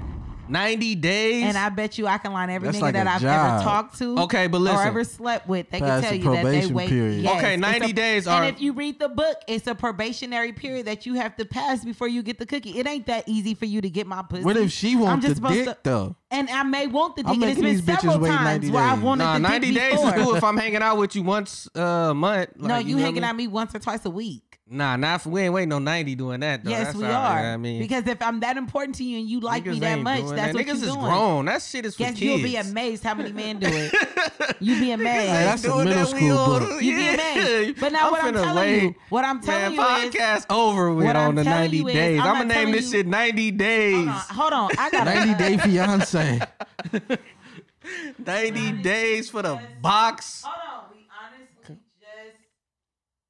Speaker 3: 90 days.
Speaker 4: And I bet you I can line every
Speaker 5: That's
Speaker 4: nigga
Speaker 5: like
Speaker 4: that
Speaker 5: a
Speaker 4: I've
Speaker 5: job.
Speaker 4: ever talked to.
Speaker 3: Okay, but
Speaker 4: Or
Speaker 3: listen.
Speaker 4: ever slept with. They can
Speaker 5: Past
Speaker 4: tell
Speaker 5: the
Speaker 4: you that they
Speaker 5: probation
Speaker 4: wait.
Speaker 5: period.
Speaker 4: Yes,
Speaker 3: Okay,
Speaker 4: it's
Speaker 3: 90
Speaker 4: a-
Speaker 3: days are-
Speaker 4: And if you read the book, it's a probationary period that you have to pass before you get the cookie. It ain't that easy for you to get my pussy.
Speaker 5: What if she
Speaker 4: I'm
Speaker 5: wants
Speaker 4: just
Speaker 5: the
Speaker 4: supposed
Speaker 5: dick
Speaker 4: to-
Speaker 5: though?
Speaker 4: And I may want the dick.
Speaker 5: I'm
Speaker 4: and it's
Speaker 5: making
Speaker 4: been
Speaker 5: these bitches
Speaker 4: several
Speaker 5: wait
Speaker 4: times
Speaker 5: 90
Speaker 4: where I've
Speaker 5: days.
Speaker 4: wanted
Speaker 3: nah,
Speaker 4: the
Speaker 3: 90
Speaker 4: dick
Speaker 3: days is
Speaker 4: before.
Speaker 3: cool if I'm hanging out with you once uh, a month.
Speaker 4: no,
Speaker 3: like,
Speaker 4: you,
Speaker 3: feel
Speaker 4: hanging
Speaker 3: me?
Speaker 4: at me once or twice a week.
Speaker 3: Nah, not for, we ain't waiting no 90 doing that, though.
Speaker 4: yes,
Speaker 3: That's
Speaker 4: we
Speaker 3: all, you
Speaker 4: are.
Speaker 3: know what I mean,
Speaker 4: Because if I'm that important to you and you like me
Speaker 3: Niggas
Speaker 4: that
Speaker 3: ain't
Speaker 4: much,
Speaker 3: doing
Speaker 4: that's
Speaker 3: that.
Speaker 4: what
Speaker 3: Niggas
Speaker 4: you're
Speaker 3: is
Speaker 4: doing.
Speaker 3: grown. That shit is for
Speaker 4: Guess
Speaker 3: kids.
Speaker 4: you'll be amazed how many men do it. You'd be amazed.
Speaker 5: Hey, that's a
Speaker 3: doing
Speaker 5: middle
Speaker 3: that, we
Speaker 5: school
Speaker 3: all-
Speaker 5: book.
Speaker 4: You'd be amazed. But now what I'm
Speaker 3: finna
Speaker 4: telling
Speaker 3: lay-
Speaker 4: you- what I'm telling you
Speaker 3: man,
Speaker 4: is-
Speaker 3: podcast over with
Speaker 4: what
Speaker 3: on
Speaker 4: I'm
Speaker 3: the
Speaker 4: telling
Speaker 3: 90
Speaker 4: you is,
Speaker 3: days. I'm,
Speaker 4: I'm not
Speaker 3: gonna name
Speaker 4: telling
Speaker 3: this
Speaker 4: you-
Speaker 3: shit 90 days.
Speaker 4: Hold on, hold on. I got
Speaker 5: 90 day fiance.
Speaker 3: 90 days for the box.
Speaker 4: Hold on. We honestly just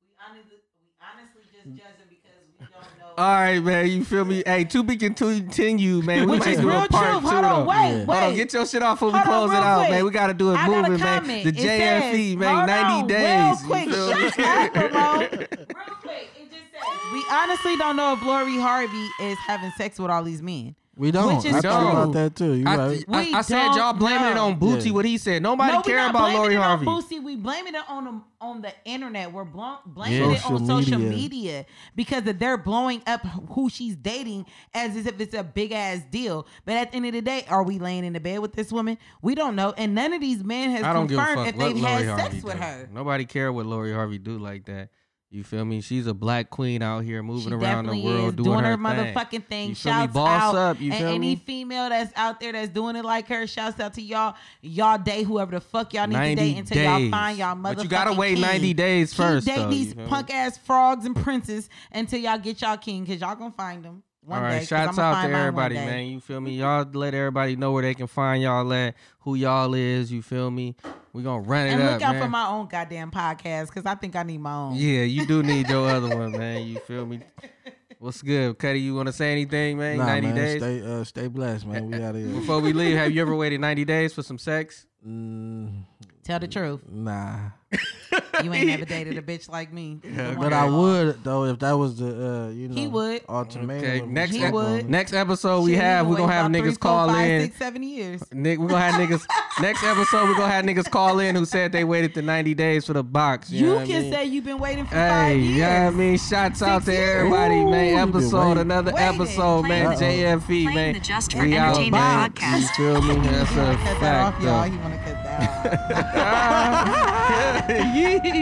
Speaker 4: we honestly we honestly just judging because we don't know.
Speaker 3: Mm. All right, man. You feel me? Hey, to be continued, man. We
Speaker 4: Which
Speaker 3: might
Speaker 4: is
Speaker 3: do
Speaker 4: real
Speaker 3: a part
Speaker 4: truth.
Speaker 3: two.
Speaker 4: Hold on,
Speaker 3: though.
Speaker 4: wait, Yeah.
Speaker 3: Hold on,
Speaker 4: wait.
Speaker 3: get your shit off before we
Speaker 4: Hold on
Speaker 3: close it
Speaker 4: real
Speaker 3: out,
Speaker 4: quick.
Speaker 3: man. We gotta do it
Speaker 4: I got a
Speaker 3: moving, man.
Speaker 4: comment.
Speaker 3: The
Speaker 4: It
Speaker 3: JFE,
Speaker 4: says-
Speaker 3: man.
Speaker 4: hold
Speaker 3: 90
Speaker 4: on,
Speaker 3: days. You
Speaker 4: Real quick,
Speaker 3: feel me?
Speaker 4: shut up, Ramon. Real quick, it just says we honestly don't know if Lori Harvey is having sex with all these men.
Speaker 5: We don't.
Speaker 4: Which is
Speaker 5: I thought
Speaker 3: true.
Speaker 5: about that too. You
Speaker 3: I,
Speaker 5: right.
Speaker 3: I-
Speaker 4: We
Speaker 3: I said y'all
Speaker 4: don't
Speaker 3: blaming it
Speaker 4: know.
Speaker 3: on Booty.
Speaker 5: Yeah.
Speaker 3: What he said. Nobody
Speaker 4: no, we
Speaker 3: care
Speaker 4: not
Speaker 3: about
Speaker 4: blaming
Speaker 3: Lori
Speaker 4: it
Speaker 3: Harvey.
Speaker 4: On Boosie, we blaming it on them on the internet. We're blo- blaming it on
Speaker 5: Social
Speaker 4: social
Speaker 5: media.
Speaker 4: media because that they're blowing up who she's dating as if it's a big ass deal. But at the end of the day, are we laying in the bed with this woman? We don't know, and none of these men has
Speaker 3: I don't give a
Speaker 4: confirmed
Speaker 3: fuck
Speaker 4: if
Speaker 3: what
Speaker 4: they've had
Speaker 3: Lori
Speaker 4: sex
Speaker 3: Harvey
Speaker 4: with
Speaker 3: do.
Speaker 4: her.
Speaker 3: Nobody care what Lori Harvey do like that. You feel me? She's a black queen out here moving
Speaker 4: She
Speaker 3: around the
Speaker 4: definitely
Speaker 3: world
Speaker 4: is
Speaker 3: doing,
Speaker 4: doing
Speaker 3: her,
Speaker 4: her motherfucking thing.
Speaker 3: You feel me?
Speaker 4: Shouts
Speaker 3: Boss
Speaker 4: out
Speaker 3: up. You
Speaker 4: and
Speaker 3: feel
Speaker 4: any
Speaker 3: me?
Speaker 4: female that's out there that's doing it like her. Shouts out to y'all, y'all date whoever the fuck y'all need to
Speaker 3: 90
Speaker 4: date until y'all
Speaker 3: days.
Speaker 4: find y'all motherfucking.
Speaker 3: But you gotta wait
Speaker 4: king.
Speaker 3: 90 days
Speaker 4: Keep
Speaker 3: first,
Speaker 4: Date
Speaker 3: though, you
Speaker 4: these
Speaker 3: feel me?
Speaker 4: punk ass frogs and princes until y'all get y'all king, cause y'all gonna find them. One
Speaker 3: All right,
Speaker 4: day, 'cause
Speaker 3: shouts
Speaker 4: I'ma
Speaker 3: out to
Speaker 4: find mine one
Speaker 3: everybody,
Speaker 4: day.
Speaker 3: man. You feel me? Y'all let everybody know where they can find y'all at, who y'all is. You feel me? We gonna run it
Speaker 4: And
Speaker 3: up,
Speaker 4: look out
Speaker 3: man.
Speaker 4: for my own goddamn podcast, cause I think I need my own.
Speaker 3: yeah, you do need your other one, man. You feel me? What's good, Cuddy? You wanna say anything, man?
Speaker 5: Nah,
Speaker 3: 90
Speaker 5: man,
Speaker 3: days
Speaker 5: Stay, uh, stay blessed, man. We out of here.
Speaker 3: before we leave. Have you ever waited 90 days for some sex?
Speaker 5: Mm,
Speaker 4: Tell the truth,
Speaker 5: nah.
Speaker 4: you you ain't never dated a bitch like me. The one
Speaker 5: But I
Speaker 4: that-
Speaker 5: would though if that was the uh, you know
Speaker 4: He would.
Speaker 5: ultimatum.
Speaker 3: Okay,
Speaker 5: of
Speaker 3: next
Speaker 5: what's
Speaker 4: He
Speaker 3: ep-
Speaker 5: going on.
Speaker 4: would.
Speaker 3: next episode we
Speaker 4: Shit,
Speaker 3: have
Speaker 4: he
Speaker 3: we're gonna
Speaker 4: waited
Speaker 3: have
Speaker 4: about three,
Speaker 3: niggas
Speaker 4: four,
Speaker 3: call
Speaker 4: five,
Speaker 3: in.
Speaker 4: six, seven years.
Speaker 3: Nick, we're gonna have niggas. Next episode, we're gonna have niggas call in who said they waited the 90 days for the box. You,
Speaker 4: You,
Speaker 3: know what I
Speaker 4: can
Speaker 3: mean?
Speaker 4: say you've been waiting for five
Speaker 3: Hey,
Speaker 4: years.
Speaker 3: yeah, I mean, shouts out to
Speaker 4: Six years.
Speaker 3: everybody,
Speaker 5: Ooh,
Speaker 3: man.
Speaker 5: you been
Speaker 3: Episode,
Speaker 5: waiting.
Speaker 3: another
Speaker 4: Waiting,
Speaker 3: episode, man.
Speaker 4: playing-
Speaker 3: JFE,
Speaker 1: playing
Speaker 3: man.
Speaker 1: the Just for
Speaker 3: We out,
Speaker 1: Entertainment
Speaker 3: man.
Speaker 1: podcast.
Speaker 3: You feel me? That's
Speaker 4: He wanna
Speaker 3: a
Speaker 4: cut that off, y'all.
Speaker 3: fact,
Speaker 4: He wanna cut that off.
Speaker 3: though.